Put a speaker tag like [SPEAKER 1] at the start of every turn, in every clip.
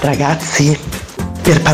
[SPEAKER 1] Ragazzi, per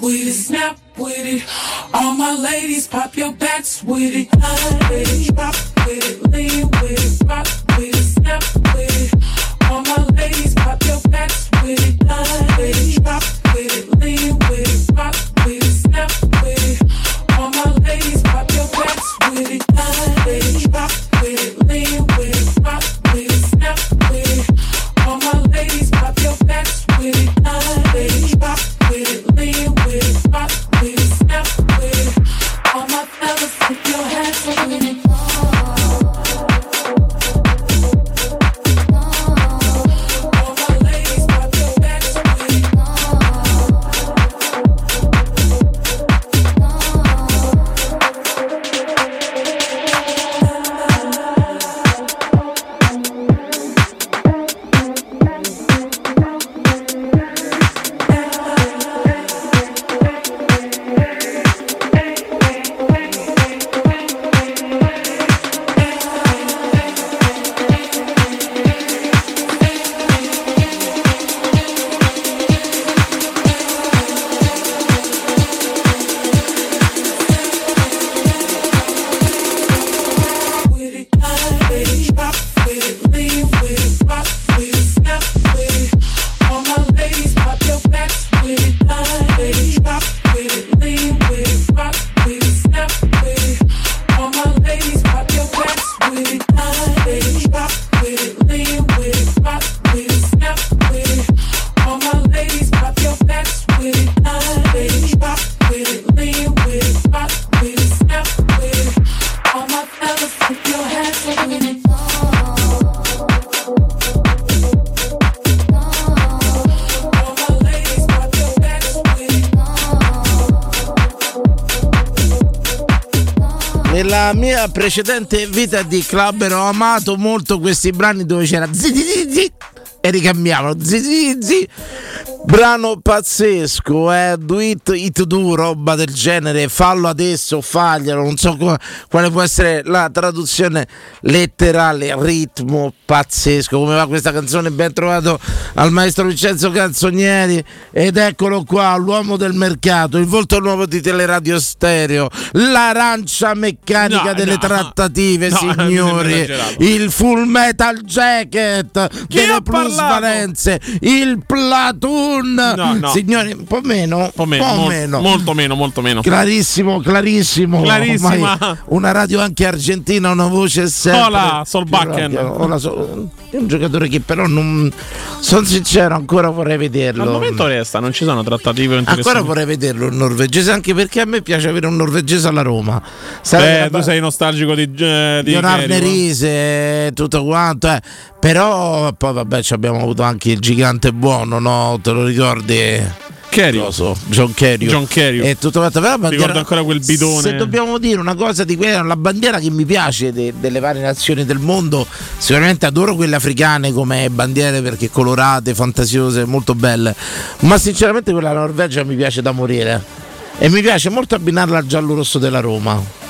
[SPEAKER 2] with it. All my ladies, pop your backs with it. Hide with it, drop with it, lean with it, rock with it, snap with it. All my ladies, pop your backs with it. Hide with it, drop with it, lean with it, rock with it, snap with it. All my ladies, pop your backs with it. Hide with it, drop with it, lean with it, rock with it, snap with it. All my ladies, pop your backs with it. Hide with it, drop with it, lean with it, rock with it, snap with it. All my fellas, put your hands with it. All my ladies, pop your backs with it. with it, hide with it, pop with it, lean with it, rock with it, snap with it. All my ladies, pop your backs with it, hide with it, pop with it, lean with it, rock with it, snap with it. All my ladies, pop your backs with it, hide with it, pop with it, lean with it, rock with it, snap with it. All my ladies, pop your backs with it, hide with it, pop with it, lean with it, rock with it, snap with it. All my fellas, put your hands with it. All my ladies, pop your backs with it.
[SPEAKER 3] Nella mia precedente vita di club ho amato molto questi brani dove c'era zi zi zi zi e ricambiavano zi zi zi. Brano pazzesco, eh? Do it, it do, roba del genere, fallo adesso, faglielo, non so co- quale può essere la traduzione letterale, ritmo pazzesco, come va questa canzone, ben trovato al maestro Vincenzo Canzonieri ed eccolo qua, l'uomo del mercato, il volto nuovo di Teleradio Stereo, l'arancia meccanica
[SPEAKER 4] No,
[SPEAKER 3] delle
[SPEAKER 4] no,
[SPEAKER 3] trattative,
[SPEAKER 4] no, mi sembra
[SPEAKER 3] signori,
[SPEAKER 4] esagerato.
[SPEAKER 3] il full metal jacket delle
[SPEAKER 4] ha parlato?
[SPEAKER 3] plusvalenze, il platoon,
[SPEAKER 4] No, no.
[SPEAKER 3] signori, un po' meno, un po'
[SPEAKER 4] Un po' meno, mol-
[SPEAKER 3] meno.
[SPEAKER 4] Molto meno, molto meno.
[SPEAKER 3] Clarissimo, clarissimo.
[SPEAKER 4] Clarissima.
[SPEAKER 3] Ormai una radio anche argentina, una voce sempre.
[SPEAKER 4] Hola, Solbakken.
[SPEAKER 3] più radio. Hola, Sol- È un giocatore che però non. Sono sincero, ancora vorrei vederlo.
[SPEAKER 4] Al momento resta, non ci sono trattative
[SPEAKER 3] Ancora
[SPEAKER 4] interessanti.
[SPEAKER 3] vorrei vederlo un norvegese, anche perché a me piace avere un norvegese alla Roma. Sarebbe
[SPEAKER 4] Beh,
[SPEAKER 3] una-
[SPEAKER 4] tu sei nostalgico di, eh, di
[SPEAKER 3] Leonardo
[SPEAKER 4] Cherico.
[SPEAKER 3] Nerise, tutto quanto, eh. però poi vabbè ci abbiamo avuto anche il gigante buono, no? Te lo ricordi?
[SPEAKER 4] Cherico.
[SPEAKER 3] Coso, John Kerry.
[SPEAKER 4] John Kerry.
[SPEAKER 3] E tutto quanto. Però la bandiera-
[SPEAKER 4] Ricordo ancora quel bidone.
[SPEAKER 3] Se dobbiamo dire una cosa di quella, la bandiera che mi piace de- delle varie nazioni del mondo, sicuramente adoro quelle africane come bandiere perché colorate, fantasiose, molto belle. Ma sinceramente quella della Norvegia mi piace da morire. E mi piace molto abbinarla al giallo-rosso della Roma.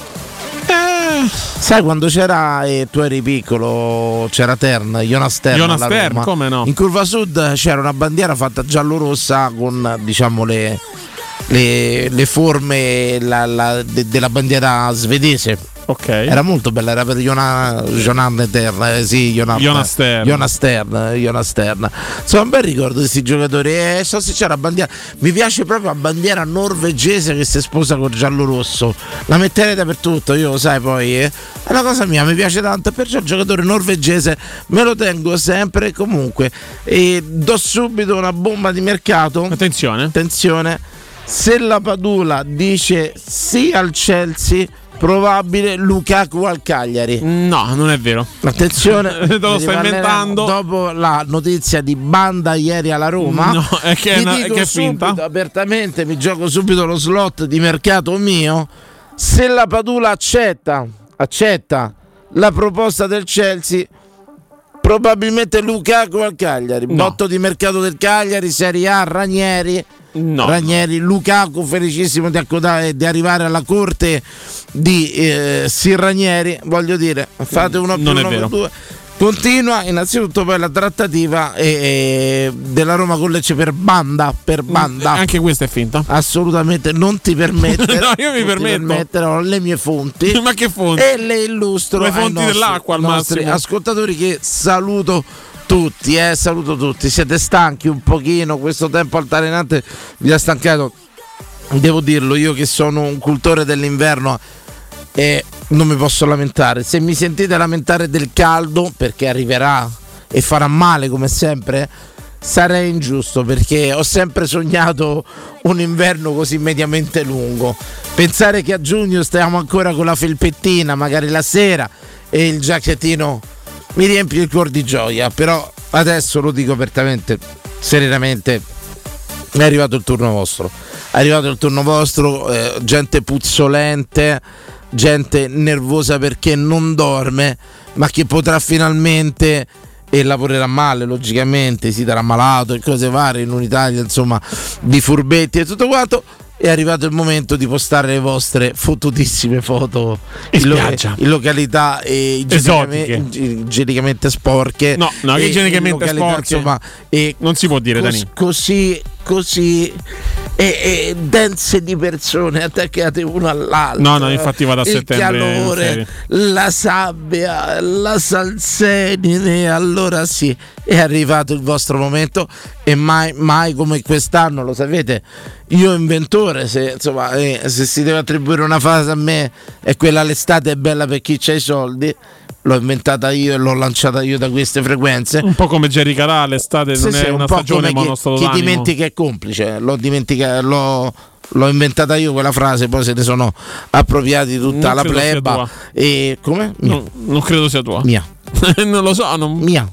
[SPEAKER 3] Sai quando c'era e tu eri piccolo, c'era Tern, Jonas Tern,
[SPEAKER 4] Jonas
[SPEAKER 3] alla
[SPEAKER 4] Tern,
[SPEAKER 3] Roma.
[SPEAKER 4] come no?
[SPEAKER 3] In curva sud c'era una bandiera fatta giallo-rossa con diciamo le, le- le forme la- la- de- della bandiera svedese.
[SPEAKER 4] Ok.
[SPEAKER 3] Era molto bella, era per Jona- Jonan Tern, eh, sì, Jonan,
[SPEAKER 4] Jonas Tern.
[SPEAKER 3] Jonas Tern, eh, Jonas Tern. Insomma, un bel ricordo di questi giocatori. E so se c'era bandiera. Mi piace proprio la bandiera norvegese che si sposa col giallo-rosso. La metterei dappertutto, io lo sai poi. eh. È una cosa mia, mi piace tanto. Perciò il giocatore norvegese me lo tengo sempre e comunque. E do subito una bomba di mercato.
[SPEAKER 4] Attenzione.
[SPEAKER 3] Attenzione, se la Padula dice sì al Chelsea, probabile Lukaku al Cagliari.
[SPEAKER 4] No, non è vero.
[SPEAKER 3] Attenzione,
[SPEAKER 4] Te lo stai
[SPEAKER 3] ne riparleremo
[SPEAKER 4] inventando.
[SPEAKER 3] Dopo la notizia di Banda ieri alla Roma,
[SPEAKER 4] No, è che è
[SPEAKER 3] vi
[SPEAKER 4] una- è
[SPEAKER 3] dico
[SPEAKER 4] che è
[SPEAKER 3] subito,
[SPEAKER 4] finta.
[SPEAKER 3] apertamente, mi gioco subito lo slot di mercato mio. Se la Padula accetta, accetta la proposta del Chelsea, probabilmente Lukaku al Cagliari.
[SPEAKER 4] No.
[SPEAKER 3] Botto di mercato del Cagliari, Serie A, Ranieri.
[SPEAKER 4] No.
[SPEAKER 3] Ranieri, Lukaku felicissimo di, accodare- di arrivare alla corte di eh, Sir Ranieri, voglio dire, fate uno più
[SPEAKER 4] Non è
[SPEAKER 3] uno
[SPEAKER 4] vero.
[SPEAKER 3] due. Continua innanzitutto poi la trattativa eh, eh, della Roma con Lecce per banda, per banda.
[SPEAKER 4] Mm, Anche questa è finta.
[SPEAKER 3] Assolutamente non ti permettere.
[SPEAKER 4] No, io mi
[SPEAKER 3] non ti
[SPEAKER 4] permetto.
[SPEAKER 3] permettere, ho le mie fonti.
[SPEAKER 4] Ma che fonti?
[SPEAKER 3] E le illustro.
[SPEAKER 4] Le
[SPEAKER 3] ai
[SPEAKER 4] fonti
[SPEAKER 3] nostri-
[SPEAKER 4] dell'acqua al
[SPEAKER 3] nostri
[SPEAKER 4] massimo.
[SPEAKER 3] Ascoltatori che saluto tutti, eh, saluto tutti. Siete stanchi un pochino, questo tempo altalenante vi ha stancato. Devo dirlo, io che sono un cultore dell'inverno e non mi posso lamentare. Se mi sentite lamentare del caldo, perché arriverà e farà male come sempre, sarei ingiusto perché ho sempre sognato un inverno così mediamente lungo. Pensare che a giugno stiamo ancora con la felpettina, magari la sera, e il giacchettino mi riempie il cuor di gioia, però adesso lo dico apertamente, serenamente, è arrivato il turno vostro. È arrivato il turno vostro, eh, gente puzzolente, gente nervosa perché non dorme, ma che potrà finalmente e lavorerà male logicamente, si darà malato e cose varie in un'Italia insomma di furbetti e tutto quanto. È arrivato il momento di postare le vostre fottutissime foto
[SPEAKER 4] In
[SPEAKER 3] lo-
[SPEAKER 4] spiaggia.
[SPEAKER 3] in località e
[SPEAKER 4] Esotiche.
[SPEAKER 3] igienicamente sporche.
[SPEAKER 4] No, no,
[SPEAKER 3] E in
[SPEAKER 4] igienicamente
[SPEAKER 3] località,
[SPEAKER 4] sporche.
[SPEAKER 3] Insomma, e
[SPEAKER 4] Non si può dire,
[SPEAKER 3] cos-
[SPEAKER 4] Dani.
[SPEAKER 3] Così, così e, e dense di persone attaccate uno all'altro.
[SPEAKER 4] No, no, infatti vado a
[SPEAKER 3] Il
[SPEAKER 4] settembre,
[SPEAKER 3] calore,
[SPEAKER 4] serio.
[SPEAKER 3] la sabbia, la salsedine. Allora sì, è arrivato il vostro momento e mai, mai come quest'anno, lo sapete, io inventore, se, insomma, eh, se si deve attribuire una fase a me è quella l'estate è bella per chi c'ha i soldi. L'ho inventata io e l'ho lanciata io da queste frequenze.
[SPEAKER 4] Un po' come Jerry Calà, l'estate non
[SPEAKER 3] Sì,
[SPEAKER 4] è
[SPEAKER 3] sì,
[SPEAKER 4] una
[SPEAKER 3] po'
[SPEAKER 4] stagione,
[SPEAKER 3] come
[SPEAKER 4] ma
[SPEAKER 3] chi-
[SPEAKER 4] uno stato
[SPEAKER 3] chi,
[SPEAKER 4] d'animo.
[SPEAKER 3] dimentica è complice, eh, l'ho dimentica- l'ho- l'ho inventata io quella frase, poi se ne sono appropriati tutta
[SPEAKER 4] Non
[SPEAKER 3] la
[SPEAKER 4] credo sia
[SPEAKER 3] pleba.
[SPEAKER 4] tua.
[SPEAKER 3] E come? Mia.
[SPEAKER 4] No, non credo sia tua.
[SPEAKER 3] Mia.
[SPEAKER 4] non lo so, non...
[SPEAKER 3] Mia.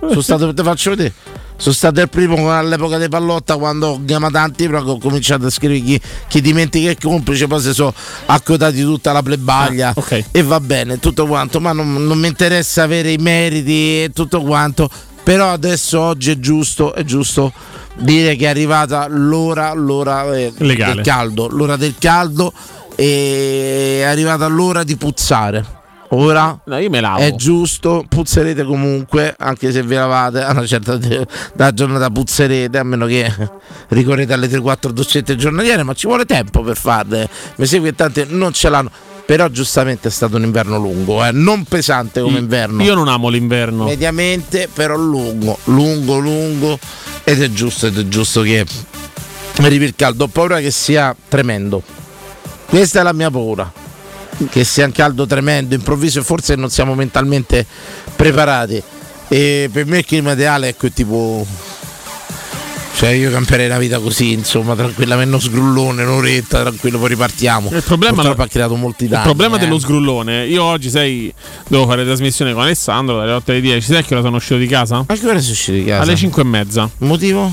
[SPEAKER 3] Sono stato, te faccio vedere. Sono stato il primo all'epoca di Pallotta quando ho chiamato Antiproco ho cominciato a scrivere chi, chi dimentica è complice, poi si sono accodati tutta la plebaglia
[SPEAKER 4] Ah, ok.
[SPEAKER 3] e va bene tutto quanto, ma non, non mi interessa avere i meriti e tutto quanto, però adesso oggi è giusto, è giusto dire che è arrivata l'ora, l'ora eh,
[SPEAKER 4] Legale.
[SPEAKER 3] del caldo, l'ora del caldo e è arrivata l'ora di puzzare. Ora
[SPEAKER 4] No, io me lavo.
[SPEAKER 3] è giusto, puzzerete comunque, anche se vi lavate, a una certa de- da giornata puzzerete, a meno che ricorrete alle 3-4 dozzette giornaliere, ma ci vuole tempo per farle. Mi segui che tante non ce l'hanno. Però giustamente è stato un inverno lungo, eh, non pesante come inverno.
[SPEAKER 4] Io non amo l'inverno.
[SPEAKER 3] Mediamente però lungo, lungo, lungo ed è giusto, ed è giusto che arrivi il caldo. Ho paura che sia tremendo. Questa è la mia paura. Che sia un caldo tremendo, improvviso e forse non siamo mentalmente preparati. E per me il clima ideale ecco, è quel tipo. Cioè io camperei la vita così, insomma, tranquillamente, uno sgrullone, un'oretta, tranquillo, poi ripartiamo.
[SPEAKER 4] Il problema-
[SPEAKER 3] Purtroppo ha creato molti danni.
[SPEAKER 4] Il problema
[SPEAKER 3] eh.
[SPEAKER 4] dello sgrullone, io oggi sai, devo fare trasmissione con Alessandro dalle 8 alle 10, sai a che ora sono uscito di casa?
[SPEAKER 3] Ma che ora sei uscito di casa?
[SPEAKER 4] Alle 5 e mezza,
[SPEAKER 3] Motivo?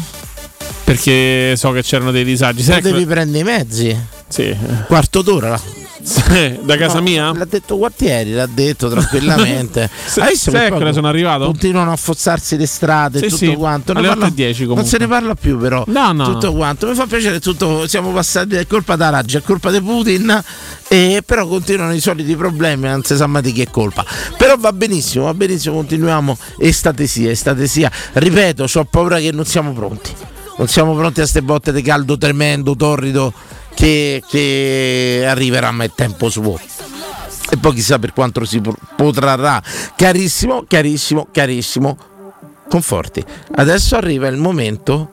[SPEAKER 4] perché so che c'erano dei disagi. Sai a che
[SPEAKER 3] devi
[SPEAKER 4] ora-
[SPEAKER 3] prendere i mezzi.
[SPEAKER 4] Sì,
[SPEAKER 3] Quarto d'ora.
[SPEAKER 4] Sì, da casa
[SPEAKER 3] No,
[SPEAKER 4] mia?
[SPEAKER 3] L'ha detto quartieri, l'ha detto tranquillamente.
[SPEAKER 4] Se-
[SPEAKER 3] Hai visto che
[SPEAKER 4] sai a
[SPEAKER 3] poi
[SPEAKER 4] che ora sono arrivato?
[SPEAKER 3] Continuano a forzarsi le strade
[SPEAKER 4] Sì,
[SPEAKER 3] e tutto
[SPEAKER 4] sì,
[SPEAKER 3] quanto. Ne
[SPEAKER 4] alle
[SPEAKER 3] parla-
[SPEAKER 4] 8:10
[SPEAKER 3] Non
[SPEAKER 4] comunque.
[SPEAKER 3] se ne parla più, però.
[SPEAKER 4] No, no,
[SPEAKER 3] Tutto
[SPEAKER 4] no.
[SPEAKER 3] quanto. Mi fa piacere tutto. Siamo passati è colpa da Raggi, è colpa di Putin. eh, però continuano i soliti problemi, non si sa mai di chi è colpa. Però va benissimo, va benissimo, continuiamo. Estate sia, estate sia. Ripeto, ho paura che non siamo pronti. Non siamo pronti a ste botte di caldo tremendo, torrido, che, che arriverà ma è tempo suo e poi chissà per quanto si pro- protrarrà. Carissimo, carissimo, carissimo, conforti. Adesso arriva il momento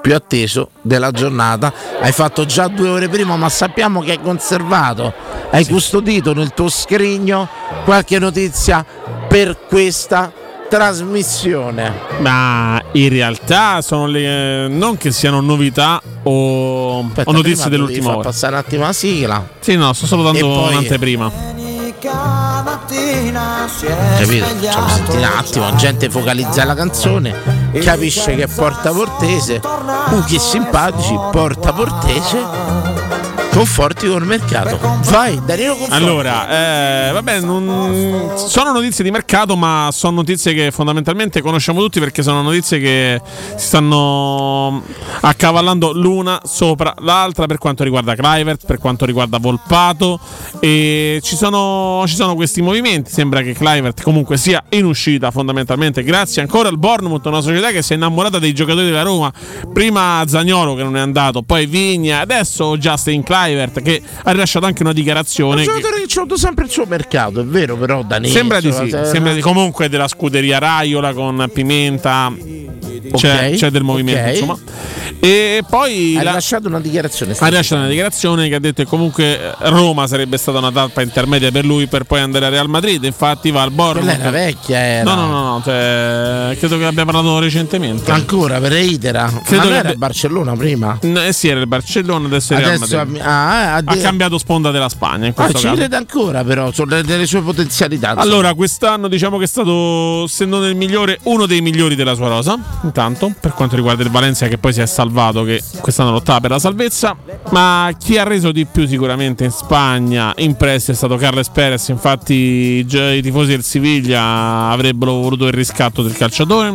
[SPEAKER 3] più atteso della giornata. Hai fatto già due ore prima, ma sappiamo che hai conservato, hai custodito nel tuo scrigno qualche notizia per questa trasmissione.
[SPEAKER 4] Ma in realtà sono le. non che siano novità o,
[SPEAKER 3] Aspetta,
[SPEAKER 4] o notizie
[SPEAKER 3] prima tu devi
[SPEAKER 4] dell'ultima
[SPEAKER 3] far
[SPEAKER 4] ora.
[SPEAKER 3] passare un attimo la sigla,
[SPEAKER 4] Sì, no, sto solo
[SPEAKER 3] E
[SPEAKER 4] dando
[SPEAKER 3] poi-
[SPEAKER 4] un'anteprima.
[SPEAKER 3] capito? Cioè, senti un attimo, gente focalizza la canzone, capisce che è porta portese, uh che simpatici, porta portese. Conforti col mercato. Vai, Danilo Conforti.
[SPEAKER 4] Allora, eh, vabbè, non- sono notizie di mercato, ma sono notizie che fondamentalmente conosciamo tutti perché sono notizie che si stanno accavallando l'una sopra l'altra per quanto riguarda Clivert, per quanto riguarda Volpato e ci sono, ci sono questi movimenti, sembra che Clivert comunque sia in uscita fondamentalmente grazie ancora al Bournemouth, una società che si è innamorata dei giocatori della Roma, prima Zagnolo che non è andato, poi Vigna, adesso Justin Clivert che ha rilasciato anche una dichiarazione
[SPEAKER 3] Sono
[SPEAKER 4] che-
[SPEAKER 3] giocatori che ci hanno sempre il suo mercato, è vero però eh, Danilo.
[SPEAKER 4] Sembra di sì,
[SPEAKER 3] insomma, se-
[SPEAKER 4] sembra di comunque della scuderia Raiola con Pimenta. C'è,
[SPEAKER 3] Ok,
[SPEAKER 4] c'è del movimento,
[SPEAKER 3] ok.
[SPEAKER 4] insomma. E poi
[SPEAKER 3] Ha
[SPEAKER 4] la-
[SPEAKER 3] lasciato una dichiarazione.
[SPEAKER 4] ha rilasciato una dichiarazione che ha detto che comunque eh, Roma sarebbe stata una tappa intermedia per lui per poi andare a Real Madrid. Infatti va al
[SPEAKER 3] Quella
[SPEAKER 4] Bournemouth.
[SPEAKER 3] era vecchia,
[SPEAKER 4] No,
[SPEAKER 3] era.
[SPEAKER 4] no, no, no, cioè, credo che abbia parlato recentemente.
[SPEAKER 3] Ancora per Itera.
[SPEAKER 4] Credo
[SPEAKER 3] Ma non
[SPEAKER 4] che
[SPEAKER 3] era
[SPEAKER 4] abbia-
[SPEAKER 3] a Barcellona prima.
[SPEAKER 4] N- eh sì, era il Barcellona, adesso è il Real
[SPEAKER 3] Adesso
[SPEAKER 4] Madrid.
[SPEAKER 3] ha, ah, ha,
[SPEAKER 4] Ha
[SPEAKER 3] de-
[SPEAKER 4] cambiato sponda della Spagna in
[SPEAKER 3] ah,
[SPEAKER 4] questo
[SPEAKER 3] ci
[SPEAKER 4] caso.
[SPEAKER 3] crede ancora però, sono delle, delle sue potenzialità. insomma.
[SPEAKER 4] Allora, quest'anno diciamo che è stato, se non il migliore, uno dei migliori della sua rosa. Intanto, per quanto riguarda il Valencia, che poi si è salvato, che quest'anno lottava per la salvezza. Ma chi ha reso di più sicuramente in Spagna in prestito è stato Carles Perez. Infatti, già i tifosi del Siviglia avrebbero voluto il riscatto del calciatore.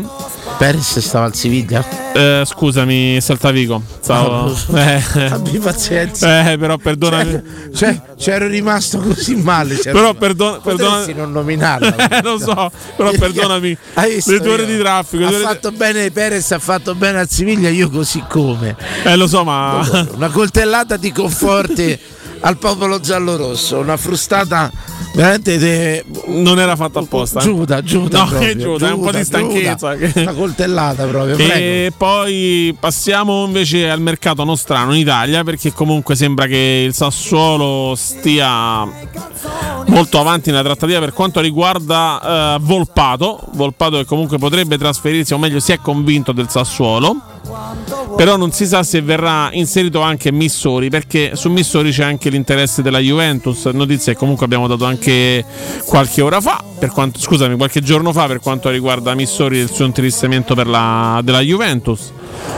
[SPEAKER 3] Perez stava al Siviglia. Ah,
[SPEAKER 4] Eh, scusami, Saltavico. Stavo... Eh,
[SPEAKER 3] Abbi pazienza.
[SPEAKER 4] eh, però perdonami.
[SPEAKER 3] Cioè, c'ero rimasto così male. c'ero
[SPEAKER 4] Però
[SPEAKER 3] rimasto.
[SPEAKER 4] perdona-
[SPEAKER 3] Potresti
[SPEAKER 4] perdona-
[SPEAKER 3] non nominarla.
[SPEAKER 4] Eh, lo so, però
[SPEAKER 3] Ieri-
[SPEAKER 4] perdonami.
[SPEAKER 3] Hai visto
[SPEAKER 4] Le due ore
[SPEAKER 3] io?
[SPEAKER 4] di traffico.
[SPEAKER 3] Ha
[SPEAKER 4] due ore di-
[SPEAKER 3] fatto bene Perez, ha fatto bene al Siviglia, io così come.
[SPEAKER 4] Eh, lo so, ma.
[SPEAKER 3] Una coltellata di conforti al popolo giallorosso, una frustata veramente de...
[SPEAKER 4] Non era fatto apposta. eh.
[SPEAKER 3] giuda, giuda.
[SPEAKER 4] No,
[SPEAKER 3] proprio,
[SPEAKER 4] che giuda, è un po' di stanchezza.
[SPEAKER 3] giuda. Una coltellata proprio, prego.
[SPEAKER 4] E poi passiamo invece al mercato nostrano in Italia perché comunque sembra che il Sassuolo stia molto avanti nella trattativa per quanto riguarda eh, Volpato. Volpato che comunque potrebbe trasferirsi, o meglio si è convinto del Sassuolo. Però non si sa se verrà inserito anche Missori perché su Missori c'è anche l'interesse della Juventus, notizie che comunque abbiamo dato anche qualche ora fa, per quanto- scusami, qualche giorno fa per quanto riguarda Missori e il suo interessamento per la, della Juventus.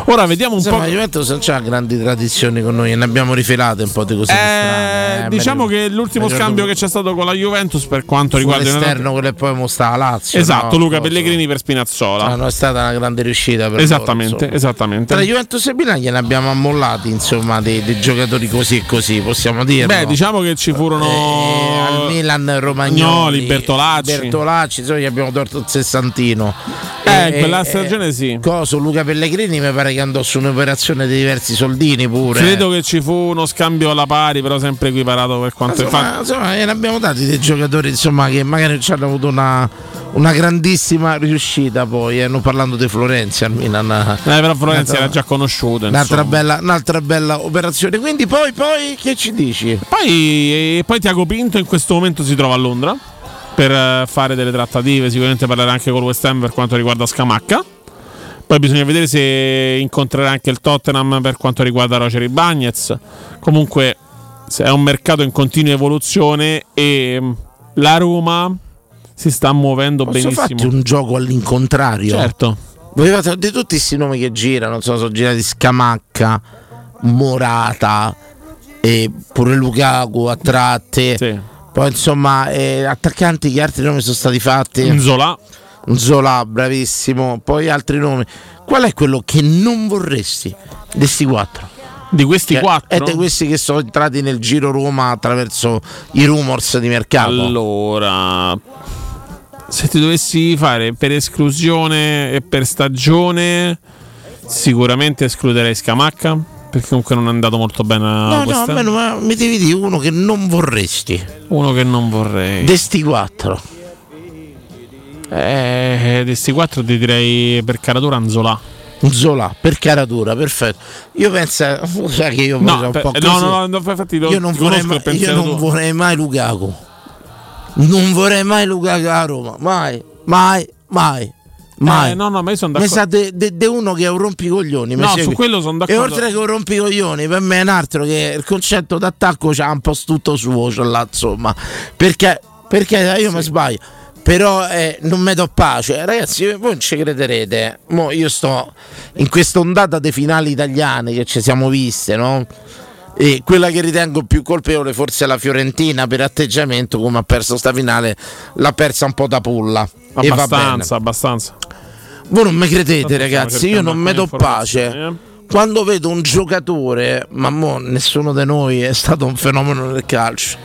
[SPEAKER 4] Ora vediamo un
[SPEAKER 3] Insomma, la
[SPEAKER 4] po'...
[SPEAKER 3] Juventus non c'ha grandi tradizioni con noi e ne abbiamo rifelate un po' di cose
[SPEAKER 4] Eh,
[SPEAKER 3] strane. eh,
[SPEAKER 4] diciamo
[SPEAKER 3] mi ricordo-
[SPEAKER 4] che l'ultimo
[SPEAKER 3] mi ricordo
[SPEAKER 4] scambio
[SPEAKER 3] fu-
[SPEAKER 4] che c'è stato con la Juventus per quanto
[SPEAKER 3] fu
[SPEAKER 4] riguarda...
[SPEAKER 3] l'esterno, quello che poi mostra la Lazio.
[SPEAKER 4] Esatto,
[SPEAKER 3] no?
[SPEAKER 4] Luca
[SPEAKER 3] Cosa?
[SPEAKER 4] Pellegrini per Spinazzola.
[SPEAKER 3] Ah, no, è stata una grande riuscita per loro,
[SPEAKER 4] esattamente,
[SPEAKER 3] insomma.
[SPEAKER 4] esattamente.
[SPEAKER 3] Tra Juventus e Milan gliene abbiamo ammollati, insomma, dei, dei giocatori così e così, possiamo dirlo.
[SPEAKER 4] Beh, diciamo che ci furono...
[SPEAKER 3] Eh, al Milan Romagnoli,
[SPEAKER 4] Romagnoli, Bertolacci.
[SPEAKER 3] Bertolacci, insomma, gli abbiamo torto il sessantino.
[SPEAKER 4] Eh, in quella stagione sì.
[SPEAKER 3] Coso, Luca Pellegrini mi pare che andò su un'operazione di diversi soldini pure.
[SPEAKER 4] Credo che ci fu uno scambio alla pari, però sempre equiparato per quanto
[SPEAKER 3] Insomma, insomma, eh, ne abbiamo dati dei giocatori insomma, che magari ci hanno avuto una, una grandissima riuscita poi, eh, non parlando di Florenzi al Milan.
[SPEAKER 4] Eh, però Florenzi
[SPEAKER 3] Un'altra-
[SPEAKER 4] era già conosciuto.
[SPEAKER 3] Un'altra
[SPEAKER 4] insomma.
[SPEAKER 3] bella, un'altra bella operazione. Quindi poi, poi che ci dici?
[SPEAKER 4] Poi, e poi Tiago Pinto in questo momento si trova a Londra per eh, fare delle trattative, sicuramente parlerà anche con il West Ham per quanto riguarda Scamacca. Poi bisogna vedere se incontrerà anche il Tottenham per quanto riguarda Roger Ibagnez. Comunque se è un mercato in continua evoluzione e mm, la Roma si sta muovendo
[SPEAKER 3] Posso farti
[SPEAKER 4] benissimo.
[SPEAKER 3] un gioco all'incontrario?
[SPEAKER 4] Certo.
[SPEAKER 3] Volevo fare- di tutti questi nomi che girano, non so, sono girati Scamacca, Morata, e pure Lukaku a tratte.
[SPEAKER 4] Sì.
[SPEAKER 3] Poi insomma, eh, attaccanti che altri nomi sono stati fatti.
[SPEAKER 4] Zola.
[SPEAKER 3] Zola, bravissimo, poi altri nomi. Qual è quello che non vorresti di questi quattro?
[SPEAKER 4] Di questi
[SPEAKER 3] Cioè,
[SPEAKER 4] quattro.
[SPEAKER 3] È di questi che sono entrati nel giro Roma attraverso i rumors di mercato.
[SPEAKER 4] Allora, se ti dovessi fare per esclusione e per stagione, sicuramente escluderei Scamacca. Perché comunque non è andato molto bene.
[SPEAKER 3] No, no,
[SPEAKER 4] quest'anno.
[SPEAKER 3] almeno ma mi devi dire uno che non vorresti.
[SPEAKER 4] Uno che non vorrei.
[SPEAKER 3] De sti quattro.
[SPEAKER 4] eh, di questi quattro ti direi per caratura Anzola.
[SPEAKER 3] Zola, per caratura, perfetto. Io penso, lo sai che io
[SPEAKER 4] No,
[SPEAKER 3] penso un
[SPEAKER 4] per-
[SPEAKER 3] po' così.
[SPEAKER 4] eh, no, no, no, infatti lo-
[SPEAKER 3] io non,
[SPEAKER 4] ti
[SPEAKER 3] vorrei
[SPEAKER 4] conosco
[SPEAKER 3] mai,
[SPEAKER 4] il pensiero
[SPEAKER 3] io non
[SPEAKER 4] tuo.
[SPEAKER 3] vorrei mai Lukaku. Non vorrei mai Lukaku a Roma, mai, mai, mai, mai.
[SPEAKER 4] Eh, no, no, ma io sono
[SPEAKER 3] Mi
[SPEAKER 4] d'accordo.
[SPEAKER 3] sa de, de- de uno che è un rompicoglioni. mi
[SPEAKER 4] No,
[SPEAKER 3] segui?
[SPEAKER 4] su quello sono
[SPEAKER 3] E
[SPEAKER 4] d'accordo.
[SPEAKER 3] oltre che un rompicoglioni, per me è un altro che il concetto d'attacco c'ha un po' tutto suo, c'ha là, insomma. Perché, perché io mi sbaglio, però eh, non mi do pace. Ragazzi, voi non ci crederete. Mo io sto in questa ondata dei finali italiane che ci siamo viste, no? E quella che ritengo più colpevole forse è la Fiorentina per atteggiamento, come ha perso sta finale, l'ha persa un po' da pulla. E va bene.
[SPEAKER 4] Abbastanza, abbastanza.
[SPEAKER 3] Voi non mi credete,
[SPEAKER 4] Tanto
[SPEAKER 3] ragazzi,
[SPEAKER 4] stiamo
[SPEAKER 3] io non mi
[SPEAKER 4] cercando
[SPEAKER 3] do
[SPEAKER 4] alcune
[SPEAKER 3] pace.
[SPEAKER 4] informazioni,
[SPEAKER 3] Quando vedo un giocatore, ma mo nessuno di noi è stato un fenomeno nel calcio,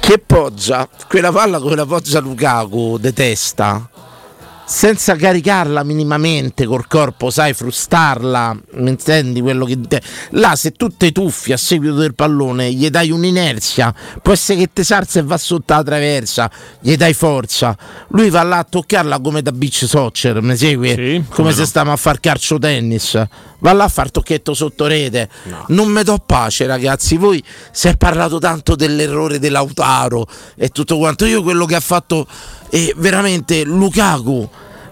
[SPEAKER 3] che poggia quella palla con la poggia Lukaku de testa, senza caricarla minimamente col corpo, sai, frustarla, mi intendi quello che te- Là, se tu te tuffi a seguito del pallone, gli dai un'inerzia, può essere che te sarza e va sotto la traversa, gli dai forza. Lui va là a toccarla come da beach soccer, mi segui?
[SPEAKER 4] Sì, come
[SPEAKER 3] come se
[SPEAKER 4] no.
[SPEAKER 3] stiamo a far calcio tennis. Va là a far tocchetto sotto rete. Non mi do pace, ragazzi. Voi si è parlato tanto dell'errore dell'Autaro e tutto quanto. Io quello che ha fatto è veramente Lukaku.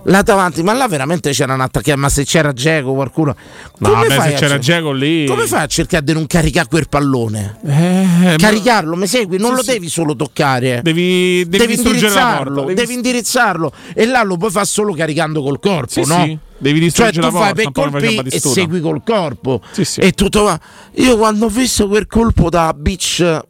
[SPEAKER 3] Là davanti, ma là veramente c'era un attacco. Ma se c'era Geco qualcuno.
[SPEAKER 4] No,
[SPEAKER 3] come
[SPEAKER 4] beh,
[SPEAKER 3] fai
[SPEAKER 4] se
[SPEAKER 3] a
[SPEAKER 4] c'era
[SPEAKER 3] cer-
[SPEAKER 4] Dzeko lì-
[SPEAKER 3] Come fai a cercare di non caricare quel pallone?
[SPEAKER 4] Eh, ma-
[SPEAKER 3] Caricarlo, mi segui? Non
[SPEAKER 4] Sì,
[SPEAKER 3] lo
[SPEAKER 4] sì.
[SPEAKER 3] devi solo toccare.
[SPEAKER 4] Devi, devi,
[SPEAKER 3] Devi
[SPEAKER 4] distruggere la
[SPEAKER 3] indirizzarlo,
[SPEAKER 4] porta.
[SPEAKER 3] devi... indirizzarlo e là lo puoi fare solo caricando col corpo,
[SPEAKER 4] Sì,
[SPEAKER 3] no?
[SPEAKER 4] sì, devi
[SPEAKER 3] cioè
[SPEAKER 4] distruggere
[SPEAKER 3] tu
[SPEAKER 4] la porta.
[SPEAKER 3] fai per
[SPEAKER 4] un po' come
[SPEAKER 3] colpi
[SPEAKER 4] faceva
[SPEAKER 3] e
[SPEAKER 4] Batistuta.
[SPEAKER 3] segui col corpo
[SPEAKER 4] Sì, sì.
[SPEAKER 3] e tutto va. Io quando ho visto quel colpo da beach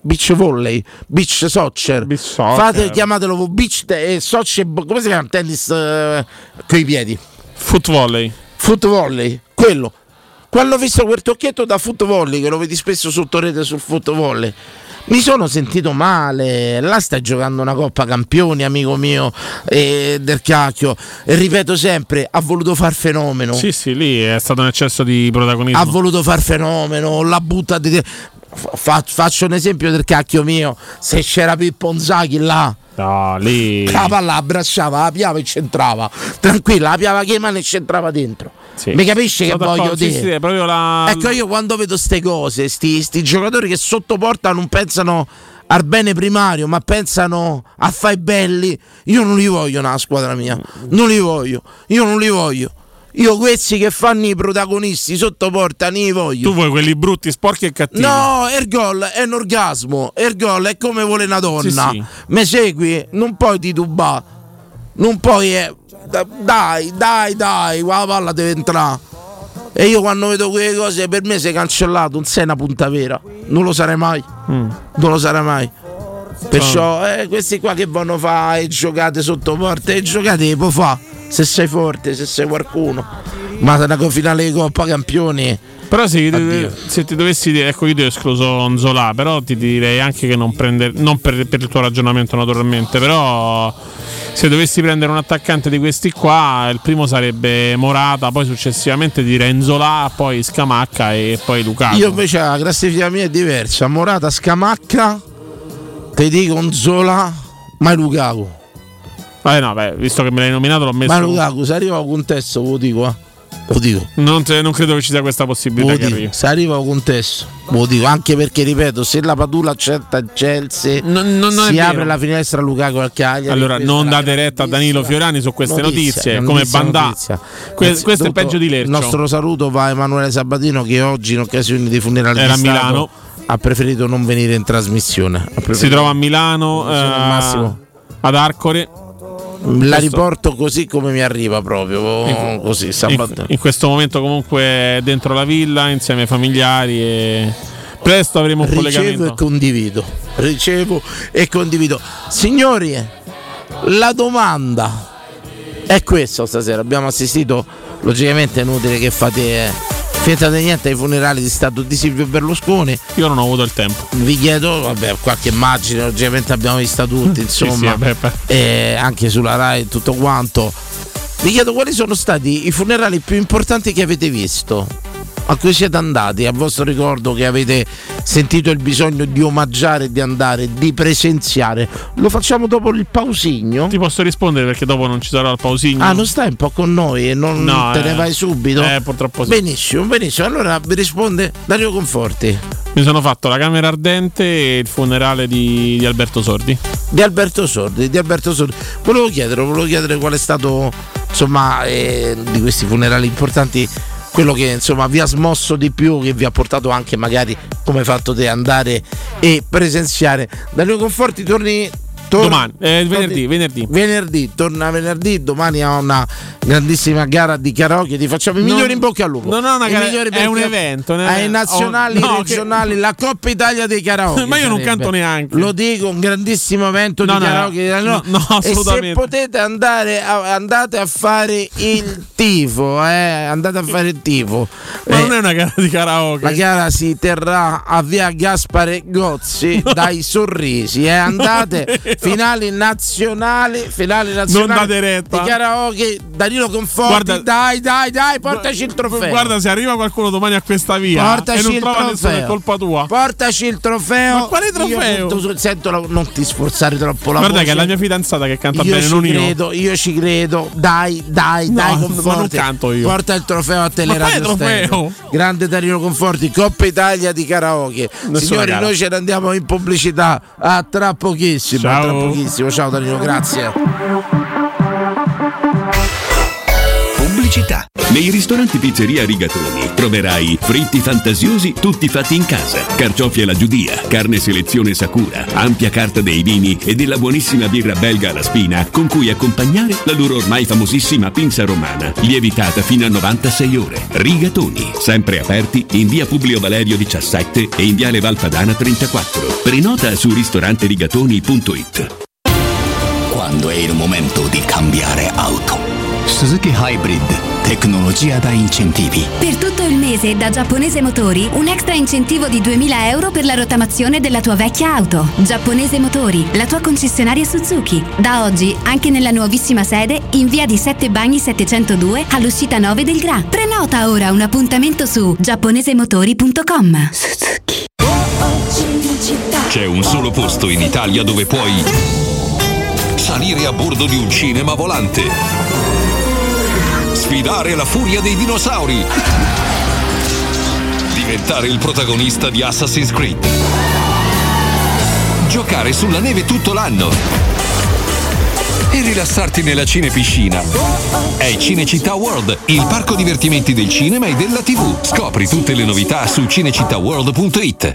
[SPEAKER 3] beach volley, beach soccer,
[SPEAKER 4] Beach soccer.
[SPEAKER 3] fate chiamatelo voi, beach te- eh, soccer, come si chiama tennis eh, coi piedi?
[SPEAKER 4] Foot volley.
[SPEAKER 3] Foot volley, quello. Quando ho visto quel tocchetto da foot volley, che lo vedi spesso sotto rete sul foot volley, mi sono sentito male. Là stai giocando una Coppa Campioni, amico mio, eh, del cacchio. E ripeto sempre, ha voluto far fenomeno.
[SPEAKER 4] Sì, sì, lì è stato un eccesso di protagonismo.
[SPEAKER 3] Ha voluto far fenomeno, la butta di... Fa- faccio un esempio del cacchio mio. Se c'era Pippo Inzaghi là,
[SPEAKER 4] no, lì.
[SPEAKER 3] la palla abbracciava, la piava e c'entrava. Tranquilla, la piava che mano e c'entrava dentro.
[SPEAKER 4] Sì.
[SPEAKER 3] Mi capisci che
[SPEAKER 4] Sono
[SPEAKER 3] voglio
[SPEAKER 4] d'accordo,
[SPEAKER 3] dire?
[SPEAKER 4] Sì, sì, è proprio la.
[SPEAKER 3] Ecco, io quando vedo ste cose, sti, sti giocatori che sotto porta non pensano al bene primario, ma pensano a fai belli, io non li voglio nella squadra mia, non li voglio, io non li voglio. Io questi che fanno i protagonisti sotto porta, ne li voglio.
[SPEAKER 4] Tu vuoi quelli brutti, sporchi e cattivi.
[SPEAKER 3] No, Ergol è un orgasmo. Ergol è come vuole una donna.
[SPEAKER 4] Sì, sì.
[SPEAKER 3] Me segui? Non puoi titubare. Non puoi. eh, da- Dai, dai, dai. qua La palla deve entrare. E io quando vedo quelle cose, per me sei cancellato. Non sei una punta vera. Non lo sarai mai. Non lo sarai mai. Perciò eh, questi qua che vanno fare giocate sotto porta e giocate può fa se sei forte, se sei qualcuno. Ma se è una finale di Coppa Campioni
[SPEAKER 4] Però se,
[SPEAKER 3] Addio.
[SPEAKER 4] se ti dovessi dire, ecco, io ti ho escluso Nzola, però ti direi anche che non prendere, non per, per il tuo ragionamento naturalmente, però se dovessi prendere un attaccante di questi qua, il primo sarebbe Morata, poi successivamente ti direi Nzola, poi Scamacca e poi Lukaku.
[SPEAKER 3] Io invece la classifica mia è diversa. Morata, Scamacca, te dico Zola, ma Lukaku.
[SPEAKER 4] Eh no, beh, visto che me l'hai nominato l'ho
[SPEAKER 3] Ma
[SPEAKER 4] messo.
[SPEAKER 3] Lukaku, se arriva con testo, ve lo dico, eh. Ve lo dico.
[SPEAKER 4] Non, te- non credo che ci sia questa
[SPEAKER 3] Ve
[SPEAKER 4] possibilità
[SPEAKER 3] lo
[SPEAKER 4] che
[SPEAKER 3] dico.
[SPEAKER 4] arrivi.
[SPEAKER 3] Se arriva con testo, ve lo dico. Anche perché, ripeto, se la Padula accetta il Chelsea,
[SPEAKER 4] Non- non- non è
[SPEAKER 3] si
[SPEAKER 4] vero.
[SPEAKER 3] apre la finestra a Lukaku al Cagliari.
[SPEAKER 4] Allora,
[SPEAKER 3] Questa
[SPEAKER 4] non
[SPEAKER 3] è la
[SPEAKER 4] date retta a Danilo
[SPEAKER 3] grandissima
[SPEAKER 4] Fiorani su queste notizie, come
[SPEAKER 3] grandissima
[SPEAKER 4] Bandà.
[SPEAKER 3] notizia.
[SPEAKER 4] Que- questo è
[SPEAKER 3] Innanzitutto,
[SPEAKER 4] peggio di Lercio.
[SPEAKER 3] Il nostro saluto va a Emanuele Sabatino che oggi in occasione di funerale
[SPEAKER 4] Era a
[SPEAKER 3] di Stato,
[SPEAKER 4] Milano.
[SPEAKER 3] ha preferito non venire in trasmissione. Ha preferito-
[SPEAKER 4] Si trova a Milano,
[SPEAKER 3] Sono il
[SPEAKER 4] eh,
[SPEAKER 3] massimo.
[SPEAKER 4] ad Arcore,
[SPEAKER 3] La riporto così come mi arriva proprio, oh, così
[SPEAKER 4] in,
[SPEAKER 3] Sabatino.
[SPEAKER 4] in questo momento comunque è dentro la villa insieme ai familiari e presto avremo un
[SPEAKER 3] Ricevo e
[SPEAKER 4] collegamento.
[SPEAKER 3] condivido. Ricevo e condivido. Signori, la domanda è questa stasera. Abbiamo assistito, logicamente è inutile che fate eh, finta di niente ai funerali di Stato di Silvio Berlusconi.
[SPEAKER 4] Io non ho avuto il tempo.
[SPEAKER 3] Vi chiedo, vabbè, qualche immagine, logicamente abbiamo vista tutti,
[SPEAKER 4] Sì,
[SPEAKER 3] insomma.
[SPEAKER 4] sì, vabbè, beh.
[SPEAKER 3] eh, anche sulla RAI e tutto quanto. Vi chiedo quali sono stati i funerali più importanti che avete visto, a cui siete andati, a vostro ricordo che avete sentito il bisogno di omaggiare, di andare, di presenziare. Lo facciamo dopo il pausigno.
[SPEAKER 4] Ti posso rispondere perché dopo non ci sarà il pausigno.
[SPEAKER 3] Ah, non stai un po' con noi e non
[SPEAKER 4] No,
[SPEAKER 3] te ne
[SPEAKER 4] eh.
[SPEAKER 3] vai subito?
[SPEAKER 4] Eh, purtroppo sì.
[SPEAKER 3] Benissimo, benissimo. Allora vi risponde Dario Conforti
[SPEAKER 4] Mi sono fatto la camera ardente e il funerale di, di Alberto Sordi.
[SPEAKER 3] di Alberto Sordi, di Alberto Sordi. Certo, Volevo chiedere, volevo chiedere qual è stato, insomma, eh, di questi funerali importanti, quello che insomma vi ha smosso di più, che vi ha portato anche magari, come hai fatto te, andare e presenziare. Dario Conforti torni Torna-
[SPEAKER 4] Domani, eh, venerdì, venerdì.
[SPEAKER 3] Venerdì, torna venerdì, domani ha una grandissima gara di karaoke, ti facciamo i
[SPEAKER 4] Non-
[SPEAKER 3] migliori in bocca al lupo.
[SPEAKER 4] non è una
[SPEAKER 3] I
[SPEAKER 4] gara-
[SPEAKER 3] migliori
[SPEAKER 4] è
[SPEAKER 3] perché-
[SPEAKER 4] un evento, un
[SPEAKER 3] Ai
[SPEAKER 4] evento.
[SPEAKER 3] nazionali,
[SPEAKER 4] Oh, no,
[SPEAKER 3] regionali, la Coppa Italia dei karaoke.
[SPEAKER 4] Ma io non
[SPEAKER 3] sarebbe.
[SPEAKER 4] canto neanche.
[SPEAKER 3] Lo dico, un grandissimo evento
[SPEAKER 4] No,
[SPEAKER 3] di
[SPEAKER 4] no,
[SPEAKER 3] karaoke.
[SPEAKER 4] no, no,
[SPEAKER 3] e se
[SPEAKER 4] assolutamente.
[SPEAKER 3] potete andare a- andate a fare il tifo, eh, andate a fare il tifo.
[SPEAKER 4] Ma
[SPEAKER 3] Eh,
[SPEAKER 4] non è una gara di karaoke.
[SPEAKER 3] la gara si terrà a via Gaspare Gozzi dai sorrisi. Eh.
[SPEAKER 4] Non è
[SPEAKER 3] Andate,
[SPEAKER 4] vero.
[SPEAKER 3] finale nazionale, finale nazionale
[SPEAKER 4] date retta.
[SPEAKER 3] di karaoke. Danilo Conforti,
[SPEAKER 4] Guarda-
[SPEAKER 3] dai, dai, dai, portaci il trofeo.
[SPEAKER 4] Guarda, se arriva qualcuno domani a questa via
[SPEAKER 3] portaci
[SPEAKER 4] e non
[SPEAKER 3] il
[SPEAKER 4] trova nessuno,
[SPEAKER 3] trofeo.
[SPEAKER 4] è colpa tua.
[SPEAKER 3] Portaci il trofeo.
[SPEAKER 4] Ma quale trofeo?
[SPEAKER 3] Io punto su- sento la- non ti sforzare troppo la
[SPEAKER 4] Guarda
[SPEAKER 3] voce.
[SPEAKER 4] che è la mia fidanzata che canta
[SPEAKER 3] io
[SPEAKER 4] bene,
[SPEAKER 3] ci
[SPEAKER 4] non io.
[SPEAKER 3] credo, io. ci credo. Dai, dai,
[SPEAKER 4] No,
[SPEAKER 3] dai,
[SPEAKER 4] ma
[SPEAKER 3] Conforti.
[SPEAKER 4] non canto io.
[SPEAKER 3] Porta il trofeo a Teleradio
[SPEAKER 4] Ma quale
[SPEAKER 3] Stereo.
[SPEAKER 4] trofeo?
[SPEAKER 3] Grande Danilo Conforti, Coppa Italia di karaoke.
[SPEAKER 4] Nessuna
[SPEAKER 3] Signori,
[SPEAKER 4] gara.
[SPEAKER 3] noi ce ne andiamo in pubblicità a tra pochissimo.
[SPEAKER 4] Ciao.
[SPEAKER 3] A tra pochissimo. Ciao Danilo, grazie.
[SPEAKER 5] Pubblicità. Nei ristoranti Pizzeria Rigatoni troverai fritti fantasiosi tutti fatti in casa, carciofi alla giudia, carne selezione Sakura, ampia carta dei vini e della buonissima birra belga alla spina con cui accompagnare la loro ormai famosissima pinza romana, lievitata fino a 96 ore. Rigatoni, sempre aperti in via Publio Valerio 17 e in viale Valpadana 34. Prenota su ristoranterigatoni.it.
[SPEAKER 6] Quando è il momento di cambiare auto. Suzuki Hybrid, tecnologia da incentivi.
[SPEAKER 7] Per tutto il mese da Giapponese Motori un extra incentivo di 2000 euro per la rotamazione della tua vecchia auto. Giapponese Motori, la tua concessionaria Suzuki. Da oggi anche nella nuovissima sede in via di 7 Bagni 702 all'uscita 9 del Gra. Prenota ora un appuntamento su giapponesemotori.com.
[SPEAKER 5] C'è un solo posto in Italia dove puoi salire a bordo di un cinema volante, sfidare la furia dei dinosauri, diventare il protagonista di Assassin's Creed, giocare sulla neve tutto l'anno e rilassarti nella cinepiscina. È Cinecittà World, il parco divertimenti del cinema e della TV. Scopri tutte le novità su cinecittàworld.it.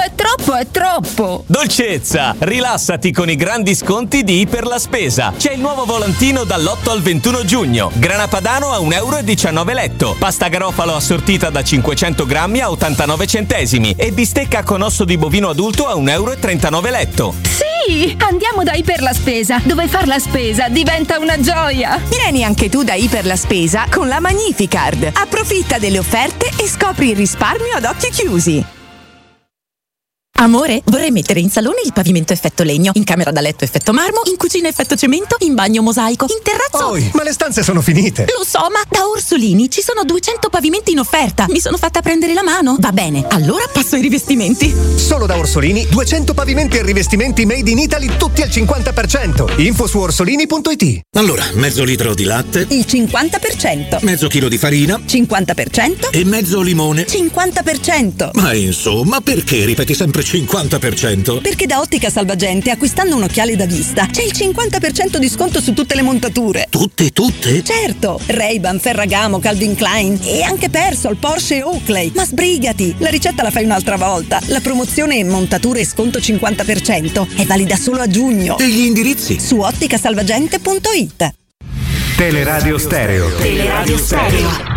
[SPEAKER 8] è troppo, è troppo!
[SPEAKER 9] Dolcezza, rilassati con i grandi sconti di Iper la Spesa. C'è il nuovo volantino dall'8 al 21 giugno. Grana padano a 1,19 euro letto. Pasta garofalo assortita da 500 grammi a 89 centesimi. E bistecca con osso di bovino adulto a 1,39 euro letto.
[SPEAKER 8] Sì! Andiamo da Iper la Spesa, dove far la spesa diventa una gioia!
[SPEAKER 10] Vieni anche tu da Iper la Spesa con la Magnificard. Approfitta delle offerte e scopri il risparmio ad occhi chiusi. Amore, vorrei mettere in salone il pavimento effetto legno, in camera da letto effetto marmo, in cucina effetto cemento, in bagno mosaico, in terrazzo.
[SPEAKER 11] Oi, ma le stanze sono finite.
[SPEAKER 10] Lo so, ma da Orsolini ci sono 200 pavimenti in offerta. Mi sono fatta prendere la mano. Va bene, allora passo ai rivestimenti.
[SPEAKER 11] Solo da Orsolini 200 pavimenti e rivestimenti made in Italy tutti al 50%. Info su orsolini.it.
[SPEAKER 12] Allora, mezzo litro di latte,
[SPEAKER 13] Il 50%.
[SPEAKER 12] mezzo chilo di farina
[SPEAKER 13] 50%.
[SPEAKER 12] e mezzo limone.
[SPEAKER 13] 50%.
[SPEAKER 12] Ma insomma, perché ripeti sempre 50%?
[SPEAKER 13] Perché da Ottica Salvagente, acquistando un occhiale da vista, c'è il 50% di sconto su tutte le montature.
[SPEAKER 12] Tutte, tutte?
[SPEAKER 13] Certo, Ray-Ban, Ferragamo, Calvin Klein e anche Persol, Porsche e Oakley. Ma sbrigati, la ricetta la fai un'altra volta. La promozione montature e sconto 50% è valida solo a giugno. E
[SPEAKER 12] gli indirizzi?
[SPEAKER 13] Su otticasalvagente.it.
[SPEAKER 14] Teleradio Stereo.
[SPEAKER 1] Teleradio Stereo.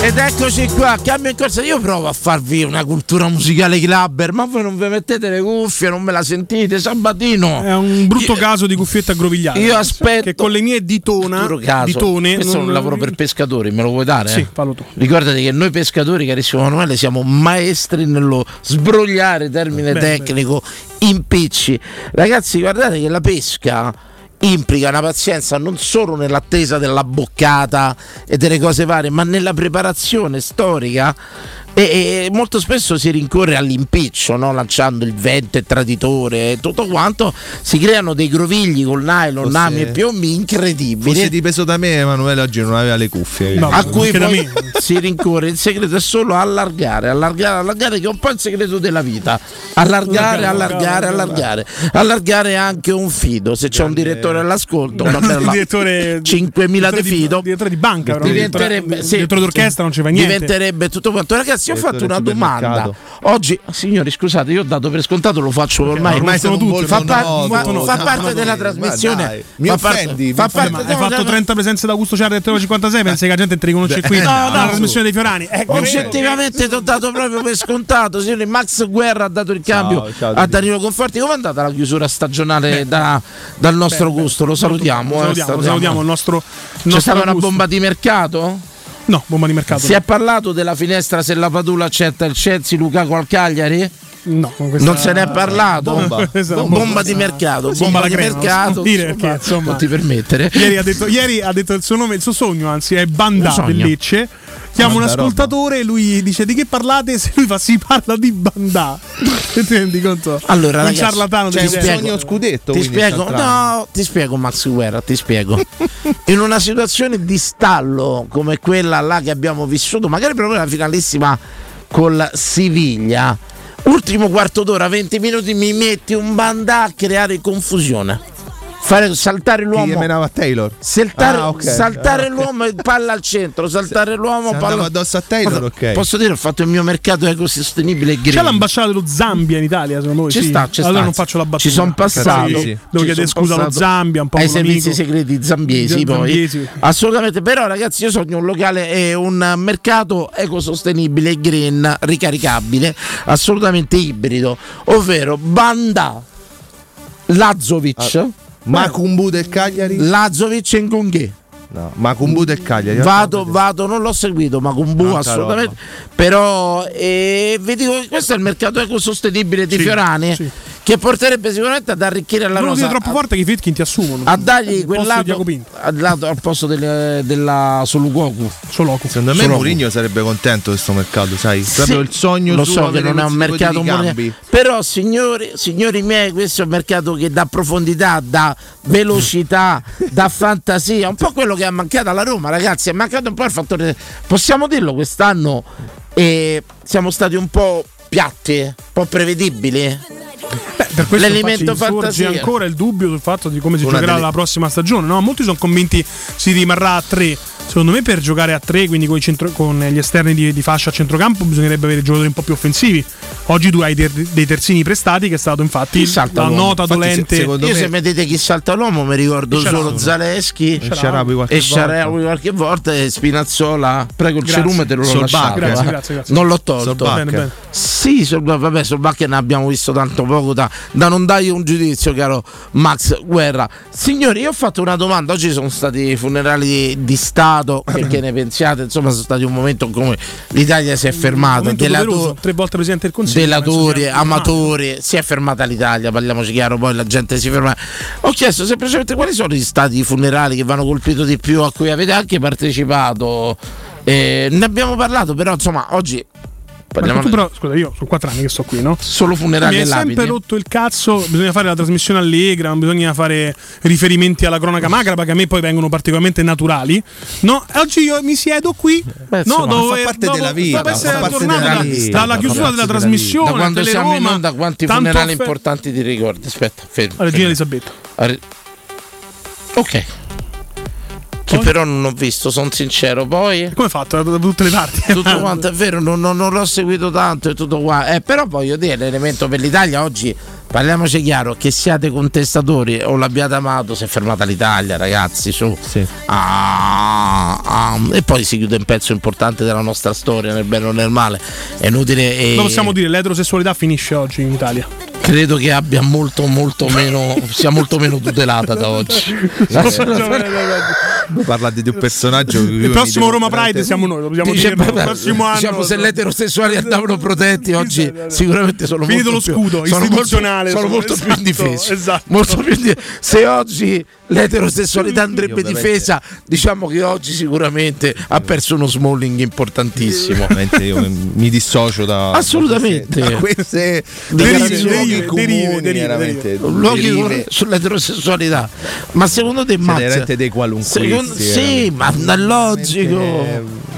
[SPEAKER 3] Ed eccoci qua, cambio in corsa. Io provo a farvi una cultura musicale clubber, ma voi non vi mettete le cuffie, non me la sentite, Sabatino. È un brutto caso di cuffietta aggrovigliata. Io aspetto. Che con le mie ditona, ditone. Questo è un
[SPEAKER 4] non-
[SPEAKER 3] lavoro per pescatori, me lo vuoi dare?
[SPEAKER 4] Sì,
[SPEAKER 3] eh? Ricordati che noi pescatori, carissimo Manuele, siamo maestri nello sbrogliare termine
[SPEAKER 4] Beh,
[SPEAKER 3] tecnico, impicci. Ragazzi, guardate che la pesca implica una pazienza non solo nell'attesa della boccata e delle cose varie, ma nella preparazione storica. E, e molto spesso si rincorre all'impiccio, no? lanciando il vento e traditore e tutto quanto. Si creano dei grovigli con nylon,
[SPEAKER 15] Forse-
[SPEAKER 3] nami e piombi incredibili
[SPEAKER 15] Fosse dipeso da me, Emanuele oggi non aveva le cuffie.
[SPEAKER 3] a cui poi si rincorre. Il segreto è solo allargare, allargare, allargare, che è un po' il segreto della vita. Allargare, allargare, allargare. Allargare è anche un fido. Se c'è un direttore all'ascolto, una bella
[SPEAKER 16] Direttore-
[SPEAKER 3] 5.000 de
[SPEAKER 16] direttore di-
[SPEAKER 3] fido.
[SPEAKER 16] direttore di banca, però.
[SPEAKER 3] Diventerebbe,
[SPEAKER 16] Direttore-
[SPEAKER 3] sì,
[SPEAKER 16] direttore d'orchestra non ci va niente.
[SPEAKER 3] Diventerebbe tutto quanto. Ragazzi, ho fatto
[SPEAKER 16] Direttore
[SPEAKER 3] una domanda.
[SPEAKER 16] supermercato.
[SPEAKER 3] Oggi, signori, scusate, io ho dato per scontato, lo faccio ormai.
[SPEAKER 15] ormai sono tutti,
[SPEAKER 3] Fa,
[SPEAKER 15] no,
[SPEAKER 3] par-
[SPEAKER 15] no,
[SPEAKER 3] fa-
[SPEAKER 15] no,
[SPEAKER 3] fa
[SPEAKER 15] no,
[SPEAKER 3] parte
[SPEAKER 15] no,
[SPEAKER 3] della
[SPEAKER 15] no,
[SPEAKER 3] trasmissione.
[SPEAKER 15] ma dai, mi
[SPEAKER 3] fa parte-
[SPEAKER 15] offendi,
[SPEAKER 3] fa
[SPEAKER 15] mi
[SPEAKER 3] parte-
[SPEAKER 15] offendi.
[SPEAKER 16] Hai
[SPEAKER 3] no,
[SPEAKER 16] fatto
[SPEAKER 3] no, no.
[SPEAKER 16] 30 presenze d'Augusto Ciardi al 56, pensi che la gente ti riconosce qui?
[SPEAKER 3] Beh, no,
[SPEAKER 16] alla
[SPEAKER 3] no,
[SPEAKER 16] trasmissione dei Fiorani. Eh,
[SPEAKER 3] Oggettivamente ti ho dato proprio per scontato. Signori, Max Guerra ha dato il cambio
[SPEAKER 16] ciao,
[SPEAKER 3] a
[SPEAKER 16] Didi.
[SPEAKER 3] Danilo Conforti. Com'è andata la chiusura stagionale da- dal nostro gusto? Lo
[SPEAKER 16] Lo
[SPEAKER 3] salutiamo. eh,
[SPEAKER 16] salutiamo, lo
[SPEAKER 3] salutiamo.
[SPEAKER 16] salutiamo il nostro.
[SPEAKER 3] C'è stata una bomba di mercato?
[SPEAKER 16] No, bomba di mercato.
[SPEAKER 3] Si è parlato della finestra se la Padula accetta il Chelsea Lukaku al Cagliari?
[SPEAKER 16] No, questa-
[SPEAKER 3] non se ne è parlato.
[SPEAKER 16] Bomba. Questa è una
[SPEAKER 3] Bomba
[SPEAKER 16] bomba.
[SPEAKER 3] di mercato.
[SPEAKER 16] Sì,
[SPEAKER 3] Bomba
[SPEAKER 16] la
[SPEAKER 3] di
[SPEAKER 16] crema, non si
[SPEAKER 3] mercato.
[SPEAKER 16] può dire
[SPEAKER 3] insomma,
[SPEAKER 16] perché, insomma.
[SPEAKER 3] Non ti permettere.
[SPEAKER 16] Ieri ha, detto, ieri ha detto il suo nome, il suo sogno, anzi, è Bandà
[SPEAKER 3] Un sogno.
[SPEAKER 16] del Lecce. Chiama un
[SPEAKER 3] Bandà roba.
[SPEAKER 16] ascoltatore, lui dice di che parlate? Se lui fa si parla di Bandà. Ti rendi conto?
[SPEAKER 3] Allora,
[SPEAKER 16] un
[SPEAKER 3] ragazzi, cioè,
[SPEAKER 16] ciarlatano
[SPEAKER 3] ti
[SPEAKER 16] del
[SPEAKER 3] spiego- Ti spiego, no, ti spiego, Max Guerra. Ti spiego. In una situazione di stallo come quella là che abbiamo vissuto, magari proprio la finalissima col Siviglia, ultimo quarto d'ora, 20 minuti, mi metti un bandà a creare confusione. Fare saltare l'uomo.
[SPEAKER 15] emenava Taylor.
[SPEAKER 3] Saltare,
[SPEAKER 15] Ah, ok.
[SPEAKER 3] saltare
[SPEAKER 15] Ah, ok.
[SPEAKER 3] l'uomo e palla al centro, saltare l'uomo
[SPEAKER 15] se
[SPEAKER 3] palla
[SPEAKER 15] andava addosso a
[SPEAKER 3] Ecco,
[SPEAKER 15] Taylor, ok.
[SPEAKER 3] Posso dire, ho fatto il mio mercato ecosostenibile e green.
[SPEAKER 16] C'è l'ambasciata dello Zambia in Italia, secondo voi?
[SPEAKER 3] Ci
[SPEAKER 16] Sì.
[SPEAKER 3] sta, ci sta.
[SPEAKER 16] Allora non faccio la battuta.
[SPEAKER 3] Ci sono passato.
[SPEAKER 16] Devo-
[SPEAKER 3] Ci
[SPEAKER 16] Devo chiedere
[SPEAKER 3] son
[SPEAKER 16] scusa allo
[SPEAKER 3] passato
[SPEAKER 16] Zambia, un po'
[SPEAKER 3] ai
[SPEAKER 16] un
[SPEAKER 3] servizi
[SPEAKER 16] amico.
[SPEAKER 3] segreti zambiesi. poi.
[SPEAKER 16] Zambiesi.
[SPEAKER 3] Assolutamente, però ragazzi, io sogno un locale e un mercato ecosostenibile, green, ricaricabile, assolutamente ibrido, ovvero Banda Lazovic.
[SPEAKER 15] Ah, Macumbu del Cagliari?
[SPEAKER 3] Lazovic e Ngonghe.
[SPEAKER 15] No, Macumbu del Cagliari.
[SPEAKER 3] Vado, vado, non l'ho seguito, ma con Bu
[SPEAKER 15] Tanta
[SPEAKER 3] assolutamente. Però eh, vi dico che questo è il mercato ecosostenibile di
[SPEAKER 16] Sì,
[SPEAKER 3] Fiorani che porterebbe sicuramente ad arricchire la
[SPEAKER 16] Non lo
[SPEAKER 3] rosa.
[SPEAKER 16] dire troppo forte che i Fitkin ti assumono.
[SPEAKER 3] a dargli
[SPEAKER 16] Al
[SPEAKER 3] quel
[SPEAKER 16] posto di
[SPEAKER 3] lato
[SPEAKER 16] Jacopin.
[SPEAKER 3] al, lato- al posto del- della Solugoku.
[SPEAKER 15] Eh, Secondo me
[SPEAKER 3] Solo-
[SPEAKER 15] Mourinho sarebbe contento di questo mercato, sai? Proprio
[SPEAKER 3] Sì,
[SPEAKER 15] il sogno
[SPEAKER 3] lo
[SPEAKER 15] suo
[SPEAKER 3] so che
[SPEAKER 15] avere
[SPEAKER 3] non è un
[SPEAKER 15] quel tipo
[SPEAKER 3] mercato
[SPEAKER 15] di
[SPEAKER 3] moneta-
[SPEAKER 15] cambi.
[SPEAKER 3] però signori, signori miei questo è un mercato che dà profondità dà velocità dà fantasia un po' quello che è mancato alla Roma ragazzi è mancato un po' il fattore possiamo dirlo quest'anno eh, siamo stati un po' piatti un po' prevedibili
[SPEAKER 16] Per questo
[SPEAKER 3] L'elemento
[SPEAKER 16] infatti sorge
[SPEAKER 3] fantasia.
[SPEAKER 16] ancora il dubbio sul fatto di come si
[SPEAKER 3] Una
[SPEAKER 16] giocherà
[SPEAKER 3] delle-
[SPEAKER 16] la prossima stagione. No? Molti sono convinti si rimarrà a 3. Secondo me per giocare a 3, quindi coi centro- con gli esterni di, di fascia a centrocampo, bisognerebbe avere giocatori un po' più offensivi. Oggi tu hai der- dei terzini prestati che è stato infatti la
[SPEAKER 3] l'uomo?
[SPEAKER 16] nota
[SPEAKER 3] Infatti, se-
[SPEAKER 16] dolente.
[SPEAKER 3] Io se vedete chi salta l'uomo mi ricordo
[SPEAKER 16] E Sharawi.
[SPEAKER 3] solo Zaleschi
[SPEAKER 16] E Sharawi qualche
[SPEAKER 3] e
[SPEAKER 16] volta.
[SPEAKER 3] Sharawi qualche volta e Spinazzola. Prego il
[SPEAKER 16] Grazie.
[SPEAKER 3] cerumetro l'ho
[SPEAKER 16] Solbacca.
[SPEAKER 3] lasciato.
[SPEAKER 16] Grazie,
[SPEAKER 3] eh.
[SPEAKER 16] grazie, grazie.
[SPEAKER 3] Non l'ho tolto.
[SPEAKER 16] Solbacca. Bene, bene.
[SPEAKER 3] Sì, sul, vabbè, sul Bacche ne abbiamo visto tanto poco da, da non dargli un giudizio, caro Max Guerra. Signori, io ho fatto una domanda. Oggi sono stati i funerali di, di Stato. Perché ne pensiate? Insomma, sono stati un momento in cui l'Italia si è fermata.
[SPEAKER 16] Momento
[SPEAKER 3] Della
[SPEAKER 16] doveroso, tre volte presidente del Consiglio. penso
[SPEAKER 3] Delatori,
[SPEAKER 16] sia-
[SPEAKER 3] amatori, si è fermata l'Italia, parliamoci chiaro, poi la gente si ferma. Ho chiesto semplicemente quali sono gli stati funerali che vanno colpito di più, a cui avete anche partecipato. Eh, ne abbiamo parlato, però insomma oggi
[SPEAKER 16] Ma
[SPEAKER 3] parliamo
[SPEAKER 16] tu però, scusa, io sono quattro anni che sto qui, no?
[SPEAKER 3] Solo funerali
[SPEAKER 16] Mi
[SPEAKER 3] e
[SPEAKER 16] è sempre
[SPEAKER 3] lapidi.
[SPEAKER 16] rotto il cazzo, bisogna fare la trasmissione allegra, non bisogna fare riferimenti alla cronaca macraba che a me poi vengono particolarmente naturali. No, oggi io mi siedo qui, no,
[SPEAKER 15] insomma,
[SPEAKER 16] dove,
[SPEAKER 15] fa parte della vita,
[SPEAKER 16] dopo essere
[SPEAKER 15] fa parte
[SPEAKER 16] aggiornato
[SPEAKER 15] della
[SPEAKER 16] da-
[SPEAKER 15] vita,
[SPEAKER 16] dalla
[SPEAKER 15] fa
[SPEAKER 16] chiusura
[SPEAKER 15] parte
[SPEAKER 16] della
[SPEAKER 15] della
[SPEAKER 16] trasmissione,
[SPEAKER 3] da quando
[SPEAKER 16] a
[SPEAKER 3] siamo in
[SPEAKER 16] Teleroma,
[SPEAKER 3] onda, quanti
[SPEAKER 16] tanto
[SPEAKER 3] funerali
[SPEAKER 16] offer-
[SPEAKER 3] importanti ti ricordi? Aspetta, fermo.
[SPEAKER 16] Regina
[SPEAKER 3] fermo.
[SPEAKER 16] Elisabetta.
[SPEAKER 3] Re- Ok. Che però non ho visto, sono sincero. Poi.
[SPEAKER 16] Come hai fatto? Da tutte le parti.
[SPEAKER 3] Tutto quanto, è vero, non, non- non l'ho seguito tanto e tutto qua. Eh, però voglio dire, l'elemento per l'Italia oggi. Parliamoci chiaro, che siate contestatori o l'abbiate amato, si è fermata l'Italia, ragazzi, su. Ah, ah, e poi si chiude un pezzo importante della nostra storia, nel bene o nel male. È inutile. E...
[SPEAKER 16] Lo possiamo dire, l'eterosessualità finisce oggi in Italia.
[SPEAKER 3] Credo che abbia molto molto meno sia molto meno tutelata da oggi.
[SPEAKER 15] Parlate di un personaggio.
[SPEAKER 16] Il prossimo Roma Pride siamo noi, lo possiamo
[SPEAKER 3] Dice,
[SPEAKER 16] dire. Il
[SPEAKER 3] vabbè,
[SPEAKER 16] prossimo anno.
[SPEAKER 3] diciamo, se gli eterosessuali andavano protetti oggi sicuramente sono
[SPEAKER 16] Finito
[SPEAKER 3] molto
[SPEAKER 16] lo
[SPEAKER 3] più-
[SPEAKER 16] scudo
[SPEAKER 3] sono molto-
[SPEAKER 16] istituzionale,
[SPEAKER 3] sono
[SPEAKER 16] sono-
[SPEAKER 3] molto più
[SPEAKER 16] esatto,
[SPEAKER 3] indifesi
[SPEAKER 16] esatto.
[SPEAKER 3] Molto più indi- se oggi l'eterosessualità andrebbe
[SPEAKER 16] Io veramente-
[SPEAKER 3] difesa diciamo che oggi sicuramente ha perso uno smalling importantissimo
[SPEAKER 15] Io mi- mi dissocio da.
[SPEAKER 3] assolutamente
[SPEAKER 15] Da queste
[SPEAKER 3] Derive,
[SPEAKER 15] dichiarazioni
[SPEAKER 3] derive,
[SPEAKER 15] comuni,
[SPEAKER 3] derive, derive,
[SPEAKER 15] veramente,
[SPEAKER 3] derive. Luoghi
[SPEAKER 15] derive.
[SPEAKER 3] con- sull'eterosessualità ma secondo te
[SPEAKER 15] Siete
[SPEAKER 3] mazza
[SPEAKER 15] veramente dei qualunquisti,
[SPEAKER 3] secondo-
[SPEAKER 15] veramente.
[SPEAKER 3] sì ma è logico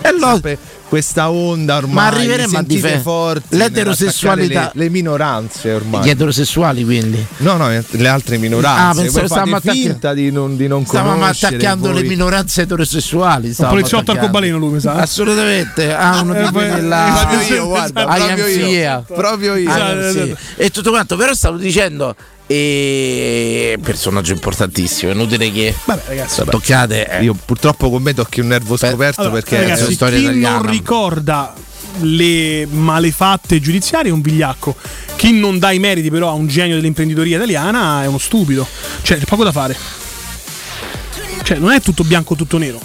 [SPEAKER 3] è logico
[SPEAKER 15] questa onda ormai
[SPEAKER 3] Ma arriveremo a
[SPEAKER 15] sentite
[SPEAKER 3] dife-
[SPEAKER 15] forti
[SPEAKER 3] l'eterosessualità.
[SPEAKER 15] nell'attaccare le, le minoranze ormai
[SPEAKER 3] Gli eterosessuali quindi
[SPEAKER 15] no no le altre
[SPEAKER 3] Ah,
[SPEAKER 15] minoranze
[SPEAKER 3] pensavo
[SPEAKER 15] Voi fate
[SPEAKER 3] stavamo attaccando-
[SPEAKER 15] finta di non, di non
[SPEAKER 3] Stavamo
[SPEAKER 15] conoscere
[SPEAKER 3] attaccando
[SPEAKER 15] voi.
[SPEAKER 3] le minoranze eterosessuali. stavamo
[SPEAKER 15] poliziotto
[SPEAKER 3] attaccando.
[SPEAKER 15] arcobaleno
[SPEAKER 16] lui, mi sa.
[SPEAKER 3] Assolutamente. Ah, uno
[SPEAKER 15] Eh,
[SPEAKER 3] di
[SPEAKER 15] poi-
[SPEAKER 3] quelli là.
[SPEAKER 15] proprio io, guarda,
[SPEAKER 3] I am
[SPEAKER 15] proprio io.
[SPEAKER 3] Sia.
[SPEAKER 15] Proprio io.
[SPEAKER 3] I am
[SPEAKER 15] Esatto,
[SPEAKER 3] Sia.
[SPEAKER 15] esatto.
[SPEAKER 3] E tutto quanto, però stavo dicendo... E personaggio importantissimo, è inutile che toccate.
[SPEAKER 15] io purtroppo commento che un nervo scoperto
[SPEAKER 16] Allora,
[SPEAKER 15] perché è
[SPEAKER 16] ragazzi,
[SPEAKER 15] una storia
[SPEAKER 16] chi
[SPEAKER 15] italiana
[SPEAKER 16] non ricorda le malefatte giudiziarie è un vigliacco. Chi non dà i meriti però a un genio dell'imprenditoria italiana è uno stupido. Cioè, c'è poco da fare. Cioè, non è tutto bianco, tutto nero.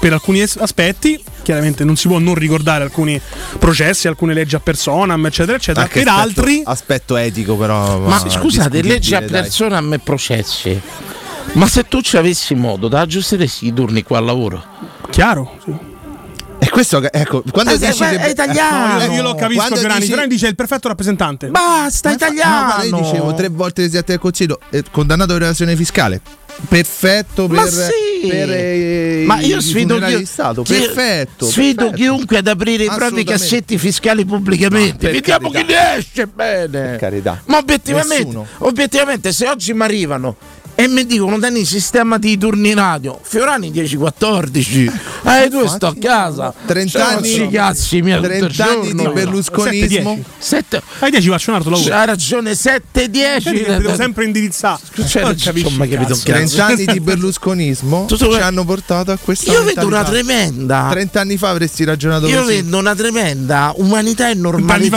[SPEAKER 16] Per alcuni es- aspetti, chiaramente non si può non ricordare alcuni processi, alcune leggi a personam, eccetera, eccetera.
[SPEAKER 15] Anche
[SPEAKER 16] per
[SPEAKER 15] aspetto-
[SPEAKER 16] altri,
[SPEAKER 15] aspetto etico però
[SPEAKER 3] Ma scusate, leggi a
[SPEAKER 15] discutibile, dai.
[SPEAKER 3] personam e processi. Ma se tu ci avessi modo da aggiustaresti i turni qua al lavoro,
[SPEAKER 16] chiaro?
[SPEAKER 15] E questo, ecco, quando
[SPEAKER 3] Eh,
[SPEAKER 15] dici
[SPEAKER 3] ma
[SPEAKER 15] che-
[SPEAKER 3] è italiano.
[SPEAKER 15] Eh,
[SPEAKER 16] io lo capisco.
[SPEAKER 15] Quando
[SPEAKER 16] Grani,
[SPEAKER 15] dici-
[SPEAKER 16] Grani dice il perfetto rappresentante.
[SPEAKER 3] Basta,
[SPEAKER 15] No, guarda, io dicevo tre volte desiderati del Consiglio, eh, condannato per relazione fiscale. Perfetto per,
[SPEAKER 3] Ma sì!
[SPEAKER 15] per, eh,
[SPEAKER 3] Ma io
[SPEAKER 15] i
[SPEAKER 3] sfido,
[SPEAKER 15] funerali
[SPEAKER 3] chi-
[SPEAKER 15] di Stato.
[SPEAKER 3] chi-
[SPEAKER 15] perfetto.
[SPEAKER 3] sfido
[SPEAKER 15] perfetto.
[SPEAKER 3] chiunque ad aprire i propri
[SPEAKER 15] Assolutamente.
[SPEAKER 3] cassetti fiscali
[SPEAKER 15] Ma
[SPEAKER 3] pubblicamente.
[SPEAKER 15] per
[SPEAKER 3] Vediamo chi
[SPEAKER 15] carità.
[SPEAKER 3] ne esce bene.
[SPEAKER 15] Per carità.
[SPEAKER 3] Ma obiettivamente,
[SPEAKER 15] Nessuno.
[SPEAKER 3] obiettivamente, se oggi mi arrivano e mi dicono Dani sistema di turni radio Fiorani 10-14 eh tu sto a casa
[SPEAKER 15] 30
[SPEAKER 3] Ciao,
[SPEAKER 15] anni-
[SPEAKER 3] sti cazzi miei, tutto il
[SPEAKER 15] 30 anni di
[SPEAKER 3] giorno.
[SPEAKER 15] berlusconismo.
[SPEAKER 3] 7-10. Sette-
[SPEAKER 16] Ai 10 faccio un altro lavoro.
[SPEAKER 3] C'ha ragione, 7-10.
[SPEAKER 16] Vedi che ti devo sempre indirizzare.
[SPEAKER 3] Cioè, non ci ho mai capito un cazzo.
[SPEAKER 15] 30 anni di berlusconismo
[SPEAKER 3] Tutto
[SPEAKER 15] ci
[SPEAKER 3] quello-
[SPEAKER 15] hanno portato a questa
[SPEAKER 3] Io vedo
[SPEAKER 15] mentalità.
[SPEAKER 3] una tremenda-
[SPEAKER 15] 30 anni fa avresti ragionato
[SPEAKER 3] Io
[SPEAKER 15] così.
[SPEAKER 3] vedo una tremenda umanità e normalità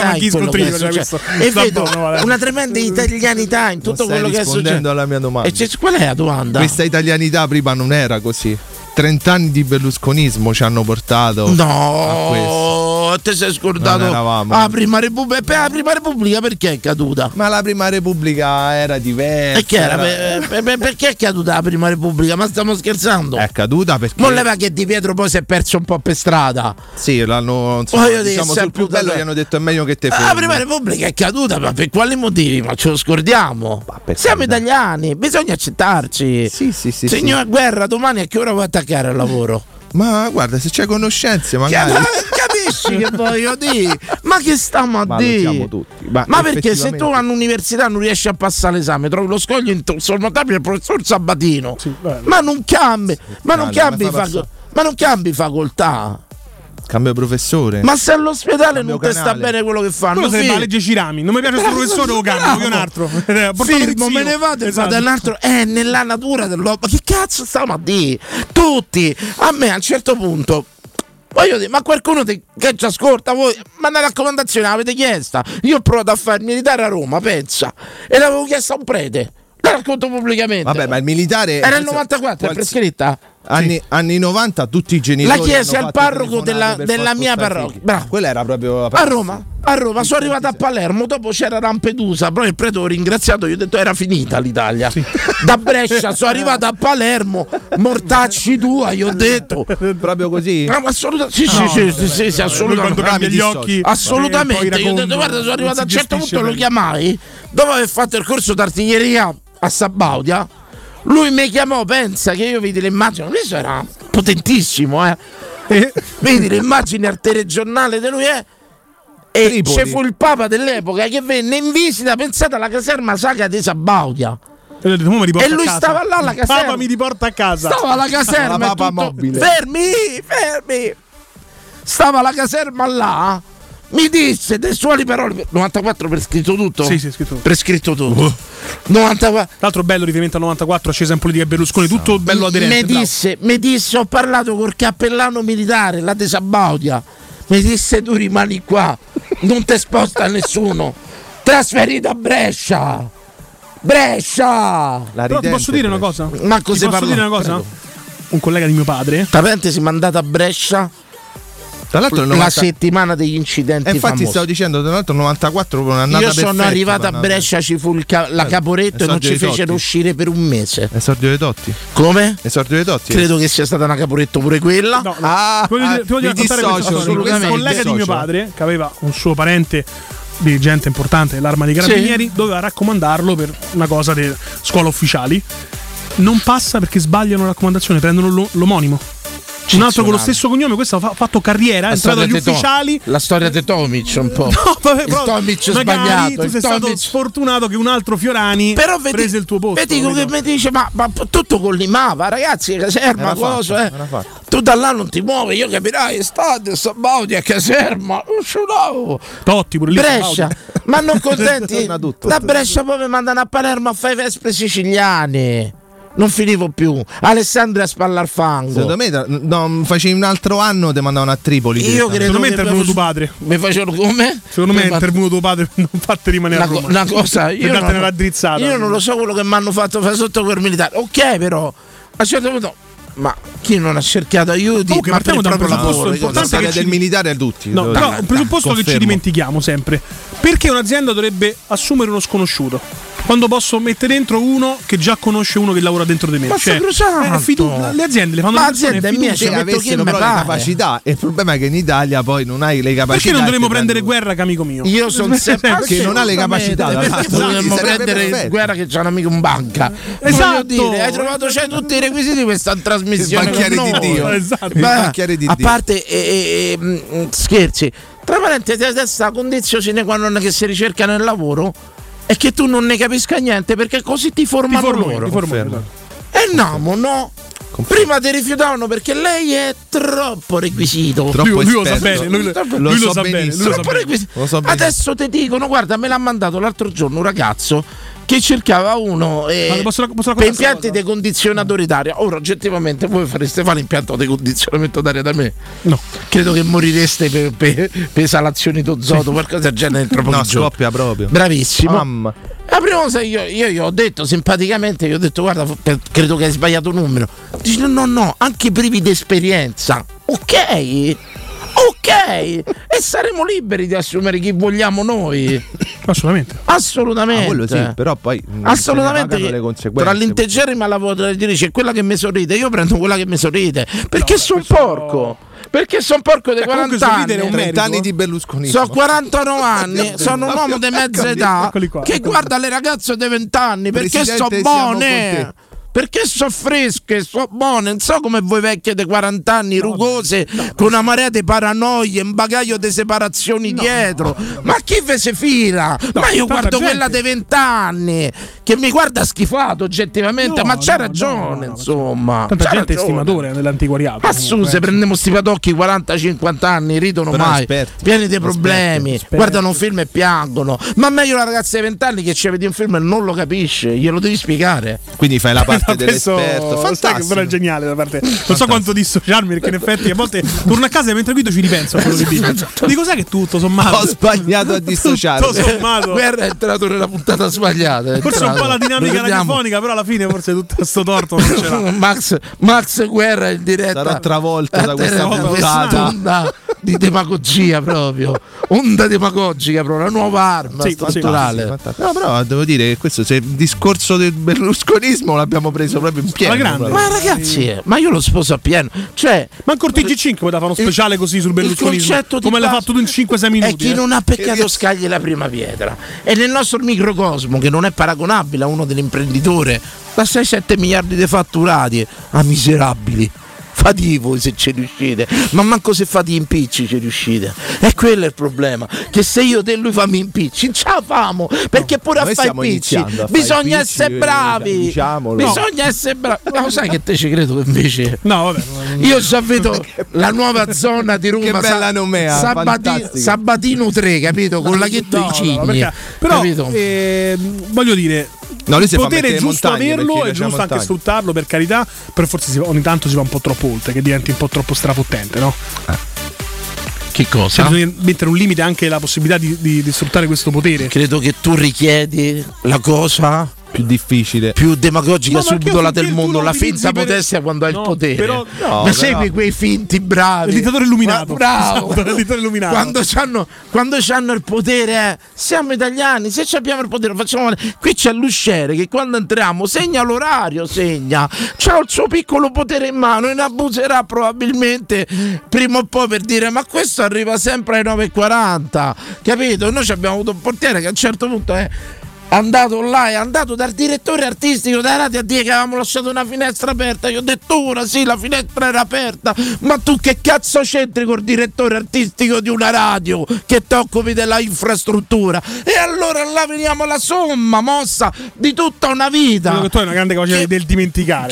[SPEAKER 15] Parliamo
[SPEAKER 3] in
[SPEAKER 15] anche
[SPEAKER 3] quello che è
[SPEAKER 15] scontrino,
[SPEAKER 3] successo.
[SPEAKER 15] cioè, questo.
[SPEAKER 3] e
[SPEAKER 15] Da
[SPEAKER 3] vedo
[SPEAKER 15] buono, vale.
[SPEAKER 3] una tremenda italianità in tutto
[SPEAKER 15] Non
[SPEAKER 3] quello
[SPEAKER 15] stai
[SPEAKER 3] che è
[SPEAKER 15] rispondendo
[SPEAKER 3] successo.
[SPEAKER 15] alla mia domanda.
[SPEAKER 3] E c'è- qual è la domanda?
[SPEAKER 15] Questa italianità prima non era così. 30 anni di berlusconismo ci hanno portato a questo.
[SPEAKER 3] No, te sei scordato.
[SPEAKER 15] Non eravamo.
[SPEAKER 3] La prima, Repubblica, beh, la prima Repubblica perché è caduta?
[SPEAKER 15] Ma la prima Repubblica era diversa.
[SPEAKER 3] Perché, era-
[SPEAKER 15] era-
[SPEAKER 3] eh, eh, beh, perché è caduta la prima Repubblica? Ma stiamo scherzando?
[SPEAKER 15] È caduta perché
[SPEAKER 3] Non leva che Di Pietro poi si è perso un po' per strada.
[SPEAKER 15] Sì, l'hanno insomma,
[SPEAKER 3] Voglio dire,
[SPEAKER 15] diciamo,
[SPEAKER 3] si è
[SPEAKER 15] sul più
[SPEAKER 3] buttato-
[SPEAKER 15] bello gli hanno detto è meglio che te
[SPEAKER 3] Ah, La
[SPEAKER 15] fermi".
[SPEAKER 3] prima Repubblica è caduta, ma per quali motivi? Ma ce lo scordiamo. Siamo italiani, bisogna accettarci. Signor Guerra, domani a che ora vuoi attaccare al lavoro?
[SPEAKER 15] Ma guarda, se c'è conoscenze, magari.
[SPEAKER 3] Ma Capisci che voglio dire? Ma che stiamo a
[SPEAKER 15] Ma lo
[SPEAKER 3] dire?
[SPEAKER 15] siamo tutti. Ma
[SPEAKER 3] Ma, perché se tu
[SPEAKER 15] effettivamente-
[SPEAKER 3] all'università non riesci a passare l'esame, trovi lo scoglio insormontabile del professor Sabatino. ma non cambi, ma non
[SPEAKER 15] dai, ma
[SPEAKER 3] cambi,
[SPEAKER 15] fa
[SPEAKER 3] faco-
[SPEAKER 15] passare.
[SPEAKER 3] ma non cambi facoltà.
[SPEAKER 15] Cambia professore.
[SPEAKER 3] Ma se all'ospedale
[SPEAKER 15] Cambio
[SPEAKER 3] non ti sta
[SPEAKER 15] canale.
[SPEAKER 3] bene quello che fanno,
[SPEAKER 16] Quello sarebbe
[SPEAKER 3] sì.
[SPEAKER 16] la legge Cirami. Non mi piace questo professore, lo cambio, voglio un altro. Eh, portatemi
[SPEAKER 3] Firmo,
[SPEAKER 16] zio.
[SPEAKER 3] me ne vado e
[SPEAKER 16] Esatto.
[SPEAKER 3] vado all'altro. Eh, nella natura dell'uomo. Ma che cazzo stiamo a dire? Tutti, a me a un certo punto. Voglio dire, ma qualcuno te- che ci ascolta voi, ma una raccomandazione l'avete chiesta? Io ho provato a fare il militare a Roma, pensa, e l'avevo chiesta a un prete. La racconto pubblicamente.
[SPEAKER 15] Vabbè, ma il militare.
[SPEAKER 3] Era il 94, è
[SPEAKER 15] Quals-
[SPEAKER 3] prescritta.
[SPEAKER 15] Eh, Anni, anni 90 tutti i genitori
[SPEAKER 3] La chiesi
[SPEAKER 15] hanno
[SPEAKER 3] al
[SPEAKER 15] fatto
[SPEAKER 3] parroco
[SPEAKER 15] telefonate
[SPEAKER 3] della-
[SPEAKER 15] per
[SPEAKER 3] della
[SPEAKER 15] far
[SPEAKER 3] mia
[SPEAKER 15] spostare i
[SPEAKER 3] parrocchia.
[SPEAKER 15] figli. Quella era proprio la
[SPEAKER 3] A Roma, a Roma, sono arrivato a Palermo, dopo c'era Lampedusa, però il prete ho ringraziato, gli ho detto era finita l'Italia. Da Brescia sono arrivato a Palermo, mortacci tua, gli ho detto. Ah,
[SPEAKER 15] Proprio così?
[SPEAKER 3] Ma assolutamente, sì,
[SPEAKER 16] No,
[SPEAKER 3] sì, sì,
[SPEAKER 16] vabbè,
[SPEAKER 3] sì, sì, sì,
[SPEAKER 16] lui
[SPEAKER 3] assolutamente.
[SPEAKER 16] quando cambia gli occhi, eh, poi
[SPEAKER 3] Assolutamente,
[SPEAKER 16] racconta,
[SPEAKER 3] io ho detto guarda, sono
[SPEAKER 16] non
[SPEAKER 3] arrivato
[SPEAKER 16] si
[SPEAKER 3] a un certo
[SPEAKER 16] gestisce
[SPEAKER 3] punto, lo
[SPEAKER 16] bene.
[SPEAKER 3] chiamai, dopo aver fatto il corso d'artiglieria a Sabaudia, lui mi chiamò, pensa che io vedi le immagini, questo era potentissimo, eh. Vedi le immagini al telegiornale di lui, eh. E
[SPEAKER 15] Tripoli.
[SPEAKER 3] c'è fu il Papa dell'epoca che venne in visita, pensate alla caserma sacra di Sabaudia.
[SPEAKER 16] E, gli ho detto, "Mo mi riporta
[SPEAKER 3] E lui
[SPEAKER 16] a casa.
[SPEAKER 3] stava là alla caserma.
[SPEAKER 16] Papa mi riporta a casa.
[SPEAKER 3] Stava alla caserma.
[SPEAKER 16] La
[SPEAKER 3] e
[SPEAKER 16] papa
[SPEAKER 3] tutto-
[SPEAKER 16] mobile.
[SPEAKER 3] Fermi, fermi. Stava alla caserma là. Mi disse testuali parole. 94 per scritto tutto?
[SPEAKER 16] Sì, sì, scritto tutto. Uh.
[SPEAKER 3] Prescritto tutto. 94.
[SPEAKER 16] L'altro bello riferimento al 94, scesa in politica Berlusconi, tutto bello aderente.
[SPEAKER 3] Mi
[SPEAKER 16] bravo.
[SPEAKER 3] disse, mi disse, ho parlato col cappellano militare, la Tesabaudia. Mi disse, tu rimani qua, non ti sposta nessuno. Trasferito a Brescia. Brescia!
[SPEAKER 16] Però ti posso dire una cosa?
[SPEAKER 3] Ma
[SPEAKER 16] Ti
[SPEAKER 3] cos'è
[SPEAKER 16] posso dire una cosa? Un collega di mio padre.
[SPEAKER 3] La parentesi mandata a Brescia.
[SPEAKER 15] Tra l'altro il
[SPEAKER 3] la
[SPEAKER 15] 90
[SPEAKER 3] settimana degli incidenti.
[SPEAKER 15] E Eh, infatti
[SPEAKER 3] famosi.
[SPEAKER 15] stavo dicendo, tra l'altro il 94 è un'annata
[SPEAKER 3] Io sono
[SPEAKER 15] perfetta,
[SPEAKER 3] arrivato a
[SPEAKER 15] un'annata-
[SPEAKER 3] Brescia, ci fu il ca- la
[SPEAKER 15] Eh,
[SPEAKER 3] Caporetto e non
[SPEAKER 15] esordio
[SPEAKER 3] ci
[SPEAKER 15] di Totti.
[SPEAKER 3] fecero uscire per un mese.
[SPEAKER 15] Esordio dei Totti.
[SPEAKER 3] Come?
[SPEAKER 15] Esordio dei Totti.
[SPEAKER 3] Credo che sia stata una Caporetto pure quella.
[SPEAKER 15] Ah,
[SPEAKER 16] Ti voglio dire-
[SPEAKER 15] ah,
[SPEAKER 16] ti voglio
[SPEAKER 15] mi
[SPEAKER 16] raccontare questa
[SPEAKER 15] dissocio,
[SPEAKER 16] storia. Questo
[SPEAKER 15] assolutamente.
[SPEAKER 16] collega di mio
[SPEAKER 15] Dissocio.
[SPEAKER 16] padre, che aveva un suo parente dirigente importante dell'arma dei carabinieri, doveva raccomandarlo per una cosa di scuola ufficiali. Non passa perché sbagliano la raccomandazione, prendono lo- l'omonimo. Un altro con lo stesso cognome, questo ha fa- fatto carriera, è
[SPEAKER 3] La
[SPEAKER 16] entrato
[SPEAKER 3] storia
[SPEAKER 16] agli
[SPEAKER 3] di Tom-
[SPEAKER 16] ufficiali.
[SPEAKER 3] La storia di Tomic un po'.
[SPEAKER 16] No, vabbè,
[SPEAKER 3] il
[SPEAKER 16] però
[SPEAKER 3] Tomic
[SPEAKER 16] magari
[SPEAKER 3] sbagliato.
[SPEAKER 16] tu
[SPEAKER 3] il
[SPEAKER 16] sei stato
[SPEAKER 3] Tomic-
[SPEAKER 16] sfortunato che un altro Fiorani
[SPEAKER 3] Però vedi-
[SPEAKER 16] prese il tuo posto.
[SPEAKER 3] vedi quello che
[SPEAKER 16] capito?
[SPEAKER 3] mi dice, ma, ma tutto collimava, ragazzi, caserma,
[SPEAKER 16] Era fatto,
[SPEAKER 3] cosa, eh. Tu da là non ti muovi, io capirai, estate, sabaudia, caserma, usciuravo.
[SPEAKER 16] Totti pure lì.
[SPEAKER 3] Brescia,
[SPEAKER 16] Sabaudia.
[SPEAKER 3] ma non contenti.
[SPEAKER 16] Torna tutto.
[SPEAKER 3] da Brescia poi mi mandano a Palermo a fare i vespri siciliani. Non finivo più. Alessandria a spallar fango.
[SPEAKER 15] Secondo me tra- no, facevi un altro anno ti mandavano a Tripoli.
[SPEAKER 3] Io credo
[SPEAKER 15] direttamente.
[SPEAKER 3] che proprio su- Mi facevano come?
[SPEAKER 15] Secondo me è intervenuto
[SPEAKER 16] tuo padre per non farti rimanere
[SPEAKER 3] una,
[SPEAKER 16] a Roma.
[SPEAKER 3] co- una cosa io
[SPEAKER 16] Per dartene
[SPEAKER 3] non,
[SPEAKER 16] la drizzata.
[SPEAKER 3] io non lo so quello che mi hanno fatto fare sotto quel militare ok però a un certo punto ma chi non ha cercato aiuti
[SPEAKER 16] Comunque,
[SPEAKER 3] ma per
[SPEAKER 16] partiamo
[SPEAKER 3] il
[SPEAKER 16] dal
[SPEAKER 3] proprio
[SPEAKER 16] presupposto
[SPEAKER 3] lavoro
[SPEAKER 16] importante
[SPEAKER 3] cosa-
[SPEAKER 16] che ci-
[SPEAKER 15] militare a tutti.
[SPEAKER 16] No,
[SPEAKER 15] devo
[SPEAKER 16] però
[SPEAKER 15] dire. ah,
[SPEAKER 16] un presupposto che ci
[SPEAKER 15] Confermo.
[SPEAKER 16] dimentichiamo sempre. Perché un'azienda dovrebbe assumere uno sconosciuto? Quando posso mettere dentro uno che già conosce uno che lavora dentro di me.
[SPEAKER 3] Ma sta crociato!
[SPEAKER 16] è Cioè, eh,
[SPEAKER 15] eh,
[SPEAKER 16] fidu- le aziende le fanno
[SPEAKER 3] Ma
[SPEAKER 16] le persone,
[SPEAKER 3] azienda è
[SPEAKER 16] fiducia.
[SPEAKER 3] mia, ci
[SPEAKER 15] Se
[SPEAKER 3] metto chi
[SPEAKER 15] avessero
[SPEAKER 3] mi
[SPEAKER 15] però le
[SPEAKER 3] pare.
[SPEAKER 15] capacità, e il problema è che in Italia poi non hai le capacità.
[SPEAKER 16] Perché non dovremmo
[SPEAKER 15] e ti
[SPEAKER 16] prendere guerra, che amico mio?
[SPEAKER 3] io sono sempre
[SPEAKER 15] Perché non ha le capacità,
[SPEAKER 3] Assolutamente,
[SPEAKER 15] tra l'altro,
[SPEAKER 3] perché dovremmo
[SPEAKER 15] quindi sarebbe
[SPEAKER 3] prendere in
[SPEAKER 15] perfetto.
[SPEAKER 3] guerra che c'è un amico in banca
[SPEAKER 15] Esatto.
[SPEAKER 3] voglio dire hai trovato c'hai tutti i requisiti di questa
[SPEAKER 15] Il
[SPEAKER 3] trasmissione
[SPEAKER 15] banchiere
[SPEAKER 3] con
[SPEAKER 15] di
[SPEAKER 3] noi.
[SPEAKER 15] Dio. Esatto. Il
[SPEAKER 3] Ma
[SPEAKER 15] banchiere di
[SPEAKER 3] a
[SPEAKER 15] Dio.
[SPEAKER 3] parte eh, eh, mh, scherzi tra parentesi adesso la condizione sine qua non che si ricerca nel lavoro è che tu non ne capisca niente perché così ti
[SPEAKER 16] Ti
[SPEAKER 3] formano
[SPEAKER 16] formo io,
[SPEAKER 3] loro
[SPEAKER 16] ti formo io.
[SPEAKER 3] Eh no, mo no. Prima ti rifiutavano perché lei è troppo requisito.
[SPEAKER 15] Troppo Oh, Lui- lui lo sa esperto. bene, lui-
[SPEAKER 3] Troppo-
[SPEAKER 15] lo
[SPEAKER 3] lui
[SPEAKER 15] so benissimo.
[SPEAKER 3] Troppo
[SPEAKER 15] Lo so
[SPEAKER 3] requisito.
[SPEAKER 15] benissimo.
[SPEAKER 3] Adesso ti dicono, guarda, me l'ha mandato l'altro giorno un ragazzo che cercava uno eh,
[SPEAKER 16] Ma posso- posso raccontare
[SPEAKER 3] per
[SPEAKER 16] questa
[SPEAKER 3] impianti di condizionatore d'aria. Ora, oggettivamente, voi fareste fare l'impianto di condizionamento d'aria da me?
[SPEAKER 16] No.
[SPEAKER 3] Credo che morireste per, per, per esalazioni d'ozoto, qualcosa del genere. Troppo
[SPEAKER 15] No, scoppia proprio.
[SPEAKER 3] Bravissimo.
[SPEAKER 15] Mamma.
[SPEAKER 3] La prima cosa che io, io gli ho detto simpaticamente, gli ho detto guarda, fo- per- credo che hai sbagliato numero. Dice no, no, no, anche privi di esperienza. Ok, ok, e saremo liberi di assumere chi vogliamo noi.
[SPEAKER 16] Assolutamente.
[SPEAKER 3] Assolutamente.
[SPEAKER 15] Ah, quello sì, però poi mm,
[SPEAKER 3] Assolutamente
[SPEAKER 15] se ne pagano
[SPEAKER 3] che-
[SPEAKER 15] le conseguenze.
[SPEAKER 3] tra l'integerrima lavoratrice e quella che mi sorride, io prendo quella che mi sorride perché sono porco. Perché sono porco dei
[SPEAKER 15] Eh, comunque
[SPEAKER 3] 40 anni,
[SPEAKER 15] sorridere è un 30 merito, anni eh. di berlusconismo.
[SPEAKER 3] Sono
[SPEAKER 15] Ecco,
[SPEAKER 3] 49 anni, sono un uomo di mezza
[SPEAKER 15] Eccoli,
[SPEAKER 3] età
[SPEAKER 15] ecco, eccoli qua,
[SPEAKER 3] che
[SPEAKER 15] eccoli.
[SPEAKER 3] guarda le ragazze dei 20 anni perché
[SPEAKER 15] Presidente,
[SPEAKER 3] sono
[SPEAKER 15] siamo con
[SPEAKER 3] buone.
[SPEAKER 15] te.
[SPEAKER 3] Perché sono fresche, sono buone, non so come voi vecchie di 40 anni, rugose, con una marea di paranoie, un bagaglio di separazioni dietro. Ma chi ve se fila? ma
[SPEAKER 16] tanta
[SPEAKER 3] io guardo
[SPEAKER 16] gente.
[SPEAKER 3] quella dei 20 anni che mi guarda schifato oggettivamente, ma c'ha ragione, insomma.
[SPEAKER 16] Tanta
[SPEAKER 3] c'ha
[SPEAKER 15] Certo.
[SPEAKER 16] gente è
[SPEAKER 3] ragione.
[SPEAKER 16] stimatore nell'antiquariato.
[SPEAKER 3] Assu,
[SPEAKER 16] eh.
[SPEAKER 3] se prendiamo sti padocchi 40-50 anni, ridono
[SPEAKER 16] Però
[SPEAKER 3] mai,
[SPEAKER 16] esperti.
[SPEAKER 3] pieni di
[SPEAKER 16] Esperti,
[SPEAKER 3] problemi,
[SPEAKER 16] esperti.
[SPEAKER 3] guardano un film e piangono. Ma meglio la ragazza di 20 anni che ci vede un film e non lo capisce, glielo devi spiegare.
[SPEAKER 15] Quindi fai la parte dell'esperto.
[SPEAKER 16] Adesso- sai che
[SPEAKER 15] Fantastico.
[SPEAKER 16] però è geniale da parte. Non so quanto dissociarmi perché in effetti a volte torno a casa e mentre guido ci ripenso a quello che dico. Dico sai che tutto sommato
[SPEAKER 15] Esatto. Ho sbagliato a dissociarmi.
[SPEAKER 16] Tutto sommato.
[SPEAKER 3] Guerra è entrato nella puntata sbagliata. è
[SPEAKER 16] Forse un po' la
[SPEAKER 3] entrato.
[SPEAKER 16] dinamica
[SPEAKER 3] Ricordiamo-
[SPEAKER 16] radiofonica, però alla fine forse tutto questo torto non ce l'ha.
[SPEAKER 3] Max, Max Guerra in diretta
[SPEAKER 15] Sarà travolto da
[SPEAKER 3] Eh,
[SPEAKER 15] questa
[SPEAKER 3] da
[SPEAKER 15] puntata.
[SPEAKER 3] onda di demagogia proprio onda demagogica proprio la nuova arma
[SPEAKER 15] Sì,
[SPEAKER 3] strutturale
[SPEAKER 15] fantastico, fantastico. No, però devo dire che questo se il discorso del berlusconismo l'abbiamo preso proprio in pieno. proprio.
[SPEAKER 3] ma ragazzi eh, ma io lo sposo a pieno cioè
[SPEAKER 16] Ma ancora TG5 poteva fare uno speciale così sul berlusconismo.
[SPEAKER 3] concetto di
[SPEAKER 16] Come l'ha
[SPEAKER 3] base-
[SPEAKER 16] fatto tu in 5-6 minuti.
[SPEAKER 3] è chi
[SPEAKER 16] eh.
[SPEAKER 3] non ha peccato scagli la prima pietra e nel nostro microcosmo che non è paragonabile a uno dell'imprenditore da 6-7 miliardi di fatturati a miserabili fati voi se ci riuscite, ma manco se fate gli impicci ci riuscite. E quello è il problema, che se io te e lui fammi impicci, non ce la famo, perché pure a
[SPEAKER 17] noi
[SPEAKER 3] fare
[SPEAKER 17] stiamo
[SPEAKER 3] impicci
[SPEAKER 17] iniziando a fare
[SPEAKER 3] bisogna
[SPEAKER 17] impicci,
[SPEAKER 3] essere
[SPEAKER 17] eh,
[SPEAKER 3] bravi,
[SPEAKER 17] diciamolo.
[SPEAKER 3] bisogna essere bravi. Ma lo sai che te ci credo che invece...
[SPEAKER 16] No, vabbè.
[SPEAKER 3] Io già vedo la nuova zona di Roma.
[SPEAKER 15] Che bella nomea,
[SPEAKER 3] Sabati-
[SPEAKER 15] fantastica.
[SPEAKER 3] Sabatino 3, capito? Con la ghietta
[SPEAKER 16] No,
[SPEAKER 3] di
[SPEAKER 16] no,
[SPEAKER 3] cigni.
[SPEAKER 16] perché- però
[SPEAKER 3] capito?
[SPEAKER 16] ehm, voglio dire
[SPEAKER 15] No, lui
[SPEAKER 16] il
[SPEAKER 15] si fa
[SPEAKER 16] potere
[SPEAKER 15] mettere
[SPEAKER 16] è giusto
[SPEAKER 15] montagne perché
[SPEAKER 16] averlo è
[SPEAKER 15] piace la
[SPEAKER 16] giusto anche
[SPEAKER 15] montagna.
[SPEAKER 16] sfruttarlo per carità però forse si va- ogni tanto si va un po' troppo oltre che diventi un po' troppo strafottente no?
[SPEAKER 3] Eh, Che
[SPEAKER 16] Cioè,
[SPEAKER 3] cosa?
[SPEAKER 16] bisogna mettere un limite anche alla possibilità di, di, di sfruttare questo potere
[SPEAKER 3] credo che tu richiedi la cosa più difficile, più demagogica
[SPEAKER 16] No, ma anche io
[SPEAKER 3] subdola
[SPEAKER 16] finché
[SPEAKER 3] del
[SPEAKER 16] tu
[SPEAKER 3] mondo,
[SPEAKER 16] non
[SPEAKER 3] la
[SPEAKER 16] utilizzi
[SPEAKER 3] finta
[SPEAKER 16] per-
[SPEAKER 3] modestia quando hai il potere.
[SPEAKER 16] però- no,
[SPEAKER 3] ma
[SPEAKER 16] però-
[SPEAKER 3] segui quei finti bravi.
[SPEAKER 16] Il dittatore illuminato.
[SPEAKER 3] Ma bravo.
[SPEAKER 16] Esatto, il dittatore illuminato.
[SPEAKER 3] Quando c'hanno, quando c'hanno il potere, eh, siamo italiani, se ci abbiamo il potere facciamo male. Qui c'è l'usciere che quando entriamo segna l'orario, segna. C'ha il suo piccolo potere in mano e ne abuserà probabilmente prima o poi per dire ma questo arriva sempre ai 9.40. Capito? Noi ci abbiamo avuto un portiere che a un certo punto è andato là, è andato dal direttore artistico della radio a dire che avevamo lasciato una finestra aperta. Io ho detto ora sì, la finestra era aperta. Ma tu che cazzo c'entri col direttore artistico di una radio che ti occupi della infrastruttura? E allora là veniamo alla somma mossa di tutta una vita.
[SPEAKER 16] Quello che tu hai una grande capacità del dimenticare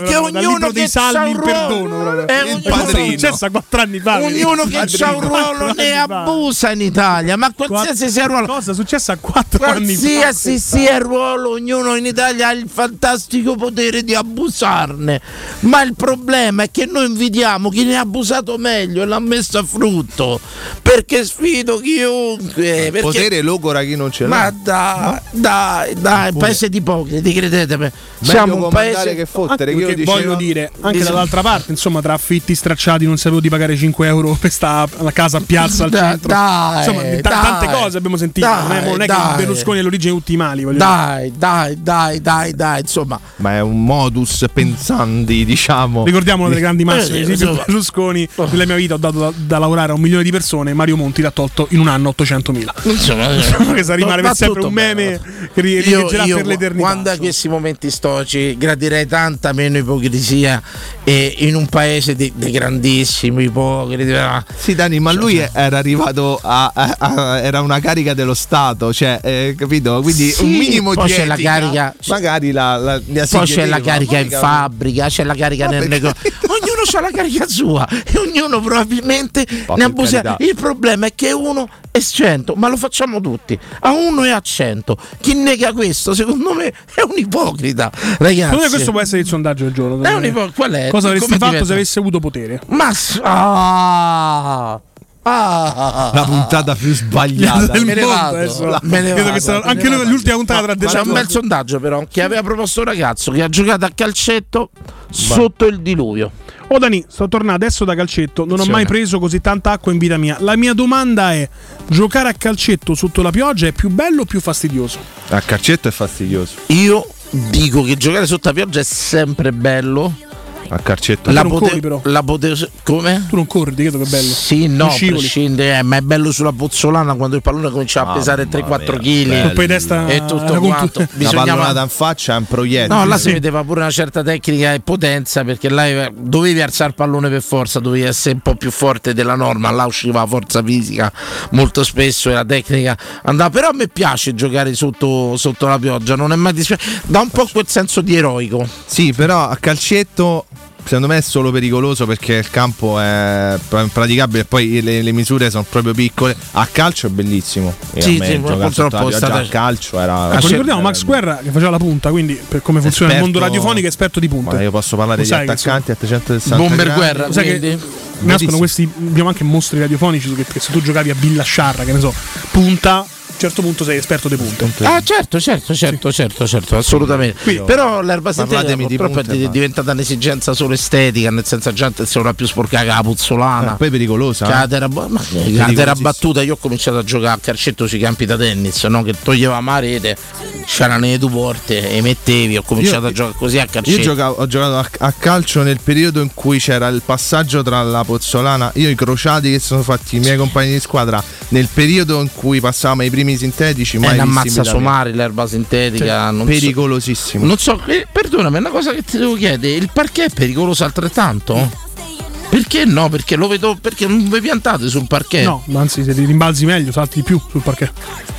[SPEAKER 16] insomma,
[SPEAKER 3] Che
[SPEAKER 16] eh, dal libro
[SPEAKER 3] ognuno
[SPEAKER 16] dei
[SPEAKER 3] che
[SPEAKER 16] salmi
[SPEAKER 3] c'ha
[SPEAKER 16] in
[SPEAKER 3] un
[SPEAKER 16] perdono
[SPEAKER 3] ruolo
[SPEAKER 16] proprio.
[SPEAKER 3] è
[SPEAKER 16] Il
[SPEAKER 3] ognuno-
[SPEAKER 16] padrino. Successo a quattro anni fa, vedi?
[SPEAKER 3] Ognuno che
[SPEAKER 16] Padrino.
[SPEAKER 3] ha un ruolo ne abusa in Italia, ma qualsiasi sia il ruolo.
[SPEAKER 16] Cosa è successa a quattro anni fa?
[SPEAKER 3] Qualsiasi sia il ruolo, ognuno in Italia ha il fantastico potere di abusarne. Ma il problema è che noi invidiamo chi ne ha abusato meglio e l'ha messo a frutto. Perché sfido chiunque. Perché...
[SPEAKER 15] Eh, Potere logora chi non ce l'ha.
[SPEAKER 3] Ma dai, dai, dai, un paese di ipocriti, credetemi. Siamo un paese
[SPEAKER 16] Anche perché voglio dire, anche dall'altra parte, insomma, tra affitti stracciati, non sapevo di pagare 5 euro per sta la casa a piazza al
[SPEAKER 3] Dai,
[SPEAKER 16] centro.
[SPEAKER 3] dai,
[SPEAKER 16] insomma, di ta-
[SPEAKER 3] dai.
[SPEAKER 16] tante cose abbiamo sentito. non è,
[SPEAKER 3] Dai,
[SPEAKER 16] non è che
[SPEAKER 3] dai.
[SPEAKER 16] Berlusconi è l'origine di tutti i mali. voglio
[SPEAKER 3] Dai, dai, dai, dai, dai, insomma.
[SPEAKER 15] Ma è un modus pensandi, diciamo.
[SPEAKER 16] dire. Ricordiamo una delle grandi massime.
[SPEAKER 15] Eh,
[SPEAKER 16] ad esempio,
[SPEAKER 15] insomma.
[SPEAKER 16] Berlusconi, nella mia vita ho dato da, da lavorare a un milione di persone. Mario Monti l'ha tolto in un anno 800.000.
[SPEAKER 3] Insomma,
[SPEAKER 16] Insomma, che sa rimane
[SPEAKER 3] va
[SPEAKER 16] per sempre
[SPEAKER 3] tutto
[SPEAKER 16] un
[SPEAKER 3] bene,
[SPEAKER 16] meme
[SPEAKER 3] va.
[SPEAKER 16] che ri- riecheggerà per l'eternità.
[SPEAKER 3] Quando a questi momenti storici gradirei tanta meno ipocrisia eh, in un paese di, di grandissimi ipocriti.
[SPEAKER 15] Sì, Dani, ma lui era arrivato a, a- a- era una carica dello Stato, cioè, eh, capito? Quindi
[SPEAKER 3] Sì,
[SPEAKER 15] un minimo
[SPEAKER 3] poi
[SPEAKER 15] di
[SPEAKER 3] c'è la
[SPEAKER 15] etica,
[SPEAKER 3] carica-
[SPEAKER 15] magari la, la, la si
[SPEAKER 3] Poi c'è la
[SPEAKER 15] chiedeva,
[SPEAKER 3] carica in
[SPEAKER 15] mica-
[SPEAKER 3] fabbrica, c'è la carica nel negozio. Ognuno ha la carica sua e ognuno probabilmente ne
[SPEAKER 15] per
[SPEAKER 3] abuserà.
[SPEAKER 15] carità.
[SPEAKER 3] Il problema è che uno è 100, ma lo facciamo tutti. A uno e a 100. Chi nega questo, secondo me, è un ipocrita. Ragazzi,
[SPEAKER 16] Secondo me questo può essere il sondaggio del giorno.
[SPEAKER 3] è
[SPEAKER 16] secondo
[SPEAKER 3] un
[SPEAKER 16] me.
[SPEAKER 3] ipocrita. Qual è?
[SPEAKER 16] Cosa avresti
[SPEAKER 3] Eh, Come
[SPEAKER 16] fatto
[SPEAKER 3] diventa?
[SPEAKER 16] se avessi avuto potere?
[SPEAKER 3] Ma s- ah, ah,
[SPEAKER 15] La puntata più sbagliata
[SPEAKER 3] me ne vado, me ne vado, me ne vado.
[SPEAKER 16] l'ultima
[SPEAKER 3] Ma- ma C'è un bel sondaggio però che aveva proposto un ragazzo che ha giocato a calcetto sotto il diluvio.
[SPEAKER 16] Oh Dani, sto tornando adesso da calcetto, non ho
[SPEAKER 3] Attenzione.
[SPEAKER 16] mai preso così tanta acqua in vita mia. La mia domanda è: giocare a calcetto sotto la pioggia è più bello o più fastidioso?
[SPEAKER 15] A calcetto è fastidioso.
[SPEAKER 3] Io dico che giocare sotto la pioggia è sempre bello.
[SPEAKER 15] A calcetto
[SPEAKER 3] La
[SPEAKER 15] Tu non
[SPEAKER 3] pote-
[SPEAKER 15] corri, però.
[SPEAKER 3] la pote- come?
[SPEAKER 16] Tu non corri, ti chiedo che bello.
[SPEAKER 3] Sì, no,
[SPEAKER 16] Non scivoli.
[SPEAKER 3] prescinde, eh, ma è bello sulla pozzolana quando il pallone comincia a
[SPEAKER 15] Mamma
[SPEAKER 3] pesare 3-4
[SPEAKER 15] mia,
[SPEAKER 3] kg.
[SPEAKER 15] bello. Colpo di testa
[SPEAKER 3] e
[SPEAKER 15] alla
[SPEAKER 3] tutto
[SPEAKER 15] contu-
[SPEAKER 3] quanto.
[SPEAKER 15] Una pallonata in faccia è un proiettile.
[SPEAKER 3] No, là
[SPEAKER 15] Eh, Sì.
[SPEAKER 3] si vedeva pure una certa tecnica e potenza perché là eh, dovevi alzare il pallone per forza, dovevi essere un po' più forte della norma, là usciva la forza fisica molto spesso e la tecnica andava. Però a me piace giocare sotto, sotto la pioggia, non è mai dispiaciuto. Dà un po' quel senso di eroico.
[SPEAKER 15] Sì, però a calcetto secondo me è solo pericoloso perché il campo è pra- impraticabile e poi le, le misure sono proprio piccole. A calcio è bellissimo. E
[SPEAKER 3] Sì,
[SPEAKER 15] a me
[SPEAKER 3] sì,
[SPEAKER 15] giocare
[SPEAKER 3] purtroppo Ah,
[SPEAKER 15] sotto la
[SPEAKER 3] è
[SPEAKER 15] pioggia
[SPEAKER 3] stata-
[SPEAKER 15] a calcio era
[SPEAKER 16] Ecco, ricordiamo Max Guerra che faceva la punta, quindi per come funziona il mondo
[SPEAKER 15] Esperto-
[SPEAKER 16] radiofonico, è esperto di punta.
[SPEAKER 15] Ma io posso parlare
[SPEAKER 16] Lo
[SPEAKER 15] di
[SPEAKER 16] sai che
[SPEAKER 15] attaccanti a 360
[SPEAKER 16] Bomber
[SPEAKER 15] gradi?
[SPEAKER 16] guerra, Lo sai che quindi? Nascono questi, abbiamo anche mostri radiofonici che, che se tu giocavi a Villa Sciarra, che ne so, punta, a un certo punto sei esperto Eh, di punte.
[SPEAKER 3] Ah certo, certo, certo, certo, certo, assolutamente.
[SPEAKER 15] oh,
[SPEAKER 16] Quindi-
[SPEAKER 3] Però l'erba sintetica
[SPEAKER 16] Parlatemi di
[SPEAKER 3] purtroppo è
[SPEAKER 16] punte,
[SPEAKER 3] di-
[SPEAKER 16] ma-
[SPEAKER 3] diventata un'esigenza solo estetica, nel senso la gente se non ha più sporca che la puzzolana.
[SPEAKER 15] Eh, poi è pericolosa,
[SPEAKER 3] Che
[SPEAKER 15] eh.
[SPEAKER 3] la terra bo- Boh, ma che- la
[SPEAKER 15] Pericolosissimo.
[SPEAKER 3] terra battuta, io ho cominciato a giocare a calcetto sui campi da tennis, no? che toglieva marete c'erano le tue porte e mettevi, ho cominciato a giocare così a calcetto.
[SPEAKER 15] Io giocavo- ho giocato a, a calcio nel periodo in cui c'era il passaggio tra la Pozzolana, io i crociati che sono fatti i miei compagni di squadra, nel periodo in cui passavamo i primi sintetici,
[SPEAKER 3] è
[SPEAKER 15] mai visti
[SPEAKER 3] una
[SPEAKER 15] in
[SPEAKER 3] mazza
[SPEAKER 15] vita mia.
[SPEAKER 3] somare l'erba sintetica.
[SPEAKER 15] Cioè,
[SPEAKER 3] non so-
[SPEAKER 15] pericolosissimo.
[SPEAKER 3] non so, eh, perdonami, è una cosa che ti devo chiedere: il parquet è pericoloso altrettanto? Perché no? Perché lo vedo. Perché non vi piantate sul parquet?
[SPEAKER 16] No, ma anzi, se ti rimbalzi meglio, salti di più sul parquet.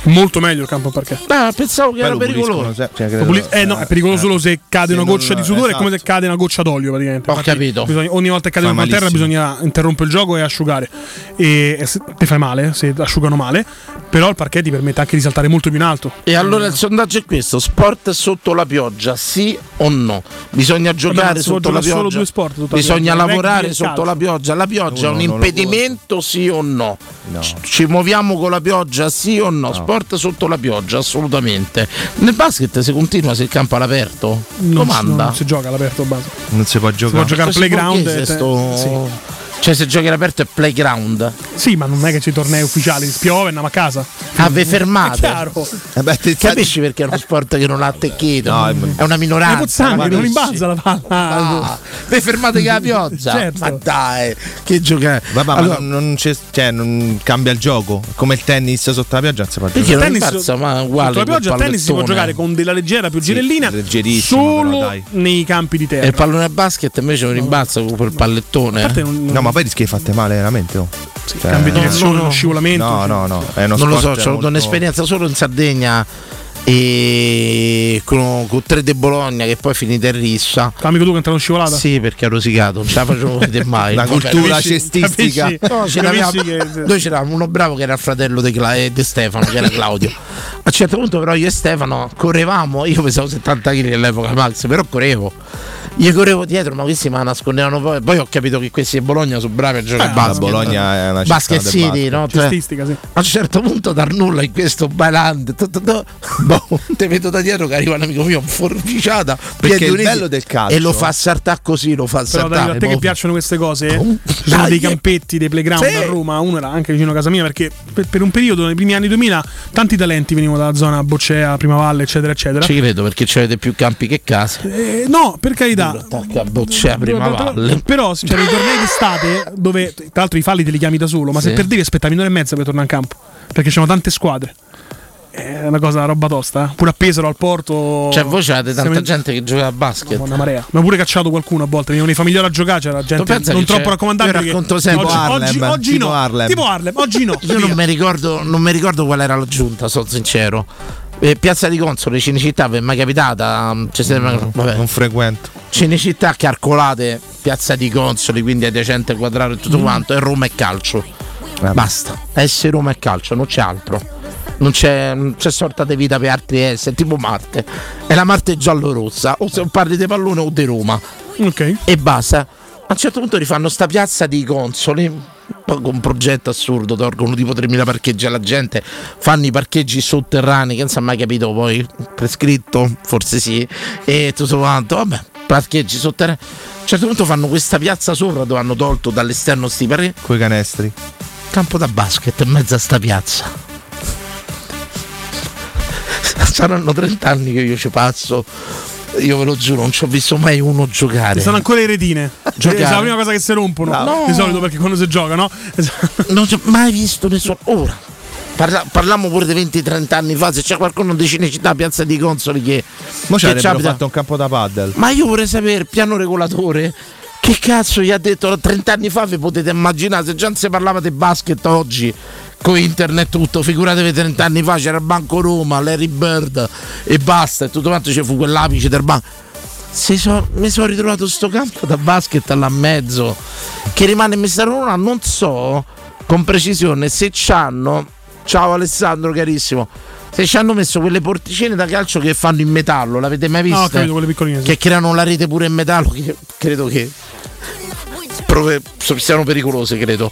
[SPEAKER 16] Molto meglio il campo parquet.
[SPEAKER 3] Ah, pensavo che
[SPEAKER 15] Poi
[SPEAKER 3] era
[SPEAKER 15] lo puliscono
[SPEAKER 3] pericoloso.
[SPEAKER 15] sempre,
[SPEAKER 16] Lo puli- eh no, è pericoloso solo se cade
[SPEAKER 15] se
[SPEAKER 16] una
[SPEAKER 15] non-
[SPEAKER 16] goccia di sudore,
[SPEAKER 15] esatto.
[SPEAKER 16] è come se cade una goccia d'olio praticamente.
[SPEAKER 3] Ho capito.
[SPEAKER 16] bisogna- ogni volta che cade
[SPEAKER 15] Fa
[SPEAKER 16] una terra
[SPEAKER 15] malissimo.
[SPEAKER 16] bisogna interrompere il gioco e asciugare. E, e se, ti fai male, se asciugano male, però il parquet ti permette anche di saltare molto più in alto.
[SPEAKER 3] E allora il sondaggio è questo: sport sotto la pioggia, sì o no? Bisogna giocare
[SPEAKER 16] ma si può
[SPEAKER 3] sotto la
[SPEAKER 16] giocare solo
[SPEAKER 3] pioggia.
[SPEAKER 16] due sport sotto la pioggia,
[SPEAKER 3] Bisogna
[SPEAKER 16] il rugby e
[SPEAKER 3] lavorare
[SPEAKER 16] il
[SPEAKER 3] sotto
[SPEAKER 16] calcio.
[SPEAKER 3] la pioggia. La pioggia è
[SPEAKER 16] Uno
[SPEAKER 3] un
[SPEAKER 16] non lo
[SPEAKER 3] impedimento, sì o no? Ci- Ci muoviamo con la pioggia, sì o no? Sport sotto la pioggia, assolutamente. Nel basket si continua se il campo è all'aperto?
[SPEAKER 16] Non, si-
[SPEAKER 3] Comanda. Cioè,
[SPEAKER 16] non si gioca all'aperto a base.
[SPEAKER 15] Non si può
[SPEAKER 16] Si può giocare al
[SPEAKER 3] Questo
[SPEAKER 16] playground.
[SPEAKER 3] portoghese
[SPEAKER 16] e te-
[SPEAKER 3] sto-
[SPEAKER 16] sì.
[SPEAKER 3] Cioè se giochi all'aperto è playground.
[SPEAKER 16] Sì, ma non è che c'è i tornei ufficiali, piove, andiamo a casa.
[SPEAKER 3] Ah, vi fermate.
[SPEAKER 16] È chiaro.
[SPEAKER 3] Eh Capisci perché è uno sport che non ha attecchito? è una minoranza.
[SPEAKER 16] Le pozzanghere, non
[SPEAKER 3] capisci?
[SPEAKER 16] rimbalza la palla.
[SPEAKER 3] Vi fermate che la pioggia.
[SPEAKER 16] Certo.
[SPEAKER 3] Ma dai, che giocare.
[SPEAKER 15] Vabbè,
[SPEAKER 3] Allora-
[SPEAKER 15] ma non, non c'è- cioè, non cambia il gioco. Come il tennis sotto la pioggia non si può
[SPEAKER 3] Perché
[SPEAKER 15] giocare.
[SPEAKER 3] non Tennis- rimbalza, ma uguale
[SPEAKER 16] Sotto la pioggia
[SPEAKER 3] col
[SPEAKER 16] il tennis si può
[SPEAKER 3] pallettone.
[SPEAKER 16] giocare con della leggera più girellina
[SPEAKER 15] leggerissimo,
[SPEAKER 16] solo
[SPEAKER 15] però, dai.
[SPEAKER 16] nei campi di terra.
[SPEAKER 3] E il pallone a basket invece non rimbalza con quel pallettone.
[SPEAKER 16] parte non-
[SPEAKER 15] No, ma poi rischi di fate male veramente. oh. Cioè,
[SPEAKER 16] cambi di
[SPEAKER 15] no,
[SPEAKER 16] direzione,
[SPEAKER 15] no,
[SPEAKER 16] uno
[SPEAKER 15] no.
[SPEAKER 16] scivolamento.
[SPEAKER 15] No, no, no. È uno
[SPEAKER 3] non lo so,
[SPEAKER 15] sport
[SPEAKER 3] c'ho avuto
[SPEAKER 15] molto-
[SPEAKER 3] un'esperienza solo in Sardegna e con, con tre de Bologna che poi finita in rissa.
[SPEAKER 16] Amico tu che entrava in scivolata?
[SPEAKER 3] Sì, perché ero risicato, non ce la facevo vedere mai.
[SPEAKER 15] La
[SPEAKER 3] Vabbè,
[SPEAKER 15] cultura
[SPEAKER 3] capisci?
[SPEAKER 15] cestistica.
[SPEAKER 3] Capisci? No,
[SPEAKER 15] Capisci
[SPEAKER 3] ce l'avevamo-
[SPEAKER 15] che-
[SPEAKER 3] Noi c'eravamo uno bravo che era il fratello di, Cla- eh, di Stefano, che era Claudio. A un certo punto, però, io e Stefano correvamo. Io pesavo 70 kg all'epoca, Max, però correvo. Gli correvo dietro, ma questi me la nascondevano poi. Poi ho capito che questi di Bologna sono bravi a giocare a
[SPEAKER 15] Ah,
[SPEAKER 3] basket.
[SPEAKER 15] Bologna è una città
[SPEAKER 3] Basket
[SPEAKER 15] del
[SPEAKER 3] City,
[SPEAKER 15] basket.
[SPEAKER 3] no? Cioè,
[SPEAKER 16] Cestistica, sì.
[SPEAKER 3] a un certo punto dal nulla in questo bailante tu, tu, tu, boh, te vedo da dietro che arriva un amico mio forficiata
[SPEAKER 15] Perché
[SPEAKER 3] piedi
[SPEAKER 15] il
[SPEAKER 3] uniti,
[SPEAKER 15] bello del calcio-
[SPEAKER 3] e lo fa saltare così lo fa
[SPEAKER 16] Però dai, a
[SPEAKER 3] saltare
[SPEAKER 16] te che
[SPEAKER 3] boh.
[SPEAKER 16] piacciono queste cose, ci sono
[SPEAKER 3] Dai,
[SPEAKER 16] dei
[SPEAKER 3] eh.
[SPEAKER 16] campetti, dei playground
[SPEAKER 3] Sì.
[SPEAKER 16] a Roma, uno era anche vicino a casa mia perché per, per un periodo, nei primi anni 2000, tanti talenti venivano dalla zona Boccea, Primavalle, eccetera, eccetera.
[SPEAKER 3] ci credo perché c'avete più campi che case
[SPEAKER 16] Eh, no, per carità.
[SPEAKER 3] attacca boccea prima
[SPEAKER 16] Però-
[SPEAKER 3] valle
[SPEAKER 16] Però c'erano i tornei d'estate dove tra l'altro i falli te li chiami da solo, ma
[SPEAKER 3] Sì.
[SPEAKER 16] se perdevi aspettavi un'ora e mezza per tornare in campo perché c'erano tante squadre. È una cosa, una roba tosta. eh. Pure a Pesaro, al Porto.
[SPEAKER 3] cioè voi c'avete tanta
[SPEAKER 16] siamo in-
[SPEAKER 3] gente che gioca a basket
[SPEAKER 16] Una marea. Ma pure cacciato qualcuno a volte. Venivano i famigliari a giocare, c'era
[SPEAKER 3] Tu
[SPEAKER 16] gente
[SPEAKER 3] pensa
[SPEAKER 16] non
[SPEAKER 3] che
[SPEAKER 16] troppo
[SPEAKER 3] c'è-
[SPEAKER 16] raccomandabile.
[SPEAKER 3] io
[SPEAKER 16] che-
[SPEAKER 3] racconto sempre-
[SPEAKER 16] oggi, oggi,
[SPEAKER 15] Harlem,
[SPEAKER 16] oggi
[SPEAKER 15] tipo
[SPEAKER 16] no.
[SPEAKER 15] Harlem.
[SPEAKER 16] Tipo Harlem, oggi no.
[SPEAKER 3] Io non
[SPEAKER 16] Via.
[SPEAKER 3] mi ricordo, non mi ricordo qual era la giunta, sono sincero. Eh, Piazza di Console, Cinecittà, vi è mai capitata? Mm, ci siete mai- vabbè.
[SPEAKER 15] Non frequento.
[SPEAKER 3] Cinecittà calcolate, Piazza di Consoli, quindi a 200 quadrati e tutto quanto, e Roma e calcio. Basta, S Roma e calcio, non c'è altro. Non c'è, non c'è sorta di vita per altri S, è tipo Marte. È la Marte giallo-rossa, o se parli di pallone o di Roma.
[SPEAKER 16] Ok.
[SPEAKER 3] E basta. A un certo punto rifanno sta piazza di consoli. Poi con un progetto assurdo, tolgono tipo 3.000 parcheggi alla gente, fanno i parcheggi sotterranei, che non si è mai capito poi, prescritto, forse sì, e tutto quanto, vabbè, parcheggi sotterranei. A un certo punto fanno questa piazza sopra dove hanno tolto dall'esterno sti parcheggi,
[SPEAKER 15] Coi canestri.
[SPEAKER 3] campo da basket in mezzo a sta piazza. Saranno 30 anni che io ci passo, io ve lo giuro, non ci ho visto mai uno giocare.
[SPEAKER 16] Ci sono ancora le retine.
[SPEAKER 3] Giocare.
[SPEAKER 16] È la prima cosa che si rompono.
[SPEAKER 3] No.
[SPEAKER 16] Di solito perché quando si gioca, no?
[SPEAKER 3] Non ci ho mai visto nessuno. Ora, parla- parliamo pure di 20-30 anni fa. Se c'è qualcuno di Cinecittà, Piazza di Consoli che.
[SPEAKER 15] Mo ci
[SPEAKER 3] che ci
[SPEAKER 15] avrebbero
[SPEAKER 3] abita-
[SPEAKER 15] fatto un campo da paddle.
[SPEAKER 3] Ma io vorrei sapere, piano regolatore, che cazzo gli ha detto 30 anni fa? Vi potete immaginare, se già non si parlava di basket oggi. Con internet tutto, figuratevi 30 anni fa c'era il Banco Roma, Larry Bird e basta, e tutto quanto ci fu quell'apice del banco. Se so- mi sono ritrovato sto campo da basket là in mezzo che rimane in messa Roma non so con precisione se ci hanno ciao Alessandro carissimo se ci hanno messo quelle porticine da calcio che fanno in metallo l'avete mai
[SPEAKER 16] No,
[SPEAKER 3] vista?
[SPEAKER 16] ho capito, quelle piccoline, sì.
[SPEAKER 3] che creano la rete pure in metallo che credo che prove- so- siano pericolose credo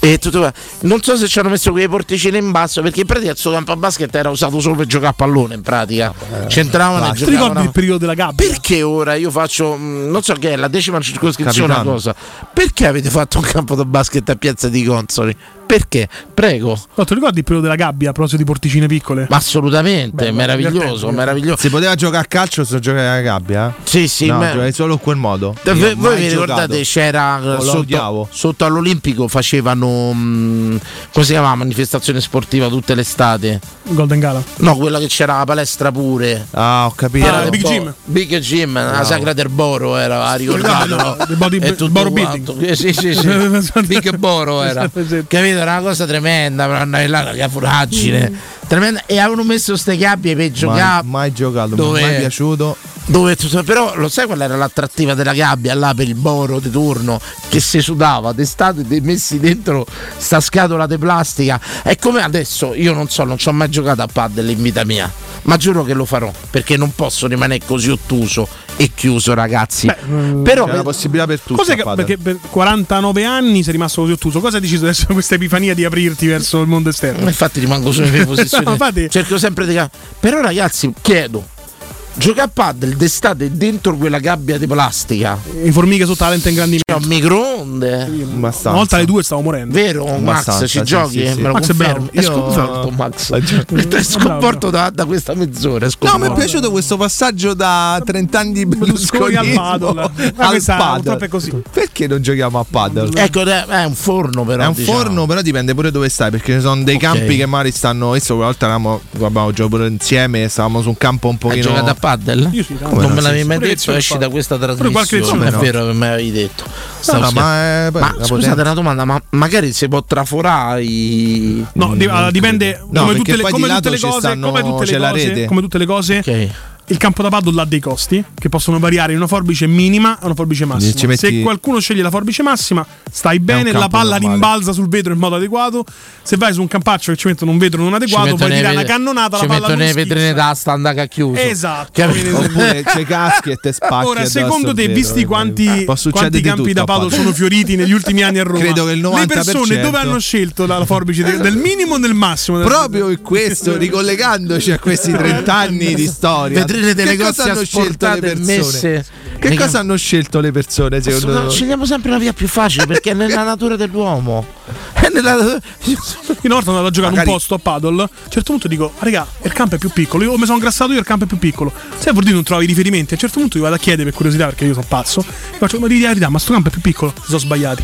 [SPEAKER 3] e tutto qua. non so se ci hanno messo quelle porticine in basso perché in pratica il suo campo a basket era usato solo per giocare a pallone in pratica
[SPEAKER 15] Ah,
[SPEAKER 3] c'entravano e
[SPEAKER 16] Ti ricordi
[SPEAKER 3] giocavano
[SPEAKER 16] il periodo della gabbia?
[SPEAKER 3] perché ora io faccio, mh, non so che è, la decima circoscrizione, la
[SPEAKER 15] Capitano.
[SPEAKER 3] cosa. Perché avete fatto un campo da basket a Piazza di Consoli? Perché? Prego.
[SPEAKER 16] Ma tu ricordi il periodo della gabbia a proposito di porticine piccole?
[SPEAKER 3] Assolutamente,
[SPEAKER 16] Beh,
[SPEAKER 3] meraviglioso,
[SPEAKER 16] divertente.
[SPEAKER 3] meraviglioso.
[SPEAKER 15] Si poteva giocare a calcio se giocare alla gabbia?
[SPEAKER 3] Sì, sì,
[SPEAKER 15] eh? No,
[SPEAKER 3] ma-
[SPEAKER 15] giocavi solo in quel modo.
[SPEAKER 3] Eh,
[SPEAKER 15] Io
[SPEAKER 3] voi-
[SPEAKER 15] mai
[SPEAKER 3] voi vi
[SPEAKER 15] giocato.
[SPEAKER 3] ricordate c'era eh,
[SPEAKER 15] Oh, lo odiavo.
[SPEAKER 3] sotto, sotto all'Olimpico facevano mh, come si chiamava manifestazione sportiva tutte l'estate
[SPEAKER 16] Golden Gala.
[SPEAKER 3] no quella che c'era la palestra pure
[SPEAKER 15] ah ho capito
[SPEAKER 16] Ah, Big Jim.
[SPEAKER 3] Big Jim la
[SPEAKER 16] Bravo.
[SPEAKER 3] sagra del Boro era ha ricordato
[SPEAKER 16] No, no,
[SPEAKER 3] no?
[SPEAKER 16] il body-
[SPEAKER 3] E tutto
[SPEAKER 16] Boro
[SPEAKER 3] quanto.
[SPEAKER 16] building.
[SPEAKER 3] Eh, sì sì sì Big Boro era capito era una cosa tremenda però andare là la
[SPEAKER 16] Mm.
[SPEAKER 3] foragine tremenda e avevano messo ste gabbie per giocare
[SPEAKER 15] mai giocato, mi è
[SPEAKER 3] Dove-
[SPEAKER 15] mai piaciuto.
[SPEAKER 3] dove tu- però lo sai qual era l'attrattiva della gabbia là per il boro di turno che si sudava d'estate e messi dentro sta scatola di plastica è come adesso io non so non ci ho mai giocato a padel in vita mia ma giuro che lo farò perché non posso rimanere così ottuso e chiuso ragazzi però
[SPEAKER 15] C'è una possibilità per tutti.
[SPEAKER 16] Cos'è
[SPEAKER 15] a
[SPEAKER 16] che,
[SPEAKER 15] padel.
[SPEAKER 16] perché per 49 anni sei rimasto così ottuso? Cosa hai deciso adesso con questa epifania di aprirti verso il mondo esterno?
[SPEAKER 3] Eh, Infatti rimango sulle mie posizioni.
[SPEAKER 16] No, infatti-
[SPEAKER 3] Cerco sempre di. ca- Però, ragazzi, chiedo. Gioca a paddle d'estate dentro quella gabbia di plastica.
[SPEAKER 16] In formiche sotto la lente ingrandimento.
[SPEAKER 3] C'è un microonde.
[SPEAKER 16] Una volta alle due stavo morendo.
[SPEAKER 3] Vero, Oh, Max, ci giochi? Eh, Me lo
[SPEAKER 16] Max è Eh,
[SPEAKER 3] confermi?
[SPEAKER 16] bello.
[SPEAKER 3] È sconforto, Max. È sconforto da, da questa mezz'ora.
[SPEAKER 15] No, mi
[SPEAKER 3] è
[SPEAKER 15] è
[SPEAKER 3] sconforto.
[SPEAKER 15] piaciuto questo passaggio da 30 anni di Berlusconi
[SPEAKER 16] Berlusconi al padel.
[SPEAKER 15] al
[SPEAKER 16] Ma questa, purtroppo è così.
[SPEAKER 15] Perché non giochiamo a padel?
[SPEAKER 3] Ecco, è è un forno, però.
[SPEAKER 15] È un
[SPEAKER 3] diciamo.
[SPEAKER 15] forno, però dipende pure dove stai, perché ci sono dei
[SPEAKER 3] Ok.
[SPEAKER 15] campi che magari stanno. Adesso quella volta eravamo, abbiamo giocato pure insieme, stavamo su un campo un
[SPEAKER 3] Hai
[SPEAKER 15] pochino.
[SPEAKER 3] giocato a paddle?
[SPEAKER 16] Io sì, tanto.
[SPEAKER 15] Come
[SPEAKER 3] non
[SPEAKER 15] no,
[SPEAKER 3] me
[SPEAKER 15] sì,
[SPEAKER 3] l'avevi
[SPEAKER 15] sì.
[SPEAKER 3] mai
[SPEAKER 15] Pure
[SPEAKER 3] detto,
[SPEAKER 15] lezione
[SPEAKER 3] esci
[SPEAKER 15] fa-
[SPEAKER 3] da questa
[SPEAKER 15] Pure qualche
[SPEAKER 3] trasmissione.
[SPEAKER 15] lezione
[SPEAKER 3] è
[SPEAKER 15] fa.
[SPEAKER 3] vero che me l'avevi detto. Stavo
[SPEAKER 15] no,
[SPEAKER 3] scherzando.
[SPEAKER 15] ma è- poi
[SPEAKER 3] Ma
[SPEAKER 15] la
[SPEAKER 3] scusate
[SPEAKER 15] potente-
[SPEAKER 3] una domanda, ma magari si può traforare i-
[SPEAKER 16] No, di- allora,
[SPEAKER 15] No,
[SPEAKER 16] dipende come
[SPEAKER 15] perché
[SPEAKER 16] tutte le,
[SPEAKER 15] poi di
[SPEAKER 16] come tutte
[SPEAKER 15] lato
[SPEAKER 16] le
[SPEAKER 15] ci
[SPEAKER 16] cose,
[SPEAKER 15] stanno-
[SPEAKER 16] come tutte le
[SPEAKER 15] c'è la
[SPEAKER 16] cose-
[SPEAKER 15] rete.
[SPEAKER 16] come tutte le cose. Il campo da paddle ha dei costi che possono variare in una forbice minima a una forbice
[SPEAKER 15] Ci
[SPEAKER 16] massima.
[SPEAKER 15] metti-
[SPEAKER 16] Se qualcuno sceglie la forbice massima, stai bene, la
[SPEAKER 15] campo
[SPEAKER 16] palla
[SPEAKER 15] normale.
[SPEAKER 16] rimbalza sul vetro in modo adeguato. Se vai su un campaccio che ci mettono un vetro non
[SPEAKER 3] Ci
[SPEAKER 16] adeguato,
[SPEAKER 3] mettono
[SPEAKER 16] poi
[SPEAKER 3] le
[SPEAKER 16] tirare una
[SPEAKER 3] vetre-
[SPEAKER 16] cannonata,
[SPEAKER 3] Ci
[SPEAKER 16] la palla
[SPEAKER 3] mettono
[SPEAKER 16] non
[SPEAKER 3] le
[SPEAKER 16] schizza.
[SPEAKER 3] vetrine da standac a chiuso.
[SPEAKER 16] Esatto.
[SPEAKER 3] Capito?
[SPEAKER 15] Oppure c'è caschi e te spacchi.
[SPEAKER 16] Ora,
[SPEAKER 15] addosso
[SPEAKER 16] secondo
[SPEAKER 15] al
[SPEAKER 16] te,
[SPEAKER 15] vetro,
[SPEAKER 16] visti
[SPEAKER 15] eh,
[SPEAKER 16] quanti,
[SPEAKER 15] può succedere
[SPEAKER 16] quanti
[SPEAKER 15] di
[SPEAKER 16] campi
[SPEAKER 15] tutto
[SPEAKER 16] da
[SPEAKER 15] a
[SPEAKER 16] paddle
[SPEAKER 15] padel.
[SPEAKER 16] sono fioriti negli ultimi anni a Roma?
[SPEAKER 15] Credo che il
[SPEAKER 16] Le
[SPEAKER 15] 90%
[SPEAKER 16] persone dove hanno scelto la la forbice de- del minimo o del massimo?
[SPEAKER 15] Proprio in questo, ricollegandoci a questi 30 anni di storia,
[SPEAKER 3] Vetrine delle
[SPEAKER 15] che cosa
[SPEAKER 3] cose
[SPEAKER 15] hanno scelto le
[SPEAKER 3] asportate e
[SPEAKER 15] persone?
[SPEAKER 3] messe-
[SPEAKER 15] Che
[SPEAKER 3] Mica-
[SPEAKER 15] cosa hanno scelto le persone secondo
[SPEAKER 3] No,
[SPEAKER 15] te?
[SPEAKER 3] scegliamo sempre la via più facile perché è nella natura dell'uomo. È Eh, nella...
[SPEAKER 16] Io una volta sono andato a giocare
[SPEAKER 15] Magari-
[SPEAKER 16] un posto a paddle. A un certo punto dico, raga, il campo è più piccolo. Io mi sono ingrassato io, il campo è più piccolo. Se vuol dire non trovi i riferimenti, a un certo punto io vado a chiedere per curiosità perché io sono pazzo. E faccio, ma di la verità, ma sto campo è più piccolo. Si sono sbagliati.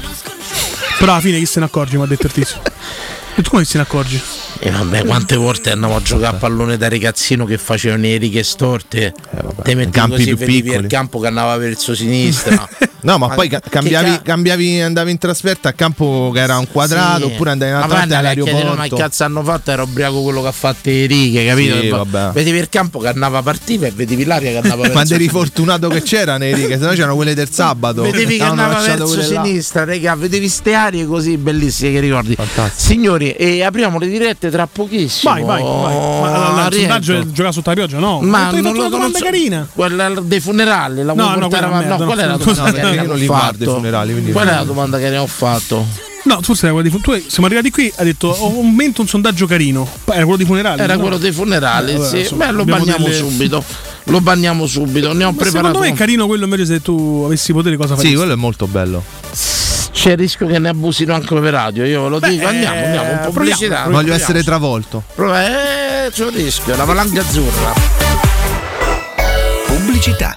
[SPEAKER 16] Però alla fine chi se ne accorge, mi ha detto il tizio. E tu come se ne accorgi?
[SPEAKER 3] E vabbè, quante volte andavo a giocare a pallone da ragazzino che facevano le righe storte. Te metti
[SPEAKER 15] Eh, campi
[SPEAKER 3] così
[SPEAKER 15] più
[SPEAKER 3] vedevi il
[SPEAKER 15] piccoli.
[SPEAKER 3] campo che andava verso sinistra.
[SPEAKER 15] No, ma poi
[SPEAKER 3] che
[SPEAKER 15] ca- cambiavi,
[SPEAKER 3] ca-
[SPEAKER 15] cambiavi- andavi in trasferta a campo che era un quadrato,
[SPEAKER 3] Sì.
[SPEAKER 15] oppure andavi in
[SPEAKER 3] Ma poi
[SPEAKER 15] un'altra parte
[SPEAKER 3] andavi a chiedere, Ma che
[SPEAKER 15] all'aeroporto.
[SPEAKER 3] cazzo hanno fatto? Era ubriaco quello che ha fatto le righe, capito?
[SPEAKER 15] Sì,
[SPEAKER 3] E va-
[SPEAKER 15] vabbè.
[SPEAKER 3] Vedevi il campo che andava a partire e vedevi l'aria che andava
[SPEAKER 15] Ma
[SPEAKER 3] verso
[SPEAKER 15] eri fortunato che c'era nei righe, sennò c'erano quelle del sabato.
[SPEAKER 3] Vedevi che
[SPEAKER 15] Avevano
[SPEAKER 3] andava
[SPEAKER 15] lasciato
[SPEAKER 3] verso
[SPEAKER 15] quelle là.
[SPEAKER 3] sinistra, raga, vedevi ste aree così bellissime che ricordi. Signori, e apriamo le dirette tra pochissimo.
[SPEAKER 16] Vai, vai, vai. Ma allora, il
[SPEAKER 3] Oh, Rientro.
[SPEAKER 16] sondaggio è giocare sotto la pioggia? No.
[SPEAKER 3] Ma
[SPEAKER 16] Ma tu hai fatto
[SPEAKER 3] non lo
[SPEAKER 16] una domanda
[SPEAKER 3] conosco-
[SPEAKER 16] carina.
[SPEAKER 3] Quella dei funerali, la
[SPEAKER 16] No,
[SPEAKER 3] vuoi
[SPEAKER 16] no,
[SPEAKER 3] portare
[SPEAKER 16] quella
[SPEAKER 3] avanti?
[SPEAKER 16] merda,
[SPEAKER 3] No, qual è la
[SPEAKER 16] no.
[SPEAKER 3] domanda
[SPEAKER 16] No,
[SPEAKER 3] carina
[SPEAKER 16] perché io
[SPEAKER 3] che
[SPEAKER 16] non
[SPEAKER 3] ho
[SPEAKER 16] li guardo i
[SPEAKER 3] fatto?
[SPEAKER 15] funerali, quindi-
[SPEAKER 3] Qual è la domanda carina che ho fatto?
[SPEAKER 16] No, tu sei quello di tu hai- siamo arrivati qui, hai detto ho un momento un sondaggio carino. Era quello dei funerali.
[SPEAKER 3] Era
[SPEAKER 16] no?
[SPEAKER 3] quello dei funerali,
[SPEAKER 16] Eh, vabbè,
[SPEAKER 3] sì.
[SPEAKER 16] insomma,
[SPEAKER 3] Beh, lo
[SPEAKER 16] abbiamo
[SPEAKER 3] banniamo
[SPEAKER 16] delle-
[SPEAKER 3] subito. Lo banniamo subito. Ne ho
[SPEAKER 16] Ma secondo
[SPEAKER 3] preparato.
[SPEAKER 16] me è carino quello invece se tu avessi potere cosa faresti?
[SPEAKER 15] Sì, quello è molto bello.
[SPEAKER 3] C'è il rischio che ne abusino anche per radio. Io ve lo dico. Andiamo,
[SPEAKER 16] eh,
[SPEAKER 3] andiamo. Un po' pubblicità.
[SPEAKER 15] Voglio
[SPEAKER 3] proviamo.
[SPEAKER 15] essere travolto.
[SPEAKER 3] Prova- Eh, c'è un rischio. La valanga azzurra.
[SPEAKER 17] Pubblicità.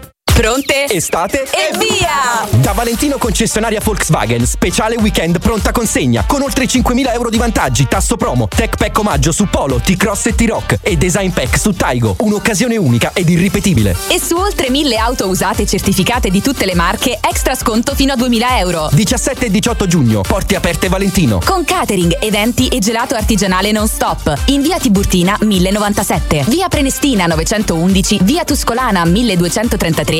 [SPEAKER 18] Pronte? Estate? E via!
[SPEAKER 19] Da Valentino concessionaria Volkswagen, speciale weekend pronta consegna, con oltre 5.000 euro di vantaggi, tasso promo, tech pack omaggio su Polo, T-Cross e T-Rock e design pack su Taigo, un'occasione unica ed irripetibile.
[SPEAKER 18] E su oltre 1000 auto usate certificate di tutte le marche, extra sconto fino a 2000 euro.
[SPEAKER 19] 17 e 18 giugno, porte aperte Valentino.
[SPEAKER 18] Con catering, eventi e gelato artigianale non stop. In via Tiburtina 1097, via Prenestina 911, via Tuscolana 1233,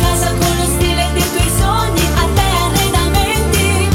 [SPEAKER 20] casa con lo stile dei tuoi sogni, a te arredamenti.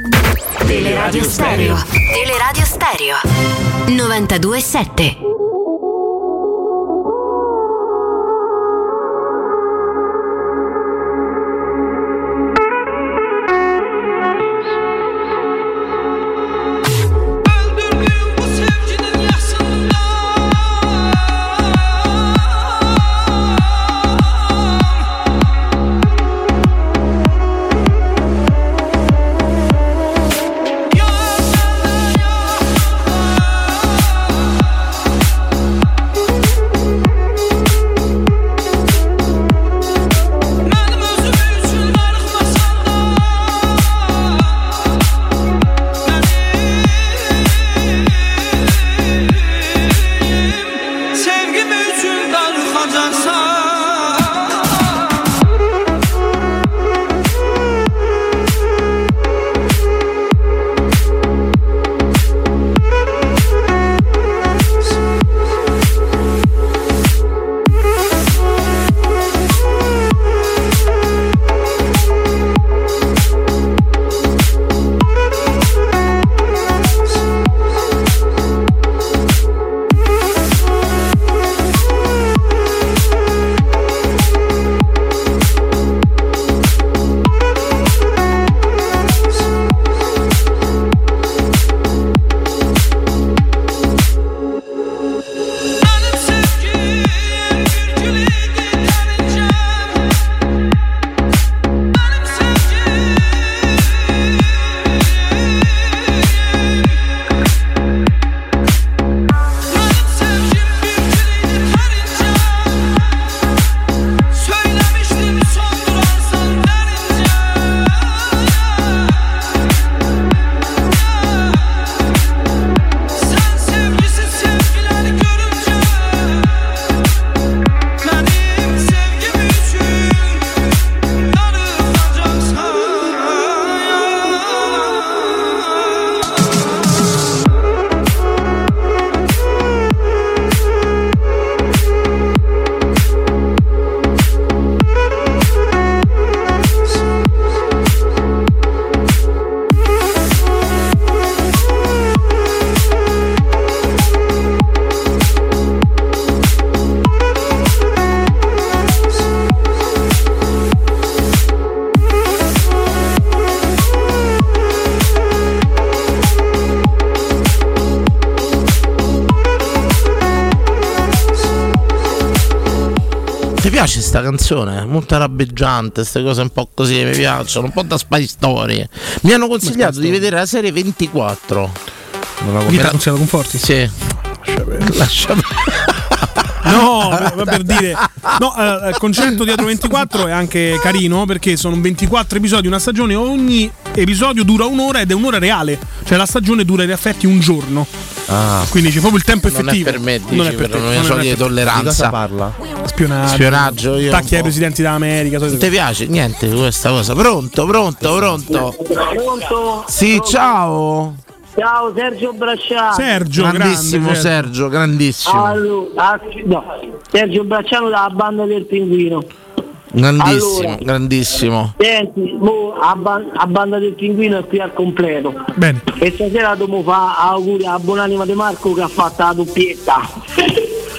[SPEAKER 20] Teleradio Stereo.
[SPEAKER 21] Teleradio Stereo 927.
[SPEAKER 20] Sevgim için darıkacaksan Söylemiştim son durarsın verince Sen sevgisiz sevgiler görünce Benim sevgim için
[SPEAKER 3] Ti piace sta canzone? Molto rabbeggiante, queste cose un po' così che mi piacciono, un po' da spy story. Mi hanno consigliato di vedere la serie 24.
[SPEAKER 16] Chi t'ha consigliato Conforti?
[SPEAKER 3] Sì. Lascia
[SPEAKER 16] No, va per dire. No, eh, il concetto dietro 24 è anche carino perché sono 24 episodi, una stagione, ogni episodio dura un'ora ed è un'ora reale. Cioè la stagione dura in effetti un giorno.
[SPEAKER 15] Ah.
[SPEAKER 16] Quindi c'è proprio il tempo
[SPEAKER 3] Non è
[SPEAKER 16] effettivo.
[SPEAKER 3] per me, dici, per una sorta di tolleranza. Di cosa parla?
[SPEAKER 16] Spionaggio.
[SPEAKER 3] Spionaggio, io
[SPEAKER 16] Attacchi
[SPEAKER 3] un
[SPEAKER 16] ai
[SPEAKER 3] po'.
[SPEAKER 16] presidenti dell'America.
[SPEAKER 3] Non ti piace niente questa cosa? Pronto, pronto, pronto.
[SPEAKER 22] Pronto?
[SPEAKER 3] Sì, ciao.
[SPEAKER 22] Ciao Sergio Bracciano.
[SPEAKER 3] grandissimo Sergio, grandissimo.
[SPEAKER 22] Allo- ah, no, Sergio Bracciano dalla banda del pinguino.
[SPEAKER 3] Grandissimo,
[SPEAKER 22] Allora.
[SPEAKER 3] grandissimo.
[SPEAKER 22] Senti, mo a, ba- a banda del pinguino è qui al completo.
[SPEAKER 16] Bene.
[SPEAKER 22] E stasera dobbiamo fa auguri a Buonanima De Marco che ha fatto la doppietta.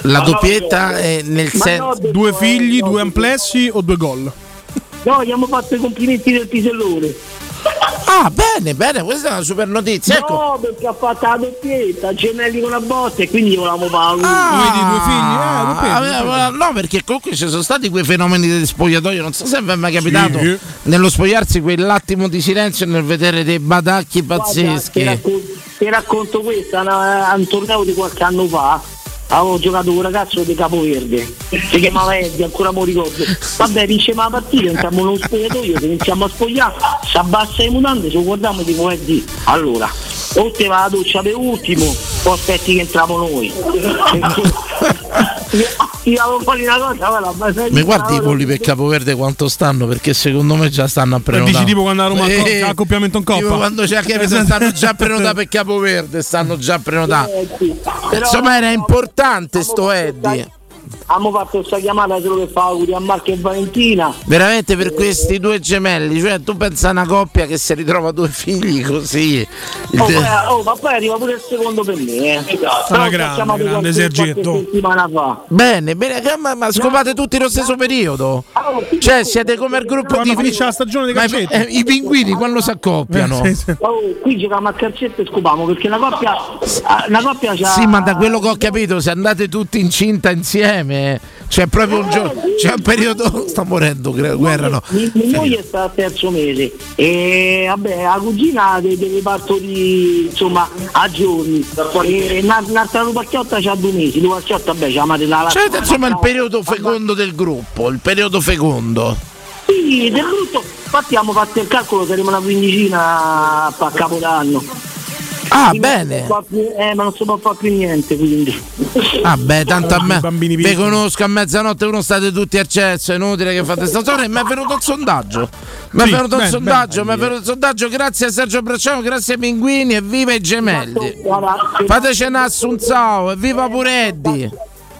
[SPEAKER 3] La
[SPEAKER 22] Ma no,
[SPEAKER 3] doppietta
[SPEAKER 22] no.
[SPEAKER 3] è nel
[SPEAKER 22] Ma
[SPEAKER 3] senso.
[SPEAKER 22] no,
[SPEAKER 16] Due figli, due amplessi o due gol?
[SPEAKER 22] No, gli abbiamo fatto i complimenti del pisellone.
[SPEAKER 3] Ah, bene, bene, questa è una super notizia. ecco.
[SPEAKER 22] No, perché ha fatto la doppietta, gemelli con la botta e quindi gli volevamo fare auguri.
[SPEAKER 16] eh,
[SPEAKER 3] Ah, aveva- no, perché comunque ci sono stati quei fenomeni del spogliatoio. Non so se vi è mai capitato
[SPEAKER 22] Sì.
[SPEAKER 3] nello spogliarsi quell'attimo di silenzio e nel vedere dei badacchi
[SPEAKER 22] Ti
[SPEAKER 3] pazzeschi.
[SPEAKER 22] racconto, ti racconto questa, una- a un torneo di qualche anno fa. Avevo giocato con un ragazzo di Capoverde, si chiamava Eddie, ancora mi ricordo. Vabbè, vince la partita, entriamo nello spogliatoio, ci iniziamo a spogliare, si abbassa le mutande, ci guardiamo e dico Eddie, allora, o te va la doccia per ultimo, o aspetti che entriamo noi. Tiravo fuori una cosa, ma la base
[SPEAKER 3] Mi guardi i polli per capoverde quanto stanno? Perché secondo me già stanno a
[SPEAKER 16] E
[SPEAKER 3] prenotare.
[SPEAKER 16] Eh, dici tipo quando a Roma
[SPEAKER 3] Eh,
[SPEAKER 16] c'è accoppiamento in
[SPEAKER 3] tipo
[SPEAKER 16] coppa.
[SPEAKER 3] quando c'è che stanno già prenotati per capoverde, stanno già prenotati. Insomma, era importante sto Eddie.
[SPEAKER 22] Abbiamo fatto questa chiamata solo per fare auguri a Marco e Valentina.
[SPEAKER 3] Veramente per questi due gemelli, cioè tu pensa a una coppia che si ritrova due figli così. Eh. Il
[SPEAKER 22] Oh,
[SPEAKER 3] de-
[SPEAKER 22] poi- oh, ma poi arriva pure il secondo per me. Eh. Però
[SPEAKER 3] Ah, grande,
[SPEAKER 22] facciamo
[SPEAKER 3] grande
[SPEAKER 22] qualche-
[SPEAKER 3] esergetto.
[SPEAKER 22] qualche settimana fa.
[SPEAKER 3] Bene, bene, che- ma, ma scopate tutti nello stesso periodo. Cioè, siete come il gruppo di. Eh, finisce la stagione dei calcetti. I pinguini quando si accoppiano.
[SPEAKER 22] Oh, qui giochiamo a calcetto e scopiamo perché la coppia, ah, la coppia c'ha.
[SPEAKER 3] Sì, ma da quello che ho capito, se andate tutti incinta insieme, c'è proprio un giorno. C'è un periodo. Sta morendo, gra- guerra no.
[SPEAKER 22] Mi- Mia moglie sta al terzo mese e vabbè, la cugina de- deve partorire insomma a giorni. E una- Un'altra lupacchiotta c'ha due mesi, lupacchiotta vabbè c'ha la madre la
[SPEAKER 3] C'è Certo, insomma il periodo fecondo del gruppo, il periodo fecondo.
[SPEAKER 22] Sì, del brutto. Infatti abbiamo fatto il calcolo che arriva una quindicina a Capodanno.
[SPEAKER 3] Ah,
[SPEAKER 22] Quindi non
[SPEAKER 3] bene.
[SPEAKER 22] si può più- eh, ma non si può fare più niente, quindi.
[SPEAKER 3] Ah beh, tanto a me
[SPEAKER 22] Bambini
[SPEAKER 3] vi
[SPEAKER 22] piccoli.
[SPEAKER 3] conosco a mezzanotte uno state tutti a cesso, è inutile che fate sta storia, mi è venuto il sondaggio. Mi è
[SPEAKER 23] Sì,
[SPEAKER 3] venuto il
[SPEAKER 23] bene,
[SPEAKER 3] sondaggio, mi è venuto il sondaggio, grazie a Sergio Bracciano, grazie ai pinguini e viva i gemelli. Fateci un assunzao e viva pure Eddie.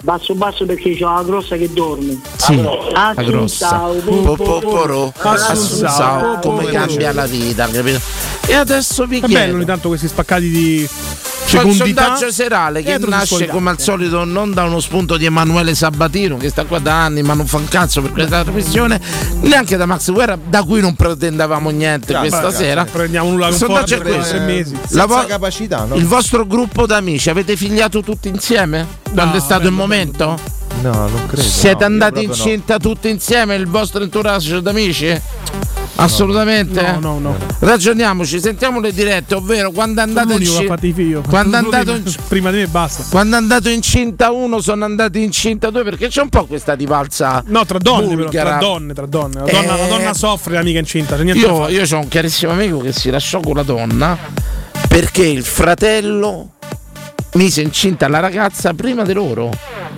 [SPEAKER 22] Basso basso perché c'è la grossa che dorme.
[SPEAKER 3] Sì,
[SPEAKER 22] Ah,
[SPEAKER 3] la grossa.
[SPEAKER 22] ciao,
[SPEAKER 3] Po- po-
[SPEAKER 22] po-
[SPEAKER 3] poro, assunzao, come cambia la vita, capito? E adesso
[SPEAKER 16] È
[SPEAKER 3] vi chiedo-
[SPEAKER 16] bello ogni tanto questi spaccati di
[SPEAKER 3] C'è un
[SPEAKER 16] fecondità.
[SPEAKER 3] sondaggio serale che
[SPEAKER 16] dietro si
[SPEAKER 3] nasce
[SPEAKER 16] sfogliate.
[SPEAKER 3] come al solito non da uno spunto di Emanuele Sabatino che sta qua da anni ma non fa un cazzo per questa trasmissione neanche da Max Guerra da cui non pretendevamo niente
[SPEAKER 16] Ah,
[SPEAKER 15] Già,
[SPEAKER 3] questa
[SPEAKER 15] ragazzi,
[SPEAKER 3] sera
[SPEAKER 15] prendiamo nulla
[SPEAKER 3] il
[SPEAKER 15] con
[SPEAKER 3] sondaggio è
[SPEAKER 15] forza per
[SPEAKER 3] questo
[SPEAKER 15] tre mesi.
[SPEAKER 3] Eh,
[SPEAKER 15] Senza
[SPEAKER 3] vo-
[SPEAKER 15] capacità, no?
[SPEAKER 3] il vostro gruppo d'amici avete figliato tutti insieme? quando è stato il momento?
[SPEAKER 15] No, non credo.
[SPEAKER 3] siete andati
[SPEAKER 15] in
[SPEAKER 3] incinta tutti insieme il vostro entourage d'amici? assolutamente?
[SPEAKER 16] No, no, no.
[SPEAKER 3] ragioniamoci sentiamo le dirette ovvero quando andate
[SPEAKER 16] L'unico che ha
[SPEAKER 3] incinta
[SPEAKER 16] fatto i figli.
[SPEAKER 3] quando è andato in-
[SPEAKER 16] prima di me basta.
[SPEAKER 3] quando è andato incinta uno sono andato incinta due perché c'è un po' questa rivalsa
[SPEAKER 16] No, tra donne, però,
[SPEAKER 3] bulgara.
[SPEAKER 16] tra donne, tra donne. La donna, la
[SPEAKER 3] Eh.
[SPEAKER 16] donna soffre, l'amica incinta. c'è niente da
[SPEAKER 3] io,
[SPEAKER 16] fare.
[SPEAKER 3] io ho un carissimo amico che si lasciò con la donna perché il fratello mise incinta la ragazza prima di loro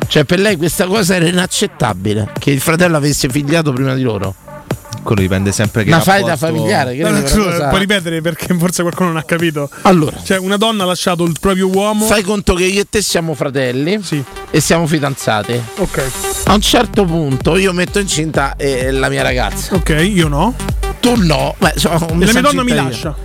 [SPEAKER 3] cioè per lei questa cosa era inaccettabile che il fratello avesse figliato prima di loro
[SPEAKER 15] Quello dipende sempre che
[SPEAKER 3] Una faida
[SPEAKER 15] rapporto-
[SPEAKER 3] familiare, che-
[SPEAKER 16] No, no, Eh,
[SPEAKER 3] Quindi
[SPEAKER 16] scusa,
[SPEAKER 3] quella cosa-
[SPEAKER 16] Puoi ripetere perché forse qualcuno non ha capito.
[SPEAKER 3] Allora.
[SPEAKER 16] Cioè, una donna ha lasciato il proprio uomo.
[SPEAKER 3] Fai conto che io e te siamo fratelli e siamo fidanzati.
[SPEAKER 16] Ok.
[SPEAKER 3] A un certo punto io metto incinta eh, la mia ragazza.
[SPEAKER 16] Ok, io no.
[SPEAKER 3] Tu no. Beh, insomma,
[SPEAKER 16] E la mia donna mi lascia.